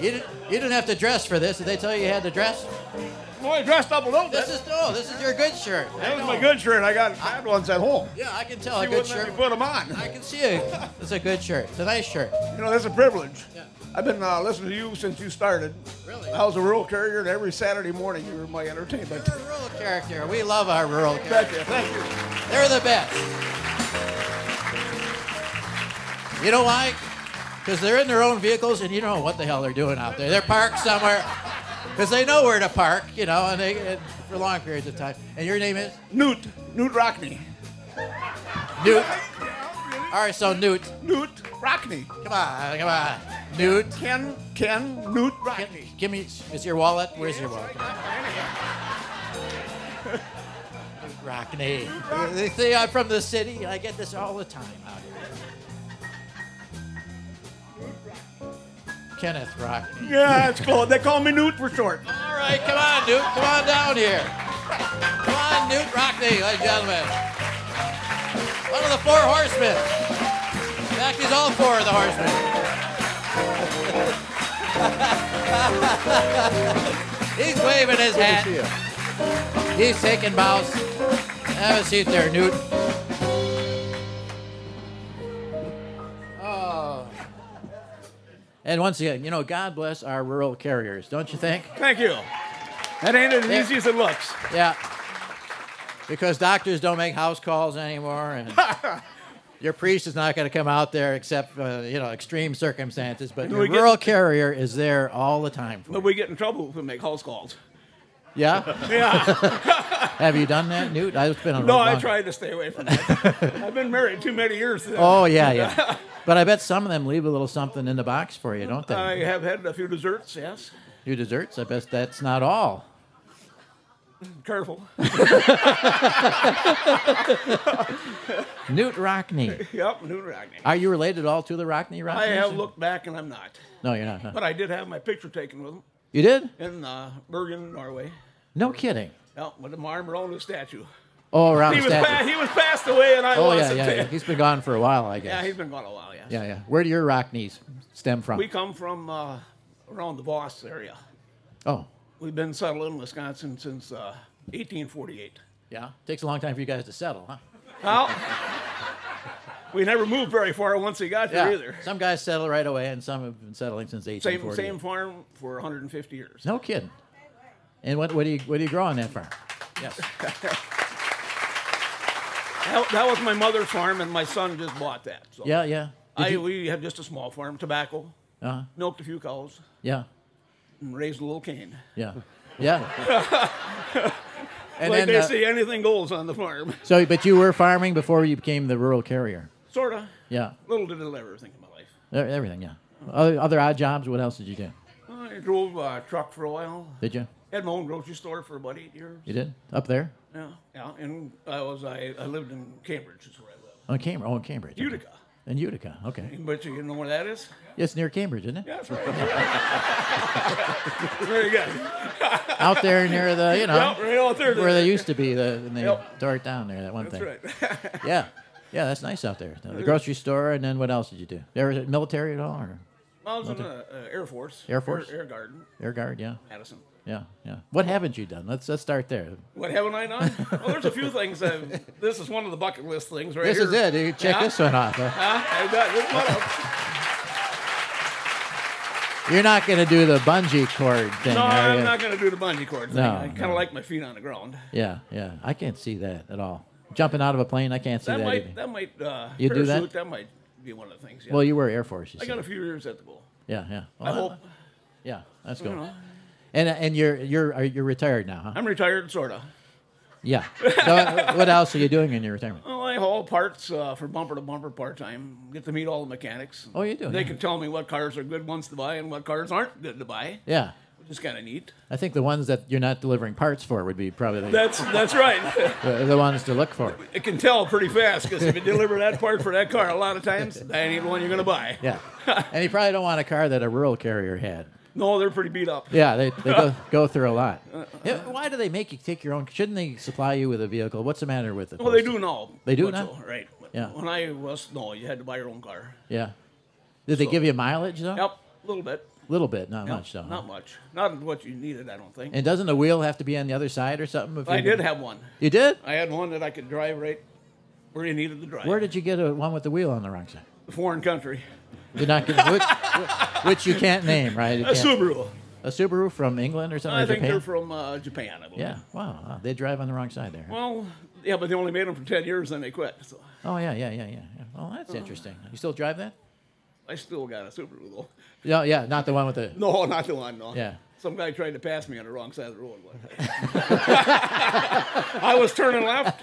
Speaker 1: You didn't, you didn't have to dress for this. Did they tell you you had to dress?
Speaker 12: Well, I dressed up a little
Speaker 1: This is no. This is your good shirt.
Speaker 12: That was my good shirt. I got bad ones at home.
Speaker 1: Yeah, I can tell
Speaker 12: She
Speaker 1: a good
Speaker 12: wouldn't let
Speaker 1: shirt.
Speaker 12: me put 'em on.
Speaker 1: I can see it. It's a good shirt. It's a nice shirt.
Speaker 12: You know, that's a privilege. I've been uh, listening to you since you started. Really? I was a rural carrier, and every Saturday morning you were my entertainment. You're a
Speaker 1: rural character. We love our rural
Speaker 12: characters. Thank you.
Speaker 1: They're the best. You know why? Because they're in their own vehicles and you don't know what the hell they're doing out there. They're parked somewhere because they know where to park, you know, and they and for long periods of time. And your name is
Speaker 12: Newt. Newt Rockney.
Speaker 1: Newt. All right, so Newt.
Speaker 12: Newt Rockney.
Speaker 1: Come on, come on. Newt.
Speaker 12: Ken, Ken, Newt Rockney.
Speaker 1: Give me, is your wallet? Where's your wallet? Newt Rockney. They say I'm from the city, and I get this all the time out here. Kenneth Rockney.
Speaker 12: Yeah, it's cool. They call me Newt for short.
Speaker 1: All right, come on, Newt. Come on down here. Come on, Newt Rockney, ladies and gentlemen. One of the four horsemen. In fact, he's all four of the horsemen. he's waving his hat. He's taking bows. Have a seat there, Newt. Oh. And once again, you know, God bless our rural carriers, don't you think?
Speaker 12: Thank you. That ain't as
Speaker 1: There-
Speaker 12: easy as it looks.
Speaker 1: Yeah. Because doctors don't make house calls anymore, and your priest is not going to come out there except uh, you know extreme circumstances, but
Speaker 12: And
Speaker 1: your
Speaker 12: we get-
Speaker 1: rural carrier is there all the time.
Speaker 12: But we get in trouble if we make house calls.
Speaker 1: Yeah.
Speaker 12: Yeah.
Speaker 1: Have you done that, Newt? I've been on.
Speaker 12: No,
Speaker 1: road
Speaker 12: I
Speaker 1: long-
Speaker 12: tried to stay away from that. I've been married too many years.
Speaker 1: Oh yeah, yeah. but I bet some of them leave a little something in the box for you, don't they?
Speaker 12: I have had a few desserts, yes.
Speaker 1: New desserts. I bet that's not all.
Speaker 12: Careful.
Speaker 1: Newt Rockney.
Speaker 12: Yep, Newt Rockney.
Speaker 1: Are you related at all to the Rockney Rockneys?
Speaker 12: I have looked back and I'm not.
Speaker 1: No, you're not. huh?
Speaker 12: But I did have my picture taken with him.
Speaker 1: You did?
Speaker 12: In uh, Bergen, Norway.
Speaker 1: No kidding.
Speaker 12: Yeah, with him arm around his statue.
Speaker 1: Oh, around
Speaker 12: he
Speaker 1: the
Speaker 12: was
Speaker 1: statue.
Speaker 12: pa- he was passed away and I
Speaker 1: oh yeah,
Speaker 12: wasn't.
Speaker 1: yeah, yeah. He's been gone for a while, I guess.
Speaker 12: Yeah, he's been gone a while, yes.
Speaker 1: Yeah, yeah. Where do your Rockneys stem from?
Speaker 12: We come from uh, around the Voss area.
Speaker 1: oh,
Speaker 12: We've been settled in Wisconsin since uh, 1848.
Speaker 1: Yeah, takes a long time for you guys to settle, huh?
Speaker 12: Well, we never moved very far once we got
Speaker 1: yeah.
Speaker 12: here either.
Speaker 1: Some guys settle right away, and some have been settling since
Speaker 12: Same
Speaker 1: 1840.
Speaker 12: same farm for 150 years.
Speaker 1: No kidding. And what, what do you what do you grow on that farm? Yes.
Speaker 12: That, that was my mother's farm, and my son just bought that. So.
Speaker 1: Yeah, yeah. Did
Speaker 12: I,
Speaker 1: you-
Speaker 12: We have just a small farm, tobacco,
Speaker 1: Uh-huh.
Speaker 12: milked a few cows,
Speaker 1: Yeah,
Speaker 12: and raised a little cane.
Speaker 1: yeah, yeah. And
Speaker 12: like
Speaker 1: then,
Speaker 12: they
Speaker 1: uh,
Speaker 12: say, anything goes on the farm.
Speaker 1: So, but you were farming before you became the rural carrier.
Speaker 12: Sort of.
Speaker 1: Yeah.
Speaker 12: Little did I ever think of my life.
Speaker 1: E- Everything, yeah. Other, other odd jobs. What else did you do?
Speaker 12: I drove a truck for a while.
Speaker 1: Did you?
Speaker 12: Had my own grocery store for about eight years.
Speaker 1: You did up there
Speaker 12: Yeah, yeah. And I was I, I lived in Cambridge, is where I lived.
Speaker 1: on Cambridge. Oh, in Cambridge. okay.
Speaker 12: Utica.
Speaker 1: In Utica. Okay.
Speaker 12: But you know where that is?
Speaker 1: It's near Cambridge, isn't it?
Speaker 12: Yeah, that's right. Very good.
Speaker 1: out there near the you know
Speaker 12: Yep, right out there.
Speaker 1: where they used to be the and they
Speaker 12: Yep.
Speaker 1: tore it down there that one
Speaker 12: That's
Speaker 1: thing
Speaker 12: right.
Speaker 1: yeah yeah that's nice out there the grocery store and then what else did you do there was it military at all or
Speaker 12: I was in the
Speaker 1: military?
Speaker 12: uh, Air Force.
Speaker 1: air force
Speaker 12: Air, Air Guard.
Speaker 1: air guard yeah
Speaker 12: Madison.
Speaker 1: yeah yeah what haven't you done let's let's start there
Speaker 12: What haven't I done? well, Oh, there's a few things. I've, this is one of the bucket list things right
Speaker 1: This
Speaker 12: here.
Speaker 1: is it. You check this one off, huh?
Speaker 12: Huh? I got this one off.
Speaker 1: you're not going to do the bungee cord thing
Speaker 12: no,
Speaker 1: are
Speaker 12: I'm
Speaker 1: ya?
Speaker 12: not going to do the bungee cord thing.
Speaker 1: No,
Speaker 12: I kind of
Speaker 1: no.
Speaker 12: like my feet on the ground.
Speaker 1: yeah yeah i can't see that at all jumping out of a plane i can't see
Speaker 12: That
Speaker 1: that,
Speaker 12: might
Speaker 1: either.
Speaker 12: that might uh,
Speaker 1: you do that
Speaker 12: parachute, might be one of the things. Yeah.
Speaker 1: Well, you were Air Force, you
Speaker 12: I got
Speaker 1: said.
Speaker 12: a few years at the goal.
Speaker 1: yeah yeah
Speaker 12: I
Speaker 1: Well,
Speaker 12: hope.
Speaker 1: yeah that's
Speaker 12: You
Speaker 1: cool
Speaker 12: know.
Speaker 1: and and you're you're are- you're retired now huh
Speaker 12: I'm retired, sorta.
Speaker 1: yeah so uh, what else are you doing in your retirement
Speaker 12: Well, I haul parts uh, for bumper to bumper part time. Get to meet all the mechanics.
Speaker 1: Oh, you do,
Speaker 12: They
Speaker 1: yeah.
Speaker 12: can tell me what cars are good ones to buy and what cars aren't good to buy.
Speaker 1: Yeah.
Speaker 12: which is kind of neat.
Speaker 1: I think the ones that you're not delivering parts for would be probably the,
Speaker 12: That's that's right.
Speaker 1: the, the ones to look for.
Speaker 12: It can tell pretty fast because if you deliver that part for that car, a lot of times that ain't the one you're gonna buy.
Speaker 1: Yeah. And you probably don't want a car that a rural carrier had.
Speaker 12: No, they're pretty beat up.
Speaker 1: Yeah, they, they go, go through a lot.
Speaker 12: Uh,
Speaker 1: Yeah, why do they make you take your own? Shouldn't they supply you with a vehicle? What's the matter with it?
Speaker 12: Well, they do now.
Speaker 1: They do
Speaker 12: but
Speaker 1: now?
Speaker 12: so, right?
Speaker 1: Yeah.
Speaker 12: When I was no, you had to buy your own car.
Speaker 1: Yeah. Did they
Speaker 12: So-
Speaker 1: give you mileage, though?
Speaker 12: Yep, a little bit.
Speaker 1: little bit, not
Speaker 12: Yep,
Speaker 1: much, though. huh?
Speaker 12: Not much. Not what you needed, I don't think.
Speaker 1: And doesn't the wheel have to be on the other side or something? if
Speaker 12: I
Speaker 1: you-
Speaker 12: did have one.
Speaker 1: You did?
Speaker 12: I had one that I could drive right where you needed to drive.
Speaker 1: Where did you get a, one with the wheel on the wrong side?
Speaker 12: The foreign country.
Speaker 1: Did not get, which, which you can't name, right? You
Speaker 12: A
Speaker 1: can't-
Speaker 12: Subaru.
Speaker 1: A Subaru from England or something?
Speaker 12: I
Speaker 1: or
Speaker 12: think
Speaker 1: Japan?
Speaker 12: they're from uh, Japan. I believe.
Speaker 1: Yeah. Wow. wow, They drive on the wrong side there.
Speaker 12: Well, yeah, but they only made them for ten years, then they quit. So
Speaker 1: Oh yeah, yeah, yeah, yeah. yeah. Well, that's interesting. You still drive that?
Speaker 12: I still got a Subaru though.
Speaker 1: No, yeah, not the one with the.
Speaker 12: No, not the one. No.
Speaker 1: Yeah.
Speaker 12: Some guy tried to pass me on the wrong side of the road. One day. I was turning left.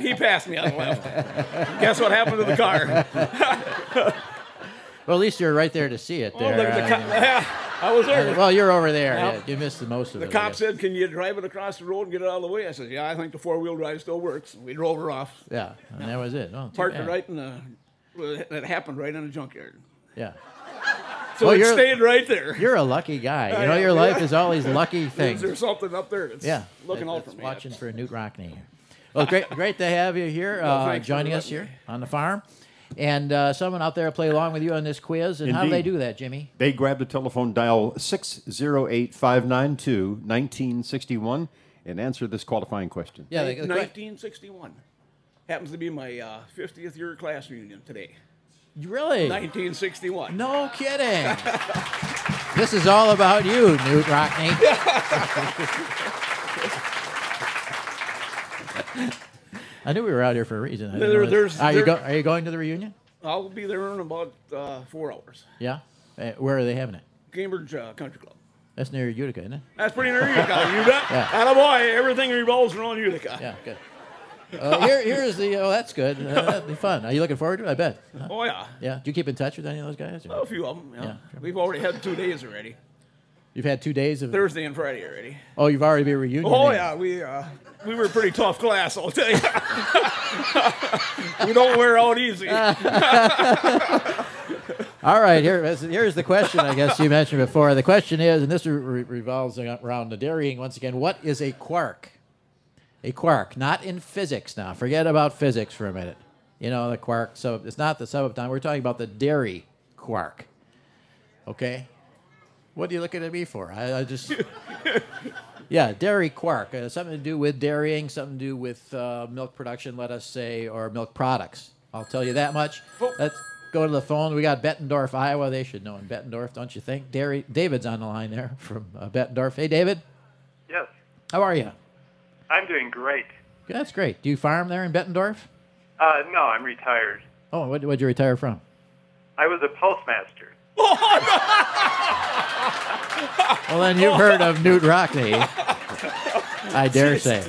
Speaker 12: He passed me on the left. Guess what happened to the car?
Speaker 1: well, at least you're right there to see it.
Speaker 12: Oh,
Speaker 1: There.
Speaker 12: look at the
Speaker 1: I
Speaker 12: co-
Speaker 1: mean,
Speaker 12: yeah, I was there.
Speaker 1: Uh, well, you're over there.
Speaker 12: Yep.
Speaker 1: Yeah, you missed the most of
Speaker 12: The
Speaker 1: it. I
Speaker 12: cop
Speaker 1: guess.
Speaker 12: said, "Can you drive it across the road and get it out of the way?" I said, "Yeah, I think the four-wheel drive still works." And we drove her off.
Speaker 1: Yeah, and that was it. Oh, too
Speaker 12: Parked it
Speaker 1: bad.
Speaker 12: right in the. well, That happened right in the junkyard.
Speaker 1: Yeah.
Speaker 12: So it stayed right there.
Speaker 1: You're a lucky guy.
Speaker 12: I
Speaker 1: You know,
Speaker 12: am,
Speaker 1: your
Speaker 12: yeah.
Speaker 1: life is all these lucky
Speaker 12: Is
Speaker 1: things.
Speaker 12: there something up there that's
Speaker 1: yeah,
Speaker 12: looking
Speaker 1: that-
Speaker 12: out for
Speaker 1: that's
Speaker 12: me?
Speaker 1: Watching for Newt Rockney. Well, great, great to have you here,
Speaker 12: Well,
Speaker 1: uh,
Speaker 12: thanks for
Speaker 1: joining us
Speaker 12: letting
Speaker 1: here on the farm, and uh, someone out there will play along with you on this quiz. And how do they
Speaker 2: Indeed.
Speaker 1: do that, Jimmy?
Speaker 2: They grabbed a telephone dial 608 592 1961 and answered this qualifying question.
Speaker 1: Yeah, the- the que-
Speaker 12: 1961 happens to be my uh, 50th year class reunion today.
Speaker 1: Really?
Speaker 12: 1961.
Speaker 1: No kidding. This is all about you, Newt Rockney. I knew we were out here for a reason. I didn't
Speaker 12: There-
Speaker 1: know what-
Speaker 12: there's-
Speaker 1: are, you
Speaker 12: there-
Speaker 1: go, are you going to the reunion?
Speaker 12: I'll be there in about uh, four hours.
Speaker 1: Yeah. Uh, where are they having it?
Speaker 12: Cambridge uh, Country Club.
Speaker 1: That's near Utica, isn't it?
Speaker 12: That's pretty near Utica. You bet.
Speaker 1: Yeah.
Speaker 12: Attaboy, everything revolves around Utica.
Speaker 1: Yeah, good. Uh, here, here is the. Oh, that's good. Uh, that'd be fun. Are you looking forward to it? I bet. Huh?
Speaker 12: Oh, yeah.
Speaker 1: Yeah. Do you keep in touch with any of those guys? or-
Speaker 12: A few of them. Yeah.
Speaker 1: Yeah,
Speaker 12: We've already had two days already.
Speaker 1: You've had two days of.
Speaker 12: Thursday and Friday already.
Speaker 1: Oh, you've already been reunion.
Speaker 12: Oh
Speaker 1: days.
Speaker 12: yeah, we uh, we were a pretty tough class, I'll tell you. we don't wear out easy.
Speaker 1: All right, here, here's the question I guess you mentioned before. The question is, and this re- revolves around the dairying once again what is a quark? A quark, not in physics now. Forget about physics for a minute. You know, the quark, so it's not the subatomic. We're talking about the dairy quark. Okay? What are you looking at me for? I, I just. yeah, dairy quark. Uh, something to do with dairying, something to do with uh, milk production, let us say, or milk products. I'll tell you that much. Let's go to the phone. We got Bettendorf, Iowa. They should know in Bettendorf, don't you think? Dairy David's on the line there from uh, Bettendorf. Hey, David,
Speaker 13: Yes,
Speaker 1: how are you?
Speaker 13: I'm doing great.
Speaker 1: That's great. Do you farm there in Bettendorf?
Speaker 13: Uh, no, I'm retired.
Speaker 1: Oh, what did you retire from?
Speaker 13: I was a postmaster.
Speaker 1: Well, then you've heard of Newt Rockney. I dare say.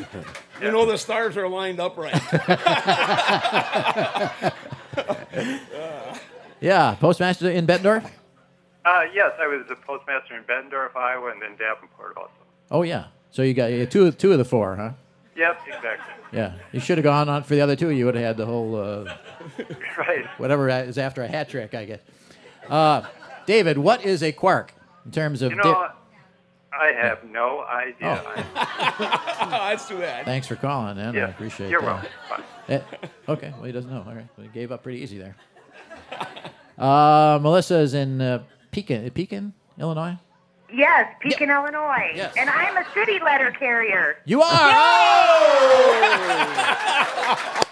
Speaker 12: You know the stars are lined up right.
Speaker 1: Yeah, postmaster in Bettendorf?
Speaker 13: Uh, yes, I was a postmaster in Bendorf, Iowa, and then Davenport also.
Speaker 1: Oh, yeah. So you got you got two, two of the four, huh?
Speaker 13: Yep, exactly.
Speaker 1: Yeah, you should have gone on for the other two. You would have had the whole uh,
Speaker 13: right.
Speaker 1: whatever is after a hat trick, I guess. Uh, David, what is a quark in terms of?
Speaker 13: You know, uh,
Speaker 1: da-
Speaker 13: I have no idea.
Speaker 12: That's too bad.
Speaker 1: Thanks for calling, man. I
Speaker 13: Yeah,
Speaker 1: appreciate
Speaker 13: you're
Speaker 1: that.
Speaker 13: welcome.
Speaker 1: Eh, okay, well he doesn't know. All right, well, he gave up pretty easy there. Uh, Melissa's in uh, Pekin, Pekin, Illinois.
Speaker 14: Yes, Pekin, Illinois. And I'm a city letter carrier.
Speaker 1: You are.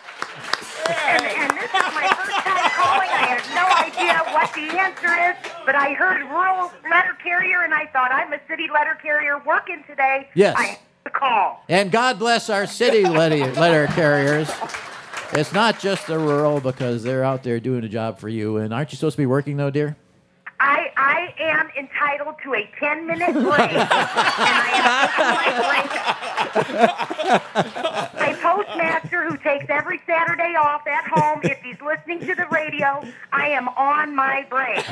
Speaker 14: And, and this is my first time calling. I have no idea what the answer is, but I heard rural letter carrier and I thought I'm a city letter carrier working today.
Speaker 1: Yes.
Speaker 14: I have to call.
Speaker 1: And God bless our city letter, letter carriers. It's not just the rural because they're out there doing a job for you. And aren't you supposed to be working though, dear?
Speaker 14: I, I am entitled to a 10 minute break. and
Speaker 1: Uh,
Speaker 14: I am a postmaster who takes every Saturday off at home. If he's listening to the radio, I am on my break.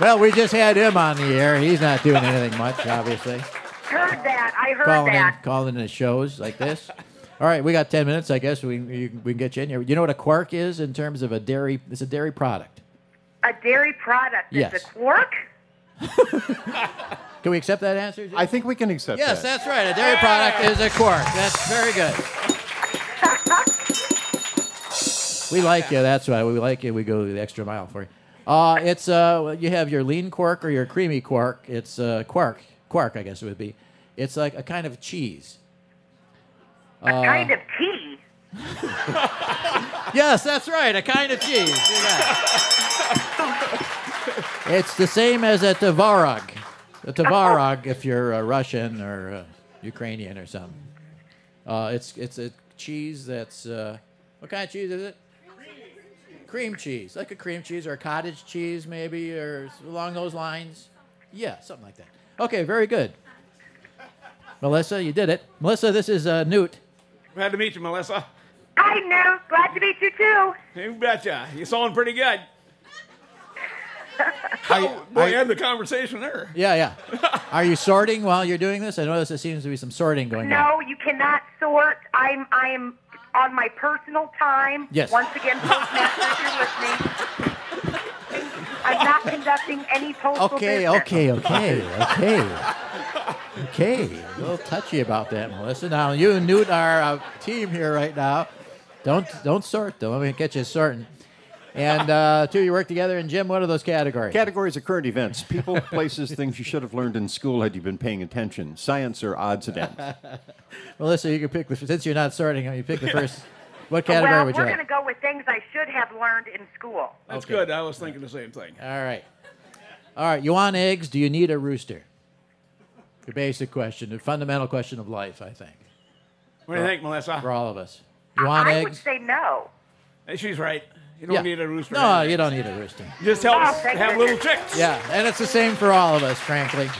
Speaker 1: Well, we just had him on the air. He's not doing anything much, obviously.
Speaker 14: Heard that. I heard
Speaker 1: Calling in,
Speaker 14: that.
Speaker 1: calling in shows like this. All right, we got ten minutes, I guess. We you, we can get you in here. You know what a quark is in terms of a dairy? It's a dairy product.
Speaker 14: A dairy product is
Speaker 1: Yes.
Speaker 14: a quark?
Speaker 1: Can we accept that answer?
Speaker 2: I think we can accept
Speaker 1: yes,
Speaker 2: that.
Speaker 1: that's right. A dairy product is a quark. That's very good. We like you. That's why we like you. We go the extra mile for you. Uh, it's uh, you have your lean quark or your creamy quark. It's uh, quark, quark, I guess it would be. It's like a kind of cheese. Uh,
Speaker 14: A kind of tea.
Speaker 1: Yes, that's right. A kind of cheese. Look at that. It's the same as a tvarog. A tvarog, if you're uh, Russian or uh, Ukrainian or something. Uh, it's it's a cheese that's uh, what kind of cheese is it? Cream cheese, like a cream cheese or a cottage cheese, maybe, or s- along those lines. Yeah, something like that. Okay, very good. Melissa, you did it. Melissa, this is uh, Newt.
Speaker 12: Glad to meet you, Melissa.
Speaker 14: I know. Glad to meet you too.
Speaker 12: You betcha. You sound pretty good. Boy, end the conversation there.
Speaker 1: Yeah, yeah. Are you sorting while you're doing this? I notice there seems to be some sorting going on.
Speaker 14: No, you cannot sort. I'm I'm on my personal time.
Speaker 1: Yes.
Speaker 14: Once again, postmaster, if you're listening. I'm not conducting any postal
Speaker 1: Okay,
Speaker 14: business.
Speaker 1: okay, okay, okay. Okay, a little touchy about that, Melissa. Now you and Newt are a team here right now. Don't don't sort though. Let me get you sorting. And uh, two, of you work together. And Jim, what are those categories?
Speaker 2: Categories of current events people, places, things you should have learned in school had you been paying attention, science or odds and ends.
Speaker 1: Melissa, you can pick the since you're not sorting. You pick the first. What category
Speaker 14: well,
Speaker 1: would you
Speaker 14: we're
Speaker 1: like?
Speaker 14: going to go with things I should have learned in school.
Speaker 12: That's good. I was thinking the same thing.
Speaker 1: All right. All right. You want eggs? Do you need a rooster? The basic question, the fundamental question of life, I think.
Speaker 12: What do you think, Melissa?
Speaker 1: For all of us. You want
Speaker 14: I would
Speaker 1: eggs?
Speaker 14: say no.
Speaker 12: Hey, She's right. You don't
Speaker 1: Yeah.
Speaker 12: need a rooster.
Speaker 1: No, you don't need a rooster.
Speaker 12: Just help
Speaker 14: Oh,
Speaker 12: us
Speaker 14: thank
Speaker 12: have little
Speaker 14: goodness.
Speaker 12: chicks.
Speaker 1: Yeah, and it's the same for all of us, frankly.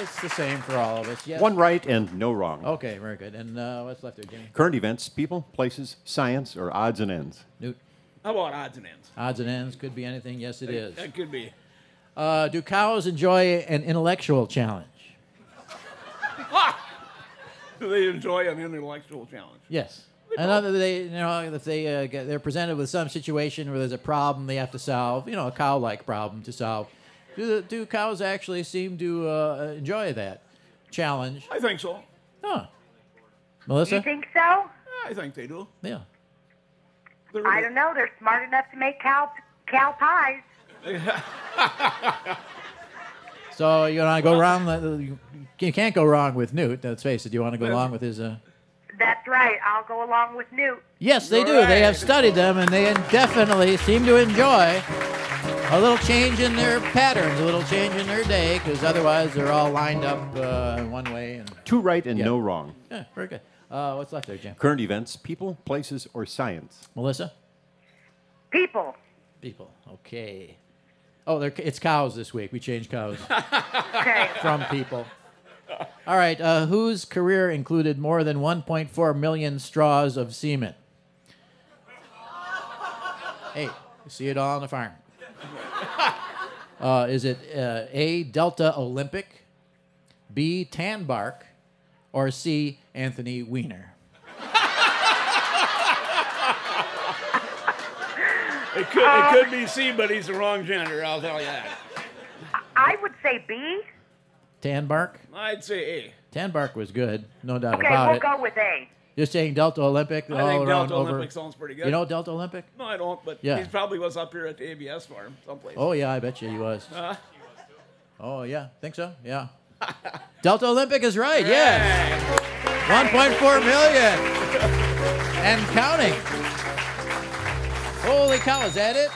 Speaker 1: it's the same for all of us. Yes.
Speaker 2: One right and no wrong.
Speaker 1: Okay, very good. And uh, what's left there, Jimmy?
Speaker 2: Current events, people, places, science, or odds and ends.
Speaker 1: Newt.
Speaker 12: How about odds and ends?
Speaker 1: Odds and ends could be anything. Yes, it is.
Speaker 12: That could be.
Speaker 1: Uh, do cows enjoy an intellectual challenge?
Speaker 12: Do they enjoy an intellectual challenge?
Speaker 1: Yes. Another, they, you know, if they uh, get, they're presented with some situation where there's a problem they have to solve, you know, a cow-like problem to solve. Do, do cows actually seem to uh, enjoy that challenge?
Speaker 12: I think so.
Speaker 1: Huh. Melissa?
Speaker 14: You think so?
Speaker 12: I think they do.
Speaker 1: Yeah.
Speaker 14: I don't know. They're smart enough to make cow cow pies.
Speaker 1: So you want to go wrong? the- You you can't go wrong with Newt. Let's face it. You want to go along with his? Uh...
Speaker 14: That's right. I'll go along with Newt.
Speaker 1: Yes, they do. They have studied them, and they definitely seem to enjoy a little change in their patterns, a little change in their day, because otherwise they're all lined up uh, one way. And
Speaker 2: Two right and no wrong.
Speaker 1: yeah, very good. Uh, what's left there, Jim?
Speaker 2: Current events, people, places, or science.
Speaker 1: Melissa.
Speaker 14: People.
Speaker 1: People. Okay. Oh, they're, it's cows this week. We changed cows
Speaker 14: Okay.
Speaker 1: from people. All right. Uh, whose career included more than 1.4 million straws of semen? Hey, you see it all on the farm. Uh, is it uh, A, Delta Olympic, B, Tanbark, or C, Anthony Weiner?
Speaker 12: It could,
Speaker 14: Uh,
Speaker 12: it could be C, but he's the wrong gender, I'll tell you that.
Speaker 14: I would say B.
Speaker 1: Tanbark?
Speaker 12: I'd say
Speaker 1: Tanbark was good, no
Speaker 14: Okay,
Speaker 1: doubt about
Speaker 14: we'll
Speaker 1: it.
Speaker 14: go with A.
Speaker 1: You're saying Delta Olympic
Speaker 12: A.
Speaker 1: all
Speaker 12: I think
Speaker 1: around
Speaker 12: Delta
Speaker 1: over.
Speaker 12: Olympic sounds pretty good.
Speaker 1: You know Delta Olympic?
Speaker 12: No, I don't, but
Speaker 1: Yeah.
Speaker 12: he probably was up here at the ABS farm someplace.
Speaker 1: Oh yeah, I bet you he was.
Speaker 12: Huh?
Speaker 1: Oh yeah, think so? Yeah. Delta Olympic is right. Yes. 1.4 million and counting. Holy cow! Is that it?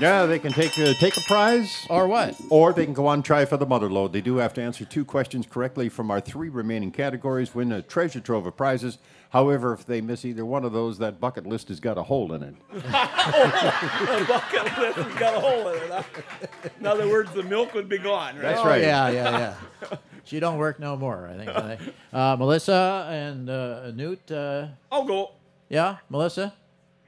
Speaker 2: Yeah, they can take uh, take a prize,
Speaker 1: or what?
Speaker 2: Or they can go on and try for the mother load. They do have to answer two questions correctly from our three remaining categories, win a treasure trove of prizes. However, if they miss either one of those, that bucket list has got a hole in it.
Speaker 12: oh, the bucket lift has got a hole in it. huh? In other words, the milk would be gone, right?
Speaker 1: Oh, Yeah, yeah, yeah. she don't work no more. I think. Uh, Melissa and uh, Newt. Uh,
Speaker 12: I'll go.
Speaker 1: yeah, Melissa.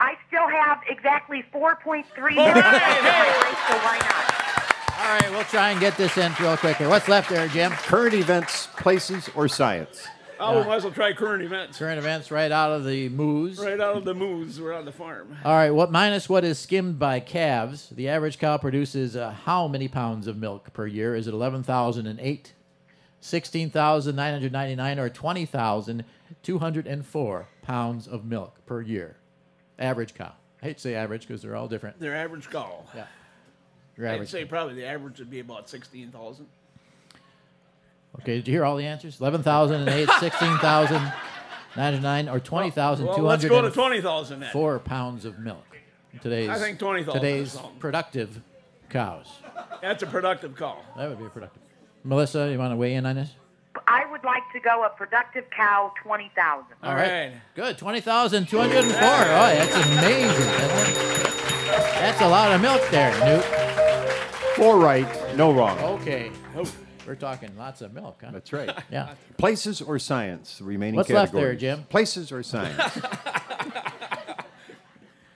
Speaker 14: I still have exactly 4.3 minutes. to calculate, so why not?
Speaker 1: All right, we'll try and get this in real quick here. What's left there, Jim?
Speaker 2: Current events, places, or science.
Speaker 12: Oh, we might as well try current events.
Speaker 1: Current events right out of the moose.
Speaker 12: Right out of the moves, we're on the farm.
Speaker 1: All right, what minus what is skimmed by calves? The average cow produces uh, how many pounds of milk per year? Is it 11,008, 16,999, or 20,204 pounds of milk per year? Average cow. I hate to say average because they're all different.
Speaker 12: Their average call.
Speaker 1: Yeah. Your
Speaker 12: I'd
Speaker 1: average.
Speaker 12: say probably the average would be about 16,000.
Speaker 1: Okay, did you hear all the answers? 11,008, 16,999, or
Speaker 12: Well, let's go to
Speaker 1: 20,204
Speaker 12: 20,000 then.
Speaker 1: pounds of milk? Today's,
Speaker 12: I think 20,000 is
Speaker 1: Today's
Speaker 12: something.
Speaker 1: productive cows.
Speaker 12: That's a productive call.
Speaker 1: That would be productive. Melissa, you want to weigh in on this?
Speaker 14: I would like to go a productive cow 20,000.
Speaker 1: All right. Good. 20,204. Oh, that's amazing. That's, that's a lot of milk there, Newt.
Speaker 2: Four right, no wrong.
Speaker 1: Okay. We're talking lots of milk, huh?
Speaker 2: That's right.
Speaker 1: Yeah.
Speaker 2: Places or science, the remaining
Speaker 1: What's left
Speaker 2: categories.
Speaker 1: there, Jim?
Speaker 2: Places or science.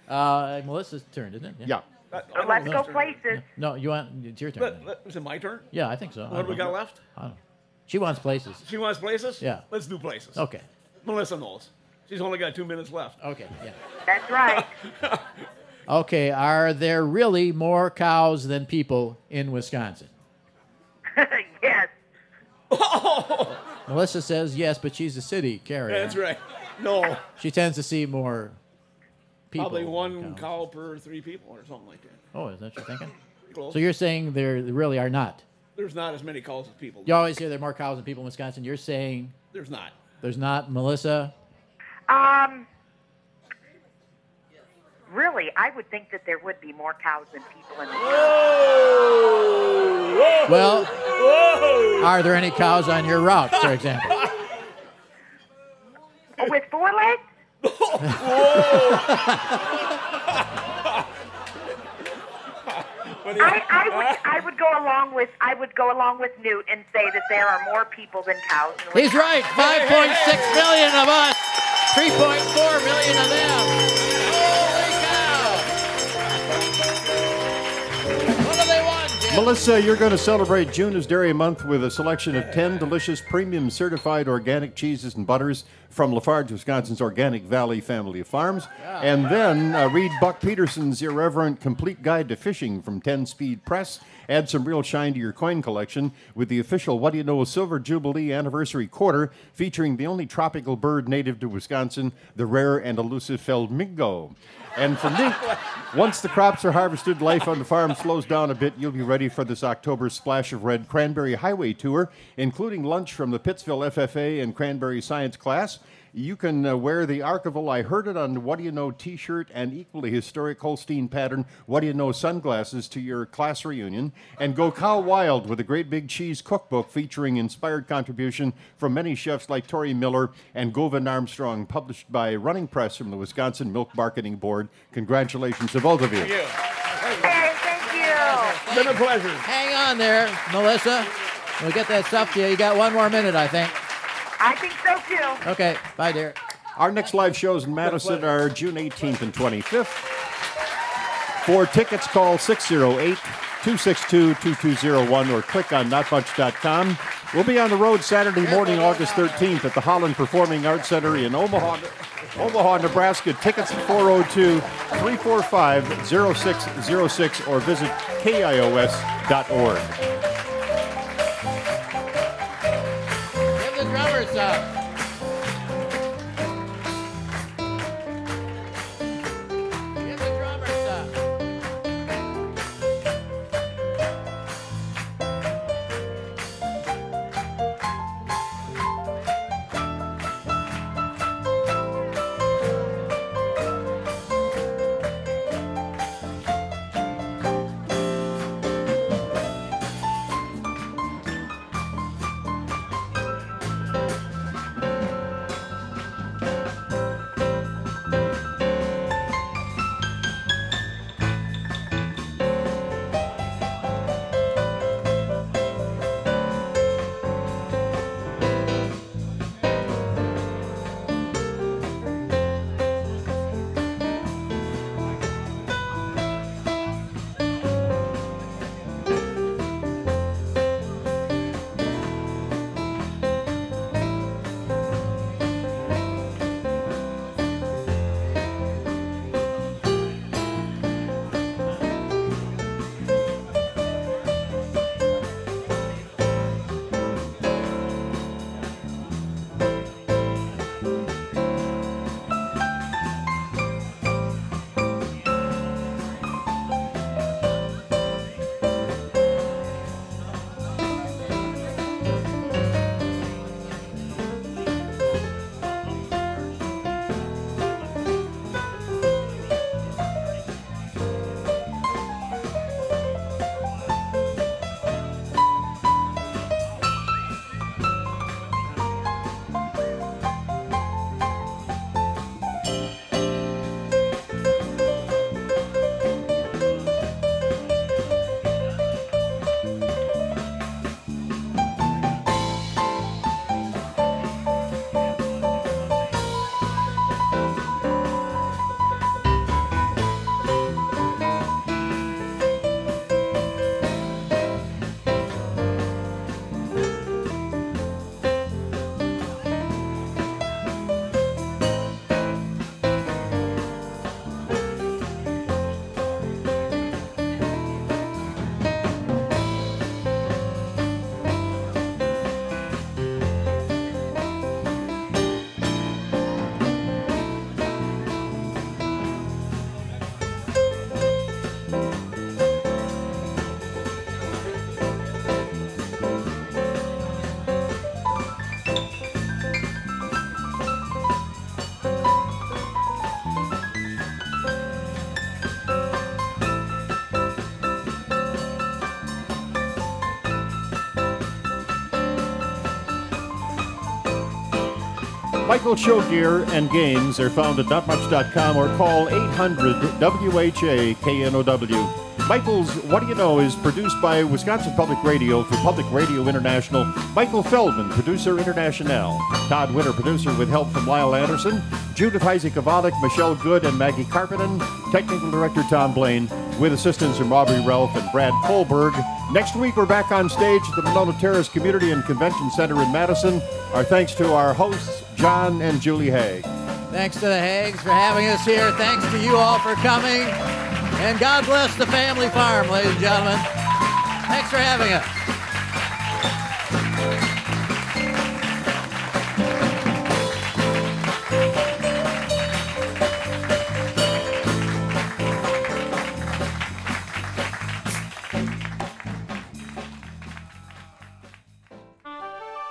Speaker 1: Uh, Melissa's turn, isn't it?
Speaker 2: Yeah.
Speaker 12: Uh,
Speaker 14: So let's go places.
Speaker 1: No, you want it's your turn.
Speaker 12: Let- let- Is it my turn?
Speaker 1: Yeah, I think so. I
Speaker 12: What do we
Speaker 1: don't know.
Speaker 12: got left?
Speaker 1: I don't know. She wants places.
Speaker 12: She wants places?
Speaker 1: Yeah.
Speaker 12: Let's do places.
Speaker 1: Okay.
Speaker 12: Melissa knows. She's only got two minutes left.
Speaker 1: Okay, yeah.
Speaker 14: That's right.
Speaker 1: Okay, are there really more cows than people in Wisconsin?
Speaker 14: yes.
Speaker 1: Melissa says yes, but she's a city carrier.
Speaker 12: That's right. No.
Speaker 1: She tends to see more people.
Speaker 12: Probably
Speaker 1: than
Speaker 12: one
Speaker 1: cows.
Speaker 12: cow per three people or something like that.
Speaker 1: Oh, is that what you're thinking?
Speaker 12: Close.
Speaker 1: So you're saying there really are not.
Speaker 12: There's not as many cows as people.
Speaker 1: You always hear there are more cows than people in Wisconsin. You're saying
Speaker 12: There's not.
Speaker 1: there's not. Melissa,
Speaker 14: Um, really, I would think that there would be more cows than people in the world.
Speaker 1: Oh! well, are there any cows on your route, for example?
Speaker 14: Oh, I, I would I would go along with I would go along with Newt and say that there are more people than cows. in
Speaker 1: He's
Speaker 14: Wisconsin.
Speaker 1: right. 5.6 million of us, 3.4 million of them.
Speaker 2: Melissa, you're going to celebrate June as Dairy Month with a selection of 10 delicious premium certified organic cheeses and butters from Lafarge, Wisconsin's Organic Valley family of farms. And then uh, read Buck Peterson's irreverent complete guide to fishing from 10 Speed Press. Add some real shine to your coin collection with the official What Do You Know Silver Jubilee Anniversary Quarter featuring the only tropical bird native to Wisconsin, the rare and elusive Feldmingo. And for me, once the crops are harvested, life on the farm slows down a bit. You'll be ready for this October's Splash of Red Cranberry Highway Tour, including lunch from the Pittsville FFA and Cranberry Science class. You can uh, wear the Archival I Heard It on What Do You Know t shirt and equally historic Holstein pattern What Do You Know sunglasses to your class reunion. And go cow wild with a great big cheese cookbook featuring inspired contribution from many chefs like Tori Miller and Govan Armstrong, published by Running Press from the Wisconsin Milk Marketing Board. Congratulations to both of you.
Speaker 1: It's been a pleasure. Hang on there, Melissa. We'll get that stuff to you. You got one more minute, I think.
Speaker 14: I think so too.
Speaker 1: Okay, bye, dear.
Speaker 2: Our next live shows in Madison are June 18th and 25th. For tickets, call 608 262 2201 or click on notmuch.com. We'll be on the road Saturday morning, August 13th at the Holland Performing Arts Center in Omaha, Omaha, Nebraska. Tickets 402 345 0606 or visit kios.org.
Speaker 1: Give the drummer some. Give the drummer some.
Speaker 2: Michael show gear and games are found at notmuch.com or call 800 WHA KNOW. Michael's What Do You Know is produced by Wisconsin Public Radio for Public Radio International. Michael Feldman, producer international. Todd Winter, producer with help from Lyle Anderson. Judith Isaac Avonik, Michelle Good, and Maggie Carpenten. Technical director Tom Blaine with assistance from Aubrey Ralph and Brad Kohlberg. Next week, we're back on stage at the Monona Terrace Community and Convention Center in Madison. Our thanks to our hosts, John and Julie Haig.
Speaker 1: Thanks to the Hags for having us here. Thanks to you all for coming. And God bless the family farm, ladies and gentlemen. Thanks for having us.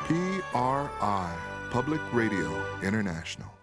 Speaker 10: PRI, Public Radio International.